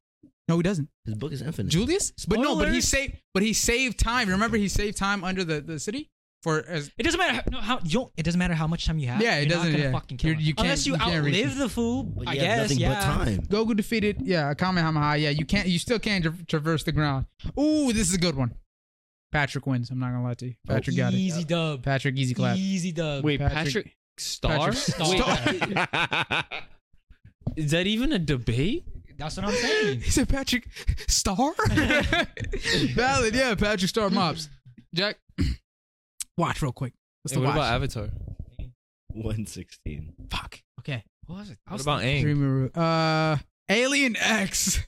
[SPEAKER 5] No, he doesn't.
[SPEAKER 3] His book is infinite.
[SPEAKER 5] Julius? But no, but he
[SPEAKER 2] Spoilers.
[SPEAKER 5] saved but he saved time. Remember he saved time under the, the city? For as
[SPEAKER 2] It doesn't matter. How, no, how you don't, it doesn't matter how much time you have.
[SPEAKER 5] Yeah, it
[SPEAKER 2] You're
[SPEAKER 5] doesn't,
[SPEAKER 2] Not gonna
[SPEAKER 5] yeah.
[SPEAKER 2] Fucking kill
[SPEAKER 5] You're-
[SPEAKER 2] him.
[SPEAKER 5] you can't-
[SPEAKER 2] Unless you,
[SPEAKER 5] you can't reach
[SPEAKER 2] outlive the fool.
[SPEAKER 3] But
[SPEAKER 2] I
[SPEAKER 3] you
[SPEAKER 2] guess.
[SPEAKER 3] have nothing
[SPEAKER 2] yeah.
[SPEAKER 3] but time.
[SPEAKER 5] Goku defeated yeah, Kamehameha. Yeah, you can't you still can't tra- traverse the ground. Ooh, this is a good one. Patrick wins, I'm not gonna lie to you. Patrick got it.
[SPEAKER 2] Easy dub.
[SPEAKER 5] Patrick easy clap.
[SPEAKER 2] Easy dub.
[SPEAKER 4] Wait,
[SPEAKER 5] Patrick-
[SPEAKER 4] Patrick, Star?
[SPEAKER 5] Patrick
[SPEAKER 4] Is that even a debate?
[SPEAKER 2] That's what I'm saying.
[SPEAKER 5] He said Patrick Star? Valid, yeah, Patrick Star Mops. Jack Watch real quick. What's
[SPEAKER 4] Hey,
[SPEAKER 5] the
[SPEAKER 4] what
[SPEAKER 5] watch?
[SPEAKER 4] about Avatar?
[SPEAKER 3] One sixteen.
[SPEAKER 5] Fuck. Okay.
[SPEAKER 2] What was it?
[SPEAKER 4] What about Aang?
[SPEAKER 5] Dreamer. Uh Alien X.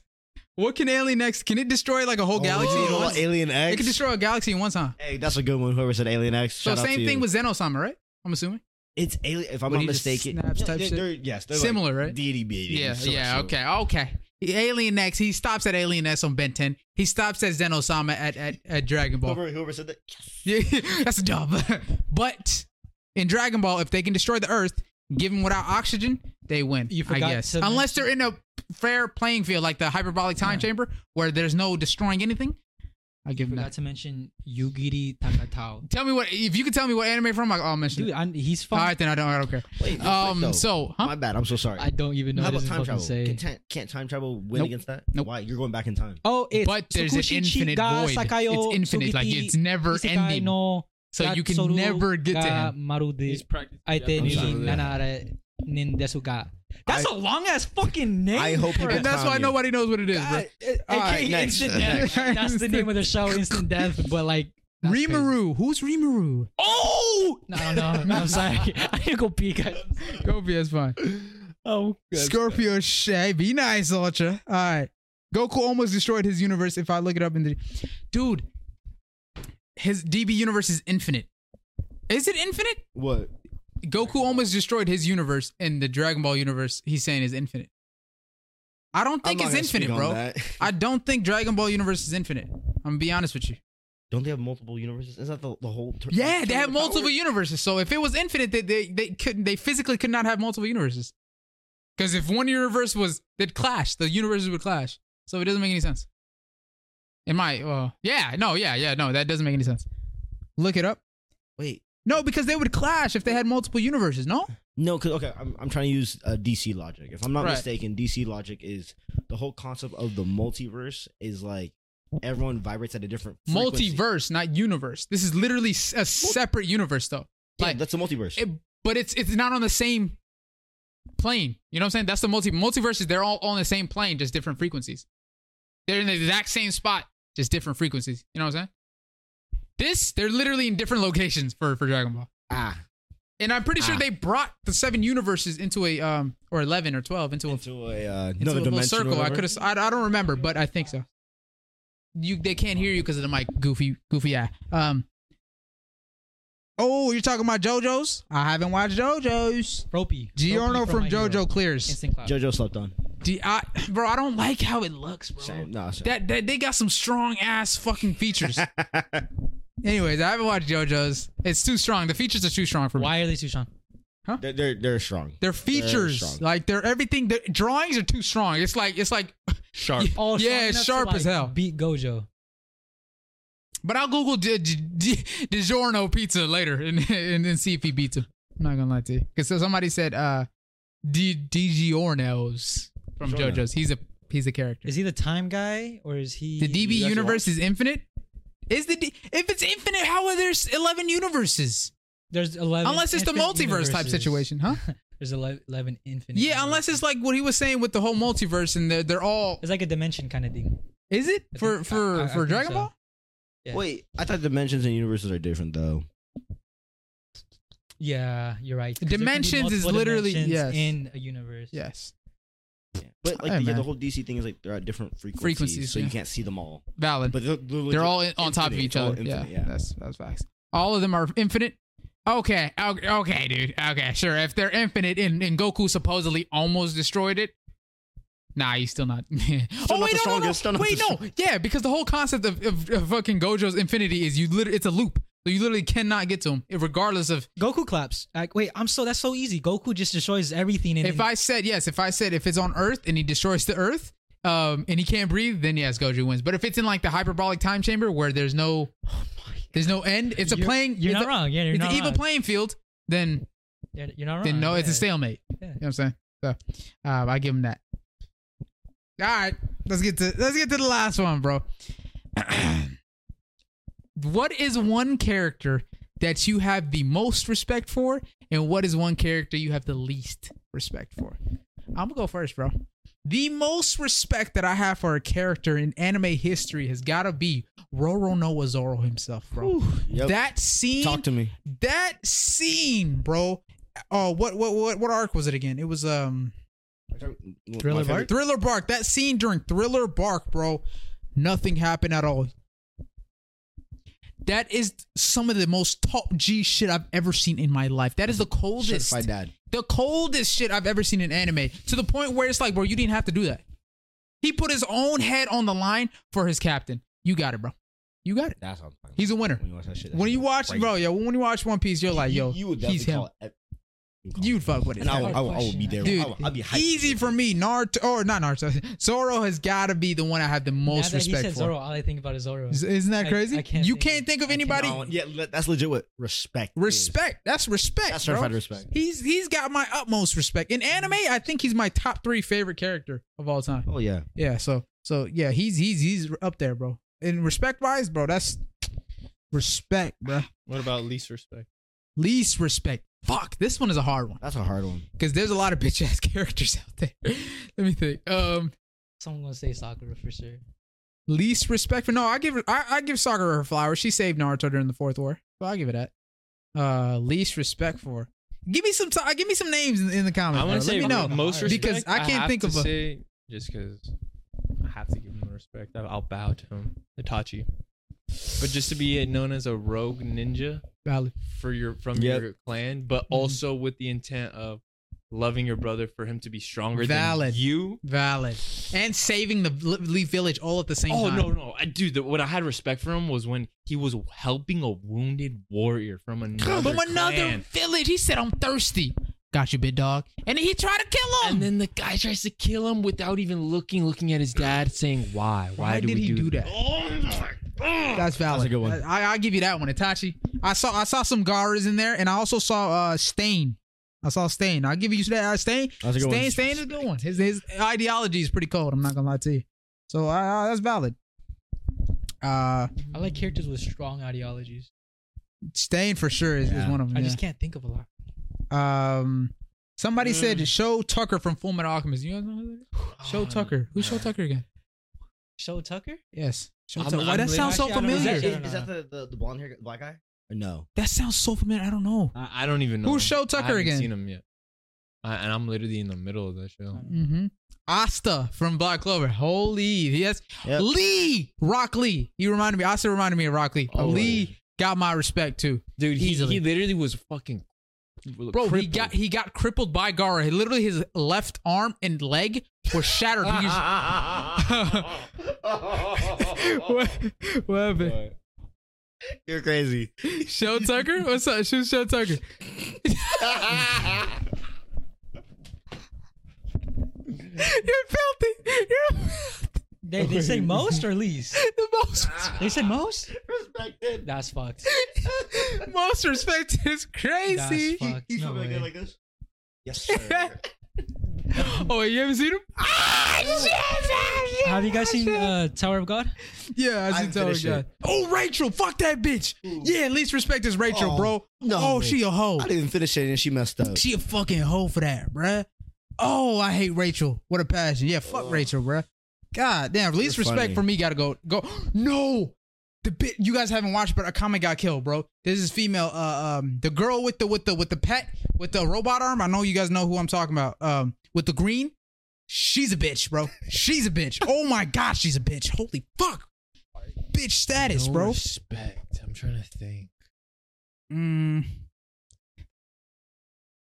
[SPEAKER 5] What can Alien X can it destroy like a whole galaxy? at once?
[SPEAKER 3] Oh, Alien X.
[SPEAKER 5] It can destroy a galaxy in one time.
[SPEAKER 3] Hey, that's a good one. Whoever said Alien X.
[SPEAKER 5] So
[SPEAKER 3] shout out
[SPEAKER 5] same
[SPEAKER 3] to
[SPEAKER 5] thing
[SPEAKER 3] you.
[SPEAKER 5] with Zenosama, right? I'm assuming.
[SPEAKER 3] it's Alien. If I'm
[SPEAKER 5] When
[SPEAKER 3] not
[SPEAKER 5] he just
[SPEAKER 3] mistaken,
[SPEAKER 5] snaps
[SPEAKER 3] Yeah,
[SPEAKER 5] type
[SPEAKER 3] they're-
[SPEAKER 5] shit.
[SPEAKER 3] they're- yes, they're
[SPEAKER 5] Similar,
[SPEAKER 3] like
[SPEAKER 5] right?
[SPEAKER 3] Deity beating.
[SPEAKER 5] Yeah,
[SPEAKER 3] so-
[SPEAKER 5] yeah,
[SPEAKER 3] so-
[SPEAKER 5] okay, okay. Alien X, he stops at Alien X on Ben 10. He stops at Zenosama at, at, at Dragon Ball.
[SPEAKER 3] Whoever, whoever said that. yes.
[SPEAKER 5] Yeah, That's a job. but in Dragon Ball, if they can destroy the Earth, give them without oxygen, they win.
[SPEAKER 2] You
[SPEAKER 5] I
[SPEAKER 2] forgot
[SPEAKER 5] guess.
[SPEAKER 2] to
[SPEAKER 5] Unless they're in a fair playing field, like the hyperbolic time chamber, where there's no destroying anything. I give them
[SPEAKER 2] Forgot
[SPEAKER 5] that.
[SPEAKER 2] to mention Yugiri Takatao.
[SPEAKER 5] Tell me what if you can tell me what anime from, I'll I'll mention.
[SPEAKER 2] Dude,
[SPEAKER 5] it.
[SPEAKER 2] i he's
[SPEAKER 5] All
[SPEAKER 2] fucking.
[SPEAKER 5] right, then I don't. I don't care.
[SPEAKER 3] Wait, real quick,
[SPEAKER 5] Um.
[SPEAKER 3] though.
[SPEAKER 5] So, huh?
[SPEAKER 3] my bad. I'm so sorry.
[SPEAKER 2] I don't even know.
[SPEAKER 3] How about
[SPEAKER 2] what this is
[SPEAKER 3] time
[SPEAKER 2] fucking
[SPEAKER 3] travel?
[SPEAKER 2] Say.
[SPEAKER 3] Can ta- can't time travel win
[SPEAKER 5] Nope.
[SPEAKER 3] against that?
[SPEAKER 5] Nope.
[SPEAKER 3] Why? You're going back in time.
[SPEAKER 2] Oh, it's
[SPEAKER 5] but there's
[SPEAKER 2] Tsukushi
[SPEAKER 5] an infinite
[SPEAKER 2] Chiga
[SPEAKER 5] void.
[SPEAKER 2] Sakayo
[SPEAKER 5] it's infinite, like
[SPEAKER 2] Sugiti
[SPEAKER 5] it's never
[SPEAKER 2] Isekai
[SPEAKER 5] ending.
[SPEAKER 2] no
[SPEAKER 5] so you can
[SPEAKER 2] Yatsoru
[SPEAKER 5] never get to
[SPEAKER 2] ga
[SPEAKER 5] him.
[SPEAKER 2] Marude
[SPEAKER 4] practicing.
[SPEAKER 2] Aite
[SPEAKER 3] Japanese
[SPEAKER 2] ni
[SPEAKER 3] over there.
[SPEAKER 2] nanare nin desu ga. That's
[SPEAKER 3] I-
[SPEAKER 2] a long ass fucking name.
[SPEAKER 3] I hope
[SPEAKER 2] for
[SPEAKER 3] people
[SPEAKER 2] a-
[SPEAKER 5] And that's why
[SPEAKER 3] Tommy.
[SPEAKER 5] nobody knows what it is, bro.
[SPEAKER 2] God, it-
[SPEAKER 5] All right,
[SPEAKER 2] AKA
[SPEAKER 3] next.
[SPEAKER 2] instant death. That's the name of the show, instant death. But like, that's crazy.
[SPEAKER 5] Rimuru, who's Rimuru?
[SPEAKER 2] Oh no, no, no! I'm sorry. I need to go pee, guys.
[SPEAKER 5] Gobi is fine.
[SPEAKER 2] Oh,
[SPEAKER 8] Scorpio Shay, be nice, Ultra. All right.
[SPEAKER 5] Goku almost destroyed his universe. If I look it up in the, dude, his DB universe is infinite. Is it infinite?
[SPEAKER 3] What?
[SPEAKER 5] Goku almost destroyed his universe, and the Dragon Ball universe he's saying is infinite. I don't think
[SPEAKER 3] I'm not
[SPEAKER 5] it's
[SPEAKER 3] gonna speak
[SPEAKER 5] infinite,
[SPEAKER 3] on
[SPEAKER 5] bro.
[SPEAKER 3] that.
[SPEAKER 5] I don't think Dragon Ball universe is infinite. I'm gonna be honest with you.
[SPEAKER 3] Don't they have multiple universes? Is that the, the whole? tur-
[SPEAKER 5] Yeah, they
[SPEAKER 3] turn
[SPEAKER 5] have
[SPEAKER 3] of
[SPEAKER 5] multiple
[SPEAKER 3] power?
[SPEAKER 5] universes. So if it was infinite, they they, they couldn't they physically could not have multiple universes. Because if one universe was they'd clash, the universes would clash. So it doesn't make any sense. It might. Uh, yeah, no, yeah, yeah, no, that doesn't make any sense. Look it up.
[SPEAKER 3] Wait,
[SPEAKER 5] No, because they would clash if they had multiple universes. No,
[SPEAKER 3] no, because okay, I'm, I'm trying to use uh, DC logic. If I'm not
[SPEAKER 5] Right.
[SPEAKER 3] mistaken, DC logic is the whole concept of the multiverse is like everyone vibrates at a different frequency.
[SPEAKER 5] multiverse, not universe. This is literally s- a separate universe, though.
[SPEAKER 3] Yeah,
[SPEAKER 5] Like,
[SPEAKER 3] that's a multiverse.
[SPEAKER 5] it, but it's it's not on the same plane. You know what I'm saying? That's the multi multiverses. They're all on the same plane, just different frequencies. They're in the exact same spot, just different frequencies. You know what I'm saying? This they're literally in different locations for for Dragon Ball.
[SPEAKER 3] ah,
[SPEAKER 5] And I'm pretty sure
[SPEAKER 3] Ah.
[SPEAKER 5] they brought the seven universes into a um or eleven or twelve into a
[SPEAKER 3] into a uh,
[SPEAKER 5] into
[SPEAKER 3] another
[SPEAKER 5] a little
[SPEAKER 3] dimension.
[SPEAKER 5] circle. I could have. I, I don't remember, but I think so. You they can't hear you because of the mic. Goofy, goofy eye. Um.
[SPEAKER 8] Oh, you're talking about JoJo's? I haven't watched JoJo's.
[SPEAKER 2] Ropey.
[SPEAKER 8] Giorno from JoJo clears.
[SPEAKER 2] Instant cloud.
[SPEAKER 3] JoJo slept on.
[SPEAKER 5] Do I, bro, I don't like how it looks, bro.
[SPEAKER 3] Same. Nah, same.
[SPEAKER 5] That, that they got some strong ass fucking features. Anyways, I haven't watched JoJo's. It's too strong. The features are too strong for me.
[SPEAKER 2] Why are they too strong?
[SPEAKER 3] They're they're, they're strong.
[SPEAKER 5] Their features,
[SPEAKER 3] strong.
[SPEAKER 5] like their everything, the drawings are too strong. It's like it's like
[SPEAKER 4] Sharp.
[SPEAKER 2] Oh,
[SPEAKER 5] Yeah, it's sharp as hell.
[SPEAKER 2] Beat Gojo.
[SPEAKER 5] But I'll Google Di- Di- Di- DiGiorno pizza later and, and then see if he beats him. I'm not gonna lie to you, because somebody said uh, Di- DiGiorno's from
[SPEAKER 3] DiGiorno.
[SPEAKER 5] JoJo's. He's a he's a character.
[SPEAKER 2] Is he the time guy or is he
[SPEAKER 5] The DB
[SPEAKER 3] that's
[SPEAKER 5] universe is infinite. Is the D- if it's infinite, how are there eleven universes?
[SPEAKER 2] There's eleven.
[SPEAKER 5] Unless it's the
[SPEAKER 2] infinite
[SPEAKER 5] multiverse type
[SPEAKER 2] universes.
[SPEAKER 5] situation, huh?
[SPEAKER 2] There's ele- eleven infinite.
[SPEAKER 5] yeah, unless it's like what he was saying with the whole multiverse and they're they're all.
[SPEAKER 2] it's like a dimension kind of thing.
[SPEAKER 5] Is it
[SPEAKER 2] I
[SPEAKER 5] for
[SPEAKER 2] think-
[SPEAKER 5] for
[SPEAKER 2] I- I
[SPEAKER 5] for
[SPEAKER 2] think
[SPEAKER 5] Dragon
[SPEAKER 2] so.
[SPEAKER 5] Ball?
[SPEAKER 2] Yeah.
[SPEAKER 3] Wait, I thought dimensions and universes are different though.
[SPEAKER 2] Yeah, you're right. 'Cause there could be
[SPEAKER 5] Dimensions is
[SPEAKER 2] multiple
[SPEAKER 5] literally-
[SPEAKER 2] dimensions
[SPEAKER 5] yes.
[SPEAKER 2] in a universe.
[SPEAKER 5] Yes,
[SPEAKER 3] But like
[SPEAKER 5] Hey,
[SPEAKER 3] the, yeah,
[SPEAKER 5] man.
[SPEAKER 3] the whole DC thing is like they're at different frequencies,
[SPEAKER 5] Frequencies,
[SPEAKER 3] so
[SPEAKER 5] yeah.
[SPEAKER 3] you can't see them all.
[SPEAKER 5] valid.
[SPEAKER 3] But they're, they're
[SPEAKER 5] They're
[SPEAKER 3] legit-
[SPEAKER 5] all in, on top of
[SPEAKER 3] infinite.
[SPEAKER 5] each
[SPEAKER 3] It's all
[SPEAKER 5] other.
[SPEAKER 3] infinite,
[SPEAKER 5] yeah, that's that's facts. All of them are infinite. Okay, okay, okay, dude. Okay, sure. If they're infinite and, and Goku supposedly almost destroyed it, nah, he's still not. oh
[SPEAKER 3] not the
[SPEAKER 5] wait, no, no, no.
[SPEAKER 3] strongest, still not
[SPEAKER 5] wait,
[SPEAKER 3] the
[SPEAKER 5] no. Yeah, because the whole concept of, of, of fucking Gojo's infinity is you. Literally, it's a loop. So you literally cannot get to him, regardless of.
[SPEAKER 2] Goku claps. Like, wait, I'm so that's so easy. Goku just destroys everything. And
[SPEAKER 5] If
[SPEAKER 3] Mm-hmm.
[SPEAKER 5] I said yes, if I said if it's on Earth and he destroys the Earth, um, and he can't breathe, then yes, Gojo wins. But if it's in like the hyperbolic time chamber where there's no,
[SPEAKER 3] Oh
[SPEAKER 5] there's no end, it's a
[SPEAKER 2] You're-
[SPEAKER 5] playing.
[SPEAKER 2] you're
[SPEAKER 5] it's
[SPEAKER 2] not
[SPEAKER 5] a-
[SPEAKER 2] wrong. Yeah, you're
[SPEAKER 5] it's
[SPEAKER 2] not
[SPEAKER 5] an even
[SPEAKER 2] wrong.
[SPEAKER 5] playing field, then
[SPEAKER 2] You're, you're not wrong.
[SPEAKER 5] then no, it's a
[SPEAKER 2] yeah.
[SPEAKER 5] stalemate.
[SPEAKER 2] Yeah.
[SPEAKER 5] You know what I'm saying? So um, I give him that. All right, let's get to let's get to the last one, bro. what is one character that you have the most respect for, and what is one character you have the least respect for? I'm gonna go first, bro. The most respect that I have for a character in anime history has got to be Roro Noah Zoro himself, bro.
[SPEAKER 3] Yep.
[SPEAKER 5] That scene
[SPEAKER 3] Talk to me.
[SPEAKER 5] that scene, bro. Oh, what what what what arc was it again? It was um
[SPEAKER 3] My
[SPEAKER 2] Thriller
[SPEAKER 3] favorite-
[SPEAKER 5] Thriller Bark. That scene during Thriller Bark, bro. Nothing happened at all. That is some of the most top G shit I've ever seen in my life. That is the coldest,
[SPEAKER 3] Certified dad.
[SPEAKER 5] the coldest shit I've ever seen in anime. To the point where it's like, bro, you didn't have to do that. He put his own head on the line for his captain. You got it, bro. You got it.
[SPEAKER 3] That's how I'm talking
[SPEAKER 5] He's a winner.
[SPEAKER 3] about. When you watch that shit, that
[SPEAKER 5] When
[SPEAKER 3] shit
[SPEAKER 5] you
[SPEAKER 3] is
[SPEAKER 5] watch,
[SPEAKER 3] crazy.
[SPEAKER 5] bro, yeah, when you watch One Piece, you're like,
[SPEAKER 3] You-
[SPEAKER 5] yo,
[SPEAKER 3] you would
[SPEAKER 5] he's
[SPEAKER 3] definitely
[SPEAKER 5] him.
[SPEAKER 3] call it- you would call
[SPEAKER 5] You'd
[SPEAKER 3] it.
[SPEAKER 5] fuck with it.
[SPEAKER 3] And I will, I will, I will be there.
[SPEAKER 5] Dude,
[SPEAKER 3] I will, I'll be hyped.
[SPEAKER 5] Easy for me. Naruto or not Naruto. Zoro has got to be the one I have the
[SPEAKER 2] Now
[SPEAKER 5] most
[SPEAKER 2] that he
[SPEAKER 5] respect
[SPEAKER 2] said
[SPEAKER 5] for.
[SPEAKER 2] Zoro, all I think about is Zoro.
[SPEAKER 5] Is- Isn't that
[SPEAKER 2] I-
[SPEAKER 5] crazy?
[SPEAKER 2] I can't
[SPEAKER 5] you
[SPEAKER 2] think
[SPEAKER 5] can't
[SPEAKER 2] of-
[SPEAKER 5] think of
[SPEAKER 2] I
[SPEAKER 5] anybody.
[SPEAKER 3] No, yeah, le- that's legit. What respect? is.
[SPEAKER 5] Respect. That's respect.
[SPEAKER 3] That's
[SPEAKER 5] bro.
[SPEAKER 3] certified respect.
[SPEAKER 5] He's he's got my utmost respect. In anime, I think he's my top three favorite character of all time.
[SPEAKER 3] Oh yeah.
[SPEAKER 5] Yeah. So so yeah, he's he's he's up there, bro. In respect wise, bro, that's respect, bro.
[SPEAKER 9] What about least respect?
[SPEAKER 5] Least respect. Fuck, this one is a hard one
[SPEAKER 3] That's a hard one.
[SPEAKER 5] because there's a lot of bitch ass characters out there. Let me think. Um,
[SPEAKER 2] Someone gonna say Sakura for sure.
[SPEAKER 5] least respect for no i give I, I give sakura her flowers she saved naruto during the fourth war so i'll give it that uh least respect for give me some ti- give me some names in, in the comments
[SPEAKER 4] I want
[SPEAKER 5] bro.
[SPEAKER 4] to say
[SPEAKER 5] let me know
[SPEAKER 4] most respect.
[SPEAKER 5] Because I can't
[SPEAKER 4] have
[SPEAKER 5] think
[SPEAKER 4] to
[SPEAKER 5] of a-
[SPEAKER 4] say, just because I have to give him respect. I- I'll bow to him, Itachi. But just to be known as a rogue ninja
[SPEAKER 5] Valid.
[SPEAKER 4] for your from
[SPEAKER 3] Yep.
[SPEAKER 4] your clan, but
[SPEAKER 5] Mm-hmm.
[SPEAKER 4] also with the intent of loving your brother for him to be stronger
[SPEAKER 5] Valid.
[SPEAKER 4] than you.
[SPEAKER 5] valid and saving the Li- leaf village all at the same
[SPEAKER 4] Oh
[SPEAKER 5] time
[SPEAKER 4] no no, I, dude! The, what I had respect for him was when he was helping a wounded warrior from another
[SPEAKER 5] from another
[SPEAKER 4] clan.
[SPEAKER 5] village he said i'm thirsty got you big dog and then he tried to kill him
[SPEAKER 4] And then the guy tries to kill him without even looking, looking at his dad, saying, "Why? Why,
[SPEAKER 5] why,
[SPEAKER 4] do
[SPEAKER 5] did
[SPEAKER 4] we
[SPEAKER 5] he do that that's valid
[SPEAKER 3] That's a good one.
[SPEAKER 5] I, i'll give you that one itachi i saw i saw some garas in there and i also saw uh stain i saw stain i'll give you that uh, stain
[SPEAKER 3] That's a good
[SPEAKER 5] Stain,
[SPEAKER 3] one.
[SPEAKER 5] Stain is a good one. His his ideology is pretty cold. I'm not gonna lie to you. So uh, that's valid. Uh,
[SPEAKER 2] I like characters with strong ideologies.
[SPEAKER 5] Stain for sure is, is
[SPEAKER 3] Yeah.
[SPEAKER 5] one of them.
[SPEAKER 2] I
[SPEAKER 5] yeah.
[SPEAKER 2] just can't think of a lot.
[SPEAKER 5] um, somebody said show Tucker from Full Metal Alchemist. You guys know who that is? Show Tucker. Who's Show Tucker again?
[SPEAKER 2] Um, Show Tucker?
[SPEAKER 5] Yes. Show
[SPEAKER 4] I'm-
[SPEAKER 5] Tucker. Why
[SPEAKER 4] I'm
[SPEAKER 5] that
[SPEAKER 4] really-
[SPEAKER 5] sounds so
[SPEAKER 2] Actually, I don't know.
[SPEAKER 3] Is that,
[SPEAKER 5] familiar?
[SPEAKER 2] Actually, I
[SPEAKER 5] That,
[SPEAKER 2] don't
[SPEAKER 3] is
[SPEAKER 2] know.
[SPEAKER 3] that the, the the blonde hair black guy? Or no.
[SPEAKER 5] sounds so familiar. I don't know.
[SPEAKER 4] I, I don't even know.
[SPEAKER 5] Who's
[SPEAKER 4] him.
[SPEAKER 5] Show
[SPEAKER 4] I
[SPEAKER 5] Tucker
[SPEAKER 4] haven't
[SPEAKER 5] again?
[SPEAKER 4] Seen him yet? I, and I'm literally in the middle of that show.
[SPEAKER 5] Mm-hmm. Asta from Black Clover. Holy yes.
[SPEAKER 3] Yep.
[SPEAKER 5] Lee Rock Lee. He reminded me. Asta reminded me of Rock Lee.
[SPEAKER 4] Oh,
[SPEAKER 5] Lee got my respect too.
[SPEAKER 4] Dude, he,
[SPEAKER 5] Easily.
[SPEAKER 4] he literally was fucking. Bro,
[SPEAKER 5] Bro, he got he got crippled by Gara. He literally his left arm and leg were shattered. He was- what, what happened?
[SPEAKER 3] You're crazy.
[SPEAKER 5] Shell Tucker? What's up? Shoot Shell Tucker. You're filthy. You're
[SPEAKER 2] They, they say most or least?
[SPEAKER 5] the most
[SPEAKER 2] They said most?
[SPEAKER 3] Respected.
[SPEAKER 10] That's fucked.
[SPEAKER 5] most respect is
[SPEAKER 2] That's
[SPEAKER 5] crazy.
[SPEAKER 2] fucked.
[SPEAKER 3] He's
[SPEAKER 2] No
[SPEAKER 3] probably like,
[SPEAKER 2] way.
[SPEAKER 3] like this. Yes, sir.
[SPEAKER 5] Oh, wait, you haven't seen him? Ah, shit, shit,
[SPEAKER 2] Have you guys seen
[SPEAKER 5] shit.
[SPEAKER 2] uh, Tower of God?
[SPEAKER 5] yeah, I
[SPEAKER 3] haven't
[SPEAKER 5] seen Tower
[SPEAKER 3] finished
[SPEAKER 5] God. Oh, Rachel, fuck that bitch. Yeah, at least respect is Rachel,
[SPEAKER 3] Oh,
[SPEAKER 5] bro.
[SPEAKER 3] no.
[SPEAKER 5] Oh, she a hoe.
[SPEAKER 3] I didn't even finish it and she messed up.
[SPEAKER 5] She a fucking hoe for that, bruh. Oh, I hate Rachel. What a passion. Yeah, fuck Rachel, bruh. God damn. At least
[SPEAKER 3] You're
[SPEAKER 5] respect
[SPEAKER 3] funny.
[SPEAKER 5] for me. Gotta go. Go. No. The bit you guys haven't watched, but a comic got killed, bro. This is female. Uh, um, the girl with the with the with the pet with the robot arm. I know you guys know who I'm talking about. Um, with the green. She's a bitch, bro. She's a bitch. Oh my god, she's a bitch. Holy fuck. Bitch status,
[SPEAKER 4] No
[SPEAKER 5] bro.
[SPEAKER 4] Respect. I'm trying to think.
[SPEAKER 5] Mm.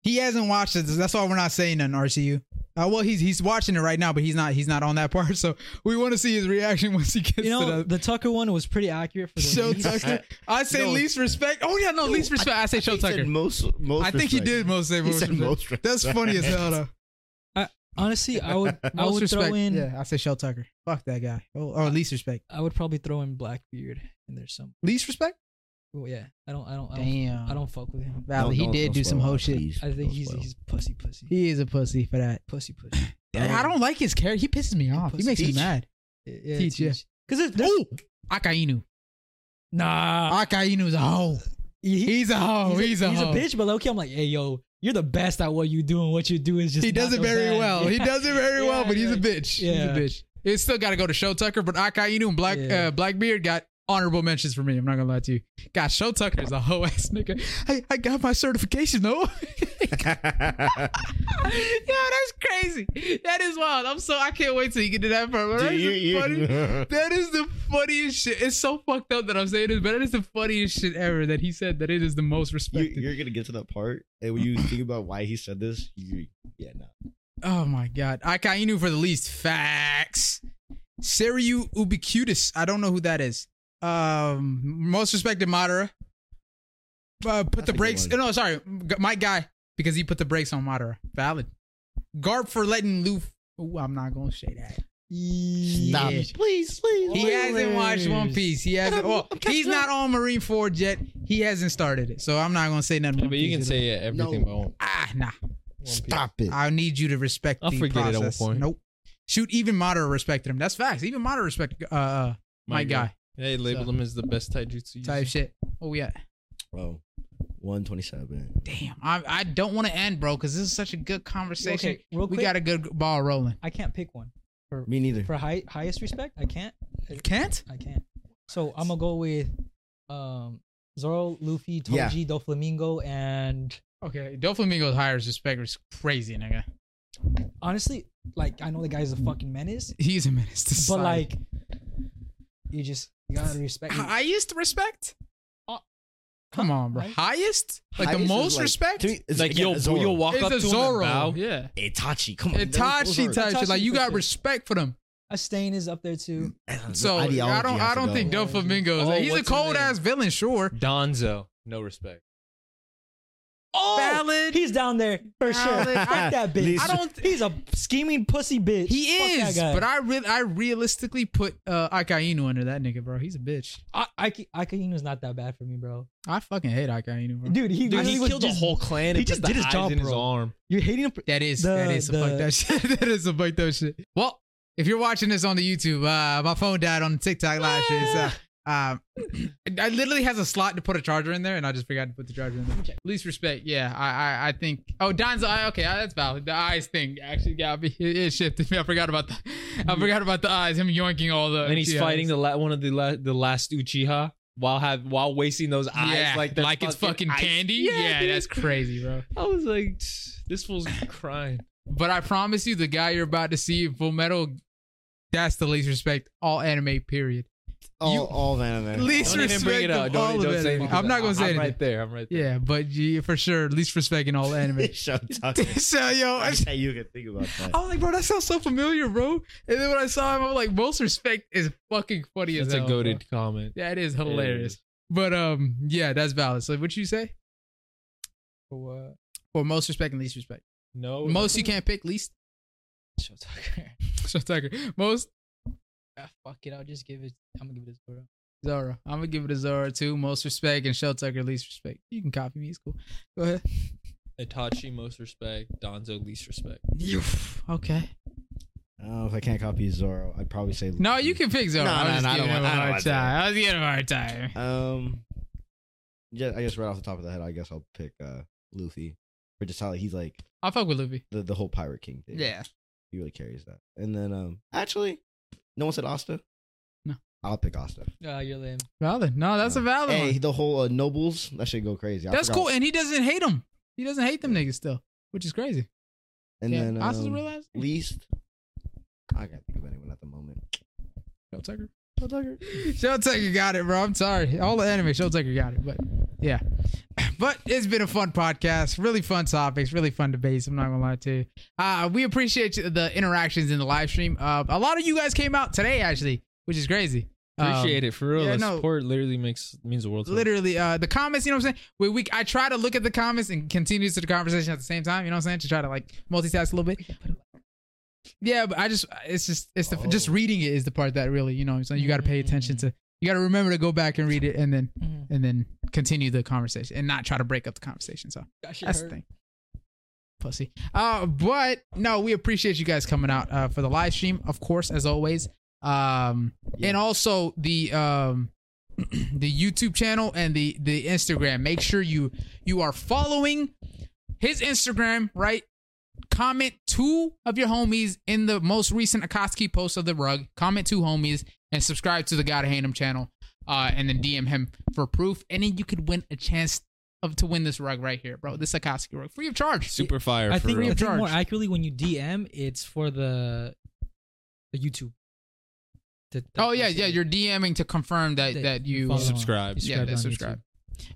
[SPEAKER 5] He hasn't watched it. That's why we're not saying nothing, RCU. Uh, well, he's he's watching it right now, but he's not he's not on that part. So we want to see his reaction once he gets
[SPEAKER 2] You know,
[SPEAKER 5] to the
[SPEAKER 2] the Tucker one was pretty accurate for the
[SPEAKER 5] show
[SPEAKER 2] least.
[SPEAKER 5] Tucker. I say
[SPEAKER 3] No.
[SPEAKER 5] least respect. Oh yeah, no least respect. I, say show
[SPEAKER 3] He
[SPEAKER 5] Tucker.
[SPEAKER 3] said most, most
[SPEAKER 5] I think he
[SPEAKER 3] respect.
[SPEAKER 5] did most say
[SPEAKER 3] He
[SPEAKER 5] most.
[SPEAKER 3] said
[SPEAKER 5] respect.
[SPEAKER 3] most respect.
[SPEAKER 5] That's funny as hell though.
[SPEAKER 2] Honestly, I would I
[SPEAKER 5] Most
[SPEAKER 2] would
[SPEAKER 5] respect.
[SPEAKER 2] throw in
[SPEAKER 5] yeah, I say show Tucker. Fuck that guy. Oh, or least respect.
[SPEAKER 2] I would probably throw in Blackbeard and there's some
[SPEAKER 5] Least respect.
[SPEAKER 2] well, yeah. I don't I don't I don't,
[SPEAKER 5] Damn.
[SPEAKER 2] I don't fuck with him.
[SPEAKER 5] Valley. he
[SPEAKER 3] Don't-
[SPEAKER 5] did
[SPEAKER 3] don't
[SPEAKER 5] do
[SPEAKER 3] spoil
[SPEAKER 5] some
[SPEAKER 3] it,
[SPEAKER 5] whole shit.
[SPEAKER 3] please.
[SPEAKER 2] I think
[SPEAKER 3] Don't
[SPEAKER 2] he's
[SPEAKER 3] spoil it.
[SPEAKER 2] he's pussy pussy.
[SPEAKER 5] He is a pussy for that.
[SPEAKER 2] pussy pussy.
[SPEAKER 5] I don't like his character. He pisses me off. He
[SPEAKER 2] Pussy.
[SPEAKER 5] makes me
[SPEAKER 2] Teach.
[SPEAKER 5] mad.
[SPEAKER 2] Yeah,
[SPEAKER 5] Teach, yeah.
[SPEAKER 2] Cuz
[SPEAKER 5] Oh, Akainu. Uh,
[SPEAKER 2] nah.
[SPEAKER 5] Akainu's a hoe. He's a hoe. He's, a, hoe.
[SPEAKER 2] bitch, but low-key, I'm like, hey, yo, you're the best at what you do, and what you do is just.
[SPEAKER 5] He does
[SPEAKER 2] not
[SPEAKER 5] it
[SPEAKER 2] so
[SPEAKER 5] very
[SPEAKER 2] bad.
[SPEAKER 5] well. He
[SPEAKER 2] Yeah.
[SPEAKER 5] does it very
[SPEAKER 2] Yeah,
[SPEAKER 5] well, but he's a
[SPEAKER 2] yeah.
[SPEAKER 5] bitch.
[SPEAKER 2] Yeah.
[SPEAKER 5] He's a bitch. It's still got to go to Show Tucker, but Akainu and Black
[SPEAKER 2] Yeah.
[SPEAKER 5] uh, Blackbeard got honorable mentions for me. I'm not gonna lie to you. God, Show Tucker is a hoe ass nigga. I, I got my certification though. Yo, that's crazy. That is wild. I'm so I can't wait till you get to that part. That
[SPEAKER 3] Dude,
[SPEAKER 5] is
[SPEAKER 3] you-
[SPEAKER 5] the
[SPEAKER 3] you-
[SPEAKER 5] funniest- that is the funniest shit. It's so fucked up that I'm saying this, but it is the funniest shit ever that he said that it is the most
[SPEAKER 3] you,
[SPEAKER 5] respected.
[SPEAKER 3] you're gonna get to that part, and when you think about why he said this, you, yeah, no.
[SPEAKER 5] Oh my god. Akainu for the least facts. Seriu Ubiquitus. I don't know who that is. Um most respected Madara. Uh, put
[SPEAKER 3] That's a
[SPEAKER 5] the
[SPEAKER 3] good
[SPEAKER 5] brakes.
[SPEAKER 3] one.
[SPEAKER 5] No, sorry. G- My guy because he put the brakes on Madara. Valid. Garp for letting Luffy Ooh, I'm not gonna say that.
[SPEAKER 3] Stop
[SPEAKER 5] Yeah.
[SPEAKER 3] it. Please, please.
[SPEAKER 5] He hasn't watched One Piece. He hasn't. Well, he's not on Marine Ford yet. He hasn't started it, so I'm not gonna say nothing. One
[SPEAKER 4] but you
[SPEAKER 5] Piece
[SPEAKER 4] can
[SPEAKER 5] is-
[SPEAKER 4] say yeah, everything
[SPEAKER 3] No.
[SPEAKER 4] but one.
[SPEAKER 5] ah nah.
[SPEAKER 3] Stop it.
[SPEAKER 5] I need you to respect.
[SPEAKER 4] I'll
[SPEAKER 5] the
[SPEAKER 4] forget it at one
[SPEAKER 5] process.
[SPEAKER 4] point.
[SPEAKER 5] Nope. Shoot, even Madara respected him. That's facts. Even Madara respect uh, uh my guy
[SPEAKER 4] They labeled him as the best taijutsu.
[SPEAKER 5] type shit. Oh yeah.
[SPEAKER 3] Bro, 127.
[SPEAKER 5] Damn. I I don't want to end, bro, because this is such a good conversation.
[SPEAKER 2] Okay, real
[SPEAKER 5] we
[SPEAKER 2] quick,
[SPEAKER 5] got a good ball rolling.
[SPEAKER 2] I can't pick one
[SPEAKER 3] Me neither.
[SPEAKER 2] for high, highest respect. I can't.
[SPEAKER 5] Can't?
[SPEAKER 2] I can't. So I'm gonna go with, um, Zoro, Luffy, Toji,
[SPEAKER 3] Yeah.
[SPEAKER 2] Doflamingo, and
[SPEAKER 5] Okay. Doflamingo's highest respect is crazy, nigga.
[SPEAKER 2] honestly, like I know the guy's a fucking menace,
[SPEAKER 5] He's a menace to
[SPEAKER 2] but
[SPEAKER 5] society.
[SPEAKER 2] like, you just you gotta respect. him.
[SPEAKER 5] highest respect?
[SPEAKER 2] Uh,
[SPEAKER 5] Come on, bro.
[SPEAKER 2] right?
[SPEAKER 5] Highest? Like the most respect?
[SPEAKER 3] To me, it's
[SPEAKER 4] Like
[SPEAKER 3] again,
[SPEAKER 4] you'll
[SPEAKER 3] a Zoro.
[SPEAKER 4] you'll walk
[SPEAKER 5] It's
[SPEAKER 4] up
[SPEAKER 5] a
[SPEAKER 4] to him
[SPEAKER 5] Zoro.
[SPEAKER 4] and bow. Yeah.
[SPEAKER 3] Itachi, come on. Those-
[SPEAKER 5] Itachi
[SPEAKER 3] those are-
[SPEAKER 5] type shit. Like you got
[SPEAKER 2] Itachi-
[SPEAKER 5] respect for them.
[SPEAKER 2] Astain is up there too.
[SPEAKER 5] So I
[SPEAKER 3] ideology
[SPEAKER 5] don't
[SPEAKER 3] has
[SPEAKER 5] I
[SPEAKER 3] to
[SPEAKER 5] don't
[SPEAKER 3] go.
[SPEAKER 5] think
[SPEAKER 2] Yeah.
[SPEAKER 5] Doflamingo.
[SPEAKER 4] Oh,
[SPEAKER 5] he's a
[SPEAKER 4] what's his
[SPEAKER 5] cold
[SPEAKER 4] name?
[SPEAKER 5] ass villain, sure.
[SPEAKER 4] Donzo, no respect.
[SPEAKER 2] Oh,
[SPEAKER 5] Valid.
[SPEAKER 2] he's down there for sure.
[SPEAKER 5] Valid.
[SPEAKER 2] Fuck that bitch.
[SPEAKER 3] I
[SPEAKER 5] don't-
[SPEAKER 2] He's a scheming pussy bitch.
[SPEAKER 5] He
[SPEAKER 2] Fuck that
[SPEAKER 5] is,
[SPEAKER 2] guy.
[SPEAKER 5] but I re- I realistically put uh, Akainu under that nigga, bro. He's a bitch.
[SPEAKER 2] I, I, Akaino's not that bad for me, bro.
[SPEAKER 5] I fucking hate Akainu, bro.
[SPEAKER 2] Dude, he
[SPEAKER 4] Dude,
[SPEAKER 2] literally
[SPEAKER 4] he
[SPEAKER 2] was
[SPEAKER 4] killed
[SPEAKER 2] just,
[SPEAKER 4] a whole clan.
[SPEAKER 2] he
[SPEAKER 4] and
[SPEAKER 2] just
[SPEAKER 4] put the
[SPEAKER 2] did his
[SPEAKER 4] eyes
[SPEAKER 2] job,
[SPEAKER 4] in his
[SPEAKER 2] bro.
[SPEAKER 4] arm.
[SPEAKER 2] You're hating him. For,
[SPEAKER 5] That is
[SPEAKER 2] The-
[SPEAKER 5] that is some fucked
[SPEAKER 2] the-
[SPEAKER 5] up shit. that is some fucked up shit. Well, if you're watching this on the YouTube, uh, my phone died on TikTok last year. So, um, I literally has a slot to put a charger in there, and I just forgot to put the charger in there. Least respect, yeah. I I, I think. Oh, Don's eye. Okay, uh, that's valid. The eyes thing actually got me. It, it shifted me. I forgot about the. I forgot about the eyes. Him yoinking all the.
[SPEAKER 4] And he's
[SPEAKER 5] yeah.
[SPEAKER 4] fighting the la- one of the la- the last Uchiha while have while wasting those eyes
[SPEAKER 5] Yeah,
[SPEAKER 4] like
[SPEAKER 5] like,
[SPEAKER 4] they're
[SPEAKER 5] it's fucking
[SPEAKER 4] ice.
[SPEAKER 5] candy.
[SPEAKER 4] Yeah,
[SPEAKER 5] Yeah,
[SPEAKER 4] dude.
[SPEAKER 5] that's crazy, bro.
[SPEAKER 4] I was like, this fool's crying.
[SPEAKER 5] But I promise you, the guy you're about to see in Full Metal, that's the least respect all anime. Period.
[SPEAKER 3] all,
[SPEAKER 5] you-
[SPEAKER 3] all of anime.
[SPEAKER 5] Least
[SPEAKER 4] Don't even bring
[SPEAKER 5] respect
[SPEAKER 4] it
[SPEAKER 5] of
[SPEAKER 4] up.
[SPEAKER 5] all
[SPEAKER 4] Don't,
[SPEAKER 5] of
[SPEAKER 4] don't say
[SPEAKER 5] anime.
[SPEAKER 4] anything.
[SPEAKER 5] I'm not gonna say
[SPEAKER 4] I'm
[SPEAKER 5] anything.
[SPEAKER 4] right there. I'm right there.
[SPEAKER 5] Yeah, but yeah, for sure, least respect in all anime.
[SPEAKER 3] Show Tucker.
[SPEAKER 5] so yo, I,
[SPEAKER 3] I bet you can think about that.
[SPEAKER 5] I was like, bro, that sounds so familiar, bro. And then when I saw him, I'm like, most respect is fucking funny
[SPEAKER 4] That's
[SPEAKER 5] as
[SPEAKER 4] a
[SPEAKER 5] hell.
[SPEAKER 4] goaded comment.
[SPEAKER 5] bro. That is hilarious.
[SPEAKER 1] But um, yeah, that's valid. So what you say?
[SPEAKER 5] What?
[SPEAKER 1] For most respect and least respect.
[SPEAKER 5] No.
[SPEAKER 1] most you can't pick, least
[SPEAKER 6] Show Tucker.
[SPEAKER 1] Sean Tucker. Most
[SPEAKER 6] Ah, fuck it. I'll just give it. I'm gonna give it a zero.
[SPEAKER 1] Zara. I'm gonna give it a Zara too. Most respect and Shell Tucker least respect. You can copy me. It's cool. Go ahead.
[SPEAKER 4] Itachi most respect, Donzo least respect.
[SPEAKER 1] You okay?
[SPEAKER 3] I don't know if I can't copy Zoro. I'd probably say
[SPEAKER 1] No, you can pick Zara.
[SPEAKER 3] No,
[SPEAKER 1] I
[SPEAKER 3] no,
[SPEAKER 1] was
[SPEAKER 3] no, I
[SPEAKER 1] just
[SPEAKER 3] don't
[SPEAKER 1] giving him
[SPEAKER 3] want-
[SPEAKER 1] a
[SPEAKER 3] I don't
[SPEAKER 1] hard
[SPEAKER 3] want Zara.
[SPEAKER 1] time. I was giving him a hard time.
[SPEAKER 3] Um, yeah, I guess right off the top of the head, I guess I'll pick uh Luffy for just how he's like
[SPEAKER 1] I'll fuck with Luffy.
[SPEAKER 3] the the whole pirate king thing.
[SPEAKER 1] Yeah.
[SPEAKER 3] he really carries that. And then um, actually, no one said Asta.
[SPEAKER 1] No.
[SPEAKER 3] I'll pick Asta.
[SPEAKER 6] Ah, you're lame.
[SPEAKER 1] Valid. No, that's a valid
[SPEAKER 3] Hey,
[SPEAKER 1] one.
[SPEAKER 3] the whole uh, nobles that should go crazy. I
[SPEAKER 1] That's
[SPEAKER 3] forgot-
[SPEAKER 1] cool. And he doesn't hate them. He doesn't hate them niggas still, which is crazy.
[SPEAKER 3] And
[SPEAKER 1] yeah.
[SPEAKER 3] then um,
[SPEAKER 1] Asta's a real ass.
[SPEAKER 3] least. I can't think of anyone at the moment.
[SPEAKER 1] Shell Tucker.
[SPEAKER 3] Oh, Tucker.
[SPEAKER 1] Show Tucker got it, bro. I'm sorry. All the anime, Show Tucker got it. But yeah. But it's been a fun podcast. Really fun topics. Really fun debates. I'm not gonna lie to you. Uh, we appreciate you- the interactions in the live stream. Uh, a lot of you guys came out today, actually, which is crazy. Um,
[SPEAKER 4] Appreciate it for real.
[SPEAKER 1] yeah,
[SPEAKER 4] the
[SPEAKER 1] no.
[SPEAKER 4] support literally makes means the world. to me.
[SPEAKER 1] Literally, uh, the comments. You know what I'm saying? We, we I try to look at the comments and continue to the conversation at the same time. You know what I'm saying? To try to like multitask a little bit. Yeah, but I just it's just it's the just reading it is the part that really you know what I'm saying you got to pay attention to. You got to remember to go back and read it and then
[SPEAKER 2] Mm-hmm.
[SPEAKER 6] Mhm.
[SPEAKER 1] and then continue the conversation and not try to break up the conversation. So
[SPEAKER 6] That shit
[SPEAKER 1] that's
[SPEAKER 6] hurt.
[SPEAKER 1] the thing. Pussy. Uh, but no, we appreciate you guys coming out uh, for the live stream, of course, as always. Um, and also the um, the YouTube channel and the the Instagram. Make sure you you are following his Instagram, right? Comment two of your homies in the most recent Akatsuki post of the rug. Comment two homies and subscribe to the God of Hanem channel. Uh, and then DM him for proof, and then you could win a chance of to win this rug right here, bro. This Akatsuki rug, free of charge.
[SPEAKER 4] super fire.
[SPEAKER 2] I
[SPEAKER 4] for
[SPEAKER 2] think,
[SPEAKER 4] real.
[SPEAKER 2] I think more
[SPEAKER 1] Charged.
[SPEAKER 2] accurately when you DM, it's for the the YouTube. The- the-
[SPEAKER 1] Oh yeah, yeah. You're DMing to confirm that
[SPEAKER 2] That
[SPEAKER 1] that
[SPEAKER 2] you
[SPEAKER 1] you
[SPEAKER 2] follow.
[SPEAKER 4] subscribe.
[SPEAKER 2] You
[SPEAKER 1] yeah,
[SPEAKER 2] subscribed
[SPEAKER 1] they
[SPEAKER 2] on
[SPEAKER 1] subscribe.
[SPEAKER 2] YouTube.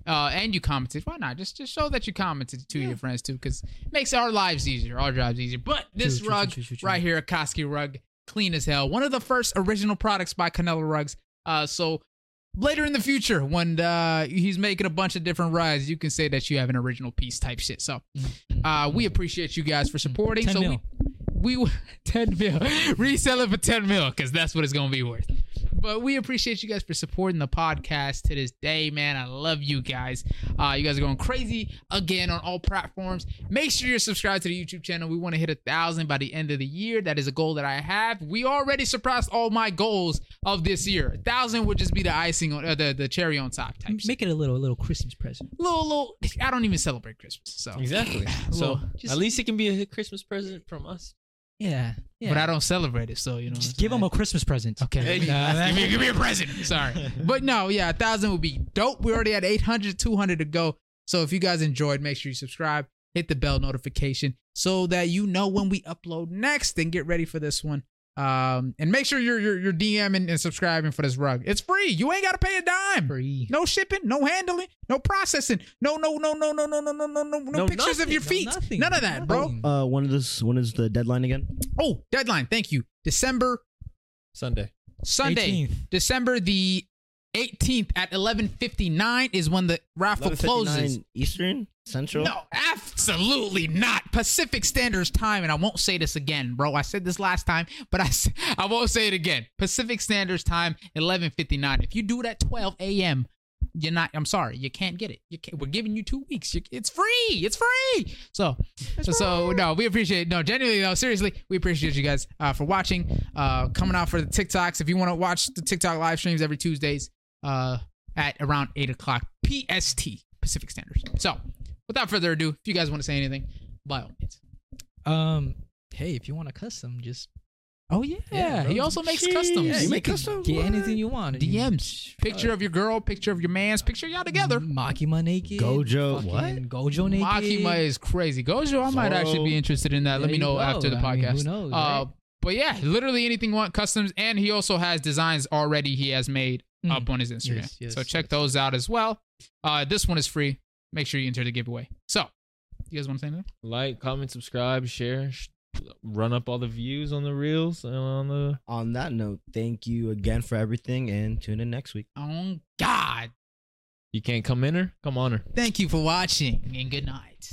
[SPEAKER 1] Uh, and you commented. Why not? Just just show that you commented to your friends too, because makes our lives easier, our jobs easier. But this
[SPEAKER 2] True, true,
[SPEAKER 1] rug
[SPEAKER 2] true, true, true.
[SPEAKER 1] right here, Akoski rug, clean as hell. One of the first original products by Canelo Rugs. Uh, so later in the future, when uh, he's making a bunch of different rugs, you can say that you have an original piece type shit. So, uh, we appreciate you guys for supporting.
[SPEAKER 2] 10
[SPEAKER 1] so
[SPEAKER 2] Mm. mil.
[SPEAKER 1] we we ten mil resell it for ten mil because that's what it's gonna be worth. But we appreciate you guys for supporting the podcast to this day, man. I love you guys. Uh, you guys are going crazy again on all platforms. Make sure you're subscribed to the YouTube channel. We want to hit a thousand by the end of the year. That is a goal that I have. We already surpassed all my goals of this year. A thousand would just be the icing on uh, the the cherry on top type. shit.
[SPEAKER 2] Make it a little, a little Christmas present.
[SPEAKER 1] little little. I don't even celebrate Christmas, so.
[SPEAKER 4] Exactly. so
[SPEAKER 1] Well,
[SPEAKER 6] just-
[SPEAKER 4] at least it can be a Christmas present from us.
[SPEAKER 2] Yeah, yeah.
[SPEAKER 1] But I don't celebrate it, so you know.
[SPEAKER 2] Just give them a Christmas present.
[SPEAKER 1] Okay.
[SPEAKER 2] Nah, that-
[SPEAKER 1] give, me, give me a present. Sorry. But no, yeah, a thousand would be dope. We already had 800, 200 to go. So if you guys enjoyed, make sure you subscribe, hit the bell notification so that you know when we upload next. Then get ready for this one. Um, and make sure you're you're, you're DMing and subscribing for this rug. It's free. You ain't gotta pay a dime.
[SPEAKER 2] Free.
[SPEAKER 1] No shipping, no handling, no processing, no no no no no no no no no no no
[SPEAKER 4] No
[SPEAKER 1] pictures of
[SPEAKER 4] nothing,
[SPEAKER 1] your
[SPEAKER 2] no
[SPEAKER 1] feet.
[SPEAKER 2] nothing,
[SPEAKER 1] None of that, bro.
[SPEAKER 2] nothing.
[SPEAKER 3] Uh, when is when is the deadline again?
[SPEAKER 1] Oh, deadline. Thank you. December
[SPEAKER 4] Sunday.
[SPEAKER 1] Sunday.
[SPEAKER 2] 18th.
[SPEAKER 1] December the 18th at 11:59 is when the raffle
[SPEAKER 3] 11:59
[SPEAKER 1] closes.
[SPEAKER 3] Eastern Central.
[SPEAKER 1] No, absolutely not. Pacific Standard Time, and I won't say this again, bro. I said this last time, but I s- I won't say it again. Pacific Standard Time, 11:59. If you do it at 12 a.m., you're not. I'm sorry, you can't get it. You can't, we're giving you two weeks. You, it's free. It's free. So, so no, we appreciate. No, genuinely, no, seriously, we appreciate you guys uh, for watching. Uh, coming out for the TikToks. If you want to watch the TikTok live streams every Tuesdays, uh, at around eight o'clock PST Pacific Standard. So, without further ado, if you guys want to say anything, by all means.
[SPEAKER 2] Um, hey, if you want a custom, just
[SPEAKER 1] Oh yeah,
[SPEAKER 2] Yeah,
[SPEAKER 1] he
[SPEAKER 2] bro.
[SPEAKER 1] also makes customs.
[SPEAKER 3] Yeah, you make
[SPEAKER 2] can
[SPEAKER 3] custom?
[SPEAKER 2] Get
[SPEAKER 3] What?
[SPEAKER 2] anything you want.
[SPEAKER 1] DMs, picture of your girl, picture of your man's, picture y'all together.
[SPEAKER 2] Makima naked.
[SPEAKER 3] Gojo-
[SPEAKER 2] fucking
[SPEAKER 3] what?
[SPEAKER 2] Gojo naked.
[SPEAKER 1] Makima is crazy. Gojo, I might
[SPEAKER 3] Zoro.
[SPEAKER 1] actually be interested in that. Let
[SPEAKER 2] There
[SPEAKER 1] me
[SPEAKER 2] you
[SPEAKER 1] know
[SPEAKER 2] go.
[SPEAKER 1] after the
[SPEAKER 2] I mean,
[SPEAKER 1] podcast.
[SPEAKER 2] who knows,
[SPEAKER 1] uh,
[SPEAKER 2] right?
[SPEAKER 1] But yeah, literally anything you want customs, and he also has designs already he has made
[SPEAKER 2] Mm.
[SPEAKER 1] up on his Instagram.
[SPEAKER 2] Yes, yes,
[SPEAKER 1] so check
[SPEAKER 2] yes.
[SPEAKER 1] those out as well. Uh, this one is free. Make sure you enter the giveaway. So, you guys want to say anything?
[SPEAKER 4] Like, comment, subscribe, share, sh- run up all the views on the reels and on the.
[SPEAKER 3] On that note, thank you again for everything, and tune in next week.
[SPEAKER 1] Oh God.
[SPEAKER 11] You can't come in her, come on her.
[SPEAKER 4] Thank you for watching and good night.